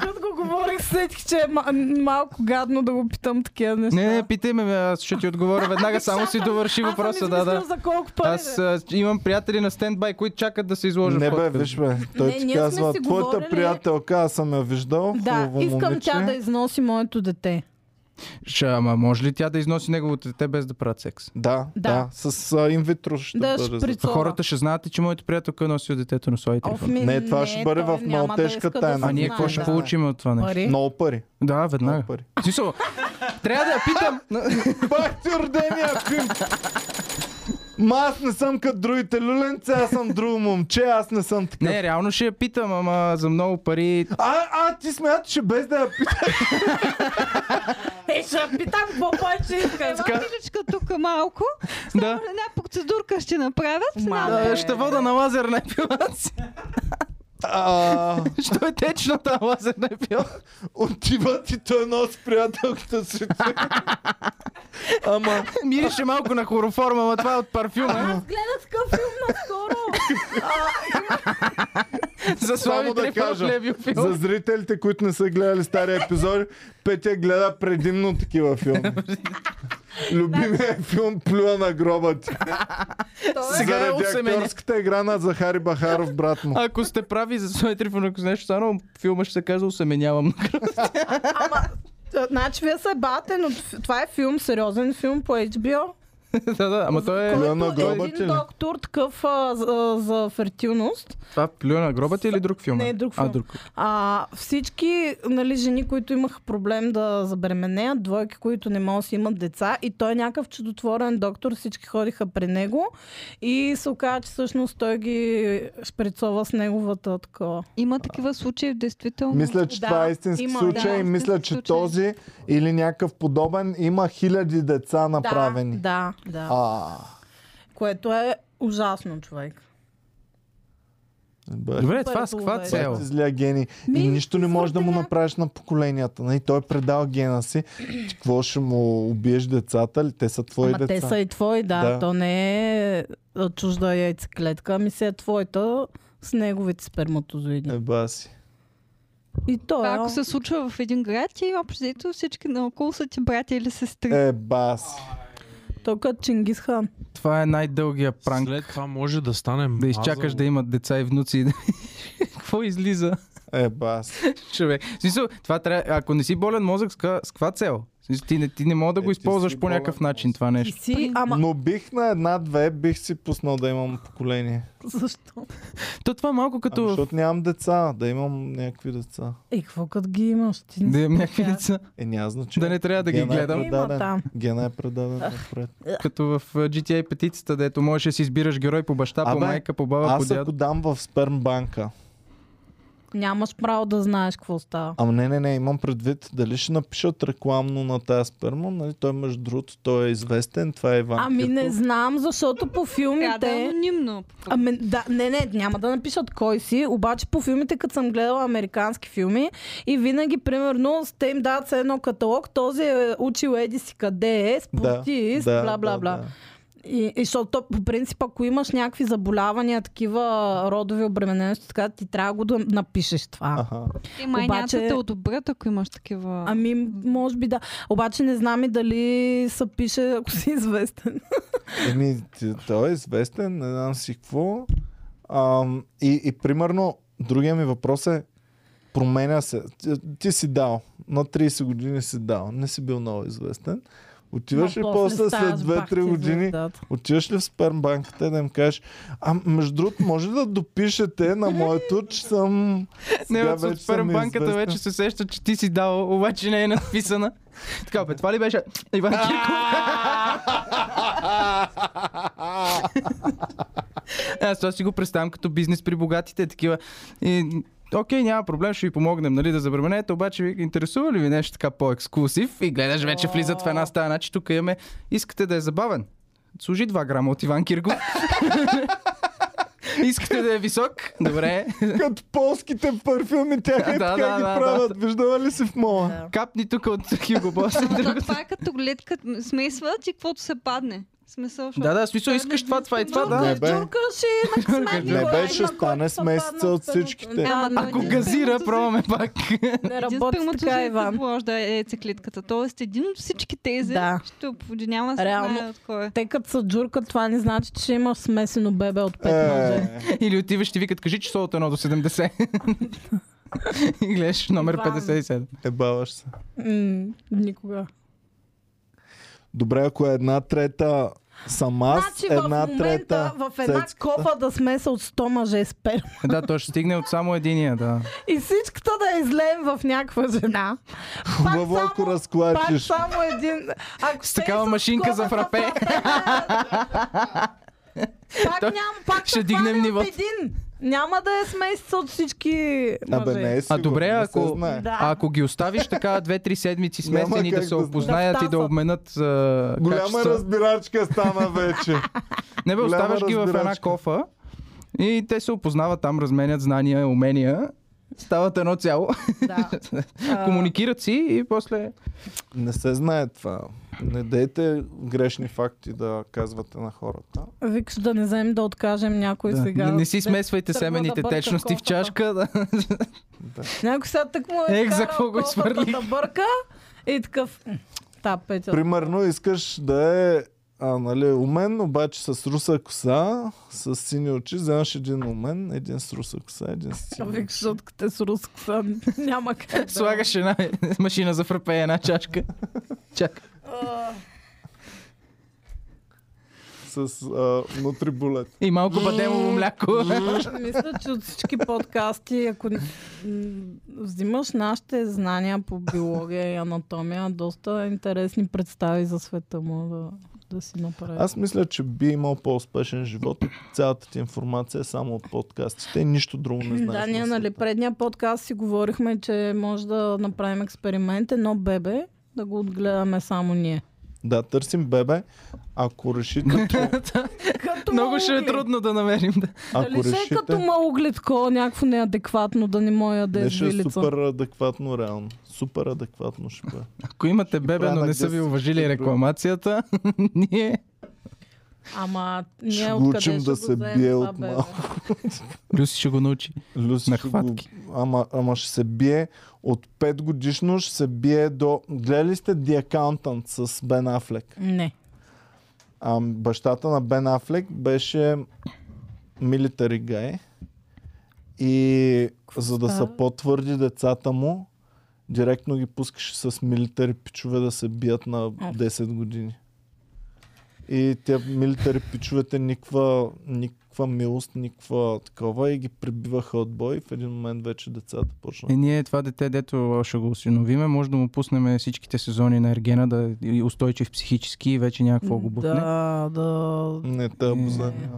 S2: Докато го говорих, сетих, че е ма- малко гадно да го питам такива неща.
S3: Не, не, питай ме, бе, аз ще ти отговоря веднага, само си довърши въпроса.
S2: Аз съм
S3: Да, да.
S2: измислила за колко пари.
S3: Аз е,
S2: бе.
S3: а, имам приятели на стендбай, които чакат да се изложат.
S1: Не бе,
S3: в подкаст.
S1: виж бе. Той
S2: Не,
S1: ти
S2: ние сме
S1: казва,
S2: си
S1: твоята
S2: говорили-
S1: приятелка, аз съм я виждал.
S2: Да,
S1: хубаво
S2: искам
S1: момиче.
S2: тя да износи моето дете.
S3: Ша, ама може ли тя да износи неговото дете без да правят секс?
S1: Да,
S2: Да.
S1: да, С а, инвитро ще
S2: Да,
S1: бъде.
S2: ще при-
S1: за-
S2: Цола.
S3: Хората ще знаят, ли, че моето приятелка е носила детето на своя
S2: Оф,
S3: телефон.
S2: ми,
S1: Не, това ще бъде
S2: той
S1: в
S2: няма
S1: много тежка
S2: иска
S1: тайна.
S2: се
S3: А ние какво
S2: знае,
S3: ще
S2: да.
S3: получим от това нещо?
S2: Пари?
S1: Много пари.
S3: Да,
S1: Много
S3: веднага.
S1: пари.
S3: В смисъл, трябва да я питам.
S1: Пак ти родения пим! Ма аз не съм като другите люленца, аз съм друго момче, аз не съм така.
S3: Не, реално ще я питам, ама за много пари.
S1: А, а, ти смяташ, че без да я питаш.
S2: Е, ще я питам какво е, повече иска. Иван.
S4: Така. тук малко.
S3: Да.
S4: Една процедурка ще направят.
S2: Мале.
S4: Една-
S3: Да, ще вода на лазерна епилация.
S1: А,
S3: Що е течна тази лазерна епилация?
S1: отива ти той носи приятелката си. Ама,
S3: Мирише е малко на хлороформа, ама това е от парфюма.
S2: Аз гледах такъв филм наскоро.
S1: само
S3: За Слави
S1: да
S3: Трифонов
S1: кажа,
S3: ли е бил филм?
S1: за зрителите, които не са гледали стария епизод, Петя гледа предимно такива филми.
S2: Значи-
S1: Любимият филм Плюва на гроба ти.
S3: Сега е
S1: Заради
S3: осемене.
S1: актьорската игра на Захари Бахаров, брат му.
S3: Ако сте прави за Слави Трифонов, ако нещо стана, филма ще се казва осеменявам.
S2: Ама, а, значи вие се бате, но ф- това е филм, сериозен филм по HBO.
S3: да, да, ама той е...
S1: Плюя на
S2: Който
S1: гроба ти ли?
S2: един доктор такъв а, за, за фертилност.
S3: Това плюя на гроба ти или друг филм? е?
S2: Не, друг
S3: А,
S2: филм.
S3: друг.
S2: А, всички нали, жени, които имаха проблем да забременеят, двойки, които не могат да си имат деца, и той е някакъв чудотворен доктор, всички ходиха при него и се оказа, че всъщност той ги шприцова с неговата такова.
S4: Има такива случаи, действително.
S1: Мисля, че
S2: Да,
S1: това е истински
S2: има,
S1: случай
S4: да.
S1: и мисля, че
S4: Истински случай.
S1: този или някакъв подобен има хиляди деца направени.
S2: Да, да, да. А.
S1: А,
S2: Което е ужасно, човек.
S1: бе.
S3: Добре, това с
S2: Първо
S3: каква
S2: е.
S1: Бе,
S3: цел?
S1: ти злия гений.
S2: Ми,
S1: и нищо не можеш да му
S2: извъртеня.
S1: направиш на поколенията. Нали? Той е предал гена си. Ти какво ще му убиеш децата ли? Те са твои
S2: Ама
S1: деца.
S2: те са и твои, да.
S1: Да.
S2: То не е а, чужда яйцеклетка, ами се е твоята с неговите сперматозоиди.
S1: Еба си.
S2: И то е...
S4: Това, ако се случва в един град и общо взето всички наоколо са ти брати или сестри.
S1: Е. Еба си.
S2: Той като Чингисхан.
S3: Това е най-дългия пранк.
S5: След това може да стане
S3: Да изчакаш да имат деца и внуци. Какво излиза,
S1: Еба си.
S3: човек? В Смисъл, това трябва... Ако не си болен мозък, с ка- с каква цел? В смисъл, Ти не, ти не мога да
S1: Е,
S3: го
S1: ти си
S3: използваш по
S1: болен
S3: някакъв
S1: мозък.
S3: начин това
S2: И
S3: нещо.
S2: си, ама
S1: Но бих на една-две, бих си пуснал да имам поколение.
S2: защо?
S3: То това малко
S1: Ами,
S3: като...
S1: защото нямам деца, да имам някакви деца.
S2: И какво като ги имаш? Ти не
S3: Да
S2: си
S3: имам някакви
S2: тя.
S3: деца,
S1: Е, няма значение.
S3: Да не трябва да ги
S1: Гена
S3: гледам.
S1: Е
S2: Има там.
S1: предаден. Гена е предаден напред.
S3: като в а, GTA петицата, дето можеш да си избираш герой по баща, по
S1: Абе,
S3: майка, по баба, по
S1: Аз ако
S3: дядо.
S1: дам в спермбанка,
S2: Нямаш право да знаеш какво става.
S1: ама не, не, не, имам предвид дали ще напишат рекламно на тази сперма, нали? Той между другото, той е известен, това е Иван
S2: Ами не
S1: Кирков.
S2: знам, защото по
S4: Трябва да е
S2: филмите...
S4: анонимно.
S2: Ами, да, не, не, няма да напишат кой си, обаче по филмите, като съм гледала американски филми и винаги, примерно, с те им дават все едно каталог, този е учил еди си къде е,
S1: Да,
S2: спортист,
S1: да,
S2: бла-бла-бла.
S1: да, да.
S2: И, и защото то, по принцип, ако имаш някакви заболявания, такива родови обременености, така, ти трябва го да напишеш това.
S1: Аха.
S4: Те май
S2: Обаче-
S4: няма да те одобрят, ако имаш такива...
S2: Ами, може би да. Обаче не знам и дали се пише, ако си известен.
S1: Еми, ти- той е известен, не знам си какво. Ам, и, и примерно, другия ми въпрос е, променя се. Ти, ти си дал, на 30 години си дал, не си бил много известен. Отиваш ли
S2: Ма
S1: после след
S2: ставаш пак
S1: 2-3
S2: ти
S1: години,
S2: звездата.
S1: отиваш ли в спермбанката да им кажеш, а между другото, може да допишете на моето, че съм...
S3: Не,
S1: сега
S3: от
S1: вече съм
S3: Супербанката
S1: известен.
S3: вече се сеща, че ти си дал, обаче не е надписана. така, бе, това ли беше? Иван Кирков. Аз това си го представям като бизнес при богатите, такива. И, Окей, няма проблем, ще ви помогнем нали, да забременете, обаче ви интересува ли ви нещо така по-ексклюзив и гледаш вече влизат в една стая, значи тук имаме, искате да е забавен. Служи 2 грама от Иван Кирков. искате да е висок? Добре.
S1: Като полските парфюми, тя
S3: Да,
S1: е така
S3: да,
S1: ги
S3: да, да.
S1: правят. Виждала ли си в мола?
S3: Капни тук от Хюго Бос.
S4: Ама то това е като гледка, смесват и каквото се падне. Смисъл,
S3: Да, да, в смисъл искаш това, това и това, да.
S1: Не,
S2: Джуркаш
S1: бе.
S2: и на късмет
S1: Не,
S2: ми го
S1: бе,
S2: е,
S1: ще
S2: на
S1: стане
S2: който
S1: с месеца
S2: попадна
S1: от
S2: в
S1: всичките.
S2: първото.
S4: Ама
S2: Да,
S4: ако
S2: не,
S3: Ако
S2: не,
S3: газира, пробваме пак.
S2: Не
S4: Един
S2: работи
S4: спрямо
S2: така, Иван.
S4: да е циклитката. Тоест, един от всички тези
S2: Да.
S4: ще обвинява се
S2: Реално.
S4: знае от кой е.
S2: Те като са джурка, това не значи, че имаш смесено бебе от пет мъже.
S1: Е,
S3: Или отиваш и викат, кажи число от 1 до 70. И гледаш номер
S2: Иван.
S3: 57.
S1: ебаваш е, се.
S2: М, никога.
S1: Добре, ако е една трета съм аз,
S2: Значи
S1: една
S2: в момента
S1: трета
S2: в една
S1: цецката.
S2: кофа да смеса от 100 мъже спер.
S3: Да, той ще стигне от само единия, да.
S2: И всичката да е излеем в някаква жена. Пак
S1: Хубаво,
S2: само-
S1: ако
S2: Пак
S1: разклатиш.
S2: само един... Ако
S3: С такава машинка за фрапе.
S2: Пак няма, пак
S3: Ще
S2: ще
S3: дигнем
S2: дигнем
S3: нивото.
S2: един. Няма да е смесица от всички мъже.
S1: Абе, не е
S3: А
S1: сигурно,
S3: добре,
S1: не се
S3: ако,
S1: знае.
S2: Да.
S3: а ако ги оставиш така 2-3 седмици
S1: Няма
S3: смесени
S1: как
S3: да се
S1: да
S3: опознаят
S2: знам.
S3: и да обменят а,
S1: Голяма
S3: качества.
S1: разбирачка стана вече.
S3: Не бе,
S1: голяма
S3: оставяш ги в една
S1: разбирачка.
S3: кофа и те се опознават там, разменят знания, умения. Стават едно цяло,
S2: Да. А,
S3: комуникират си и после
S1: Не се знае това. Не дейте грешни факти да казвате на хората.
S2: Викаш да не вземем да откажем някой
S3: Да.
S2: Е, сега.
S3: Не, не си смесвайте
S2: тръгна
S3: семените
S2: да бърка
S3: течности в
S2: кофата.
S3: чашка. Да.
S2: Някой сега так му е
S3: Ех, за
S2: вкарал
S3: какво го
S2: кофата
S3: изхвърлих?
S2: Да бърка и такъв... м, Та петя.
S1: Примерно искаш да е а, нали, умен, обаче с руса коса, с сини очи, вземаш един умен, един с руса коса, един с сини.
S2: Викаш, защото като е с руска съм. Няма как. да.
S3: Слагаш една машина за фрапе и една чашка. Чак.
S2: А,
S1: С а, нутрибулет.
S3: И малко бадемово мляко.
S2: Мисля, че от всички подкасти, ако м, взимаш нашите знания по биология и анатомия, доста интересни представи за света му да, да си направиш.
S1: Аз мисля, че би имал по-успешен живот. ако Цялата ти информация е само от подкастите. Нищо друго не знаеш.
S2: Да, ние,
S1: на
S2: нали,
S1: света.
S2: предния подкаст си говорихме, че може да направим експеримент, едно бебе, да го отгледаме само ние.
S1: Да, търсим бебе. Ако решите,
S2: Като
S3: Много ще е
S2: маугли.
S3: трудно да намерим. Да.
S1: ако
S2: Дали ще е като
S1: решите,
S2: маугли такова, някакво неадекватно, да не моя да е
S1: не ще е
S2: звилица.
S1: супер адекватно, реално. Супер адекватно ще бъде.
S3: Ако имате бебе, но не са ви уважили рекламацията, ние...
S2: Ама
S1: Ще
S2: ние
S1: го
S2: откъде
S1: учим
S2: ще
S1: да
S2: го
S1: се
S2: вземем
S1: бие
S2: това
S1: от
S2: бебе?
S1: малко.
S3: Люси ще го научи.
S1: Люси
S3: На
S1: ще го,
S3: хватки.
S1: ама, ама ще се бие от 5 годишно, ще се бие до... Гледали сте The Accountant с Бен Афлек?
S2: Не.
S1: А, бащата на Бен Афлек беше милитари гай. И за да са
S2: става?
S1: по-твърди децата му, директно ги пускаше с милитари пичове да се бият на 10 години. И тя милитари пичовете никаква, никаква милост, никаква такова и ги прибиваха от бой и в един момент вече децата
S3: Е,
S1: почнаха.
S3: ние това дете, дето ще го осиновиме, може да му пуснем всичките сезони на Ергена, да е устойчив психически и вече някакво го бутне.
S2: Да, да.
S1: Не, те обзани.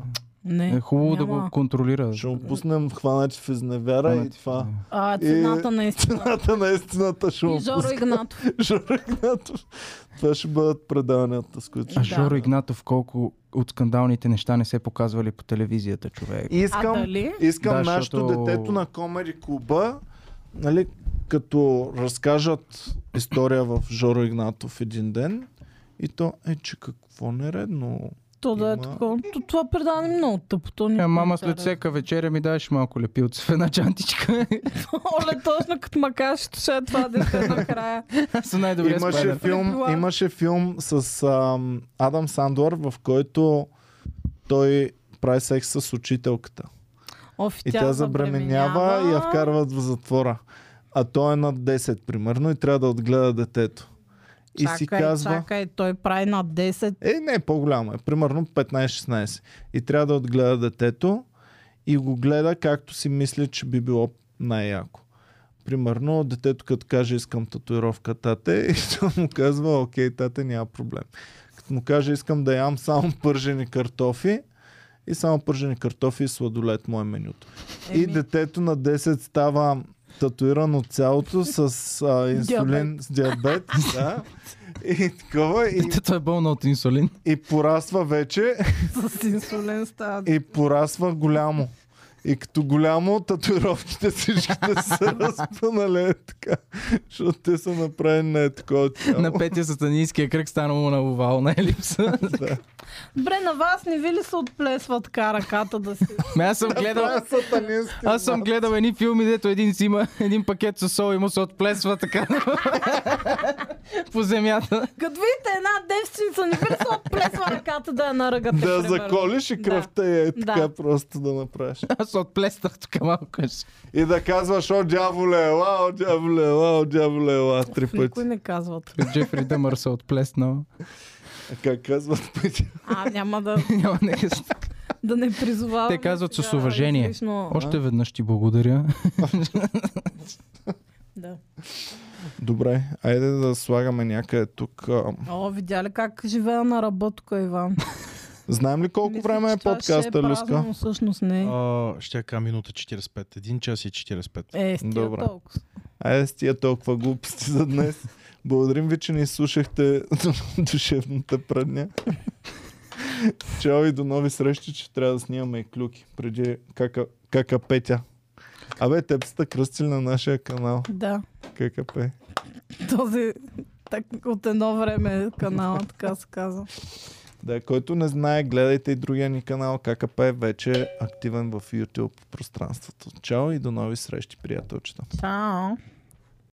S2: Не.
S3: Е хубаво да
S2: няма.
S3: го контролира.
S1: Ще му пуснем хванати в изневяра и
S3: Хванати в
S1: това.
S2: А,
S1: е,
S2: цената наистина.
S1: Цената на истината ще му
S2: И Жоро
S1: пуснем.
S2: Игнатов.
S1: Жоро Игнатов. Това ще бъдат преданията, с които
S3: А
S2: Да.
S3: Жоро Игнатов колко от скандалните неща не се показвали по телевизията, човек.
S2: А
S1: Искам,
S2: дали?
S1: искам
S3: Да,
S1: нашето
S3: защото-
S1: детето на Комери клуба, нали, като разкажат история в Жоро Игнатов един ден, и то е, че какво нередно
S2: То да е
S1: Има-
S2: така. То, това предаване е много тъпо. То никой
S3: Е,
S2: не
S3: мама, след
S2: кара.
S3: всяка вечеря ми даваш малко лепилци в една чантичка.
S2: Оле, точно като макаш, ще е това дете накрая.
S3: Аз съм най-добре
S1: Имаше филм,
S2: Правила.
S1: имаше филм с ам, Адам Сандор, в който той прави секс с учителката.
S2: Оф,
S1: И тя, забременява и я вкарват в затвора. А той е над 10, примерно, и трябва да отгледа детето. И
S2: чакай,
S1: си казва...
S2: Чакай, той прави на 10.
S1: Е, не, по-голяма е. Примерно 15-16. И трябва да отгледа детето и го гледа както си мисли, че би било най-яко. Примерно, детето като каже искам татуировка, тате, и той му казва, окей, тате, няма проблем. Като му каже искам да ям само пържени картофи, и само пържени картофи и сладолет му е менюто. И
S2: Еми.
S1: детето на 10 става татуирано цялото с а, инсулин, с диабет. Да. И такова. И
S3: Той е болна от инсулин.
S1: и порасва вече
S2: С инсулин става.
S1: и порасва голямо. И като голямо, татуировките всичките са разпънали е така. Защото те са направени на е такова тяло.
S3: На петия сатанинския кръг станало на овал е на елипса.
S1: Да.
S2: Добре, на вас не ви ли се отплесва така ръката да си?
S3: Ме, аз съм гледал...
S1: Това е сатанински.
S3: Аз съм гледал едни филми, дето един си има един пакет с сол и му се отплесва така по земята.
S2: Като видите една девственница, не ви ли се отплесва ръката да я наръгате?
S1: Да
S2: примерно?
S1: заколиш и
S2: Да.
S1: кръвта я е така
S2: Да.
S1: просто да направиш.
S3: Аз се отплеснах тук малко.
S1: И да казваш, о дяволе, ела, о дяволе, ела, о дяволе, ела, три пъти.
S2: Никой не казва това.
S3: Джефри Дъмър се отплеснал.
S1: А Как казват пъти?
S2: А, няма да,
S3: Няма нека.
S2: да не призовавам.
S3: Те казват с уважение.
S2: Излишно...
S3: Още веднъж ти благодаря.
S2: Да.
S1: Добре, айде да слагаме някъде тук. а,
S2: О, видя ли как живея на ръба тук, Иван?
S1: Знаем ли колко
S2: Мисля,
S1: време е
S2: че това ще
S1: подкаста, Люска?
S2: празно, но всъщност не. е.
S5: А, ще кажа минута 45. Един час и 45.
S2: Е, стига
S1: Добре.
S2: толкова.
S1: Айде с тия толкова глупости за днес. Благодарим ви, че ни слушахте душевната предня. Чао и до нови срещи, че трябва да снимаме и клюки. Преди кака, кака петя. Абе, теб сте кръстили на нашия канал.
S2: Да.
S1: ККП.
S2: Този так, от едно време канала, така се казва.
S1: Да, който не знае, гледайте и другия ни канал. ККП е вече активен в YouTube пространството. Чао и до нови срещи, приятелчета.
S2: Чао.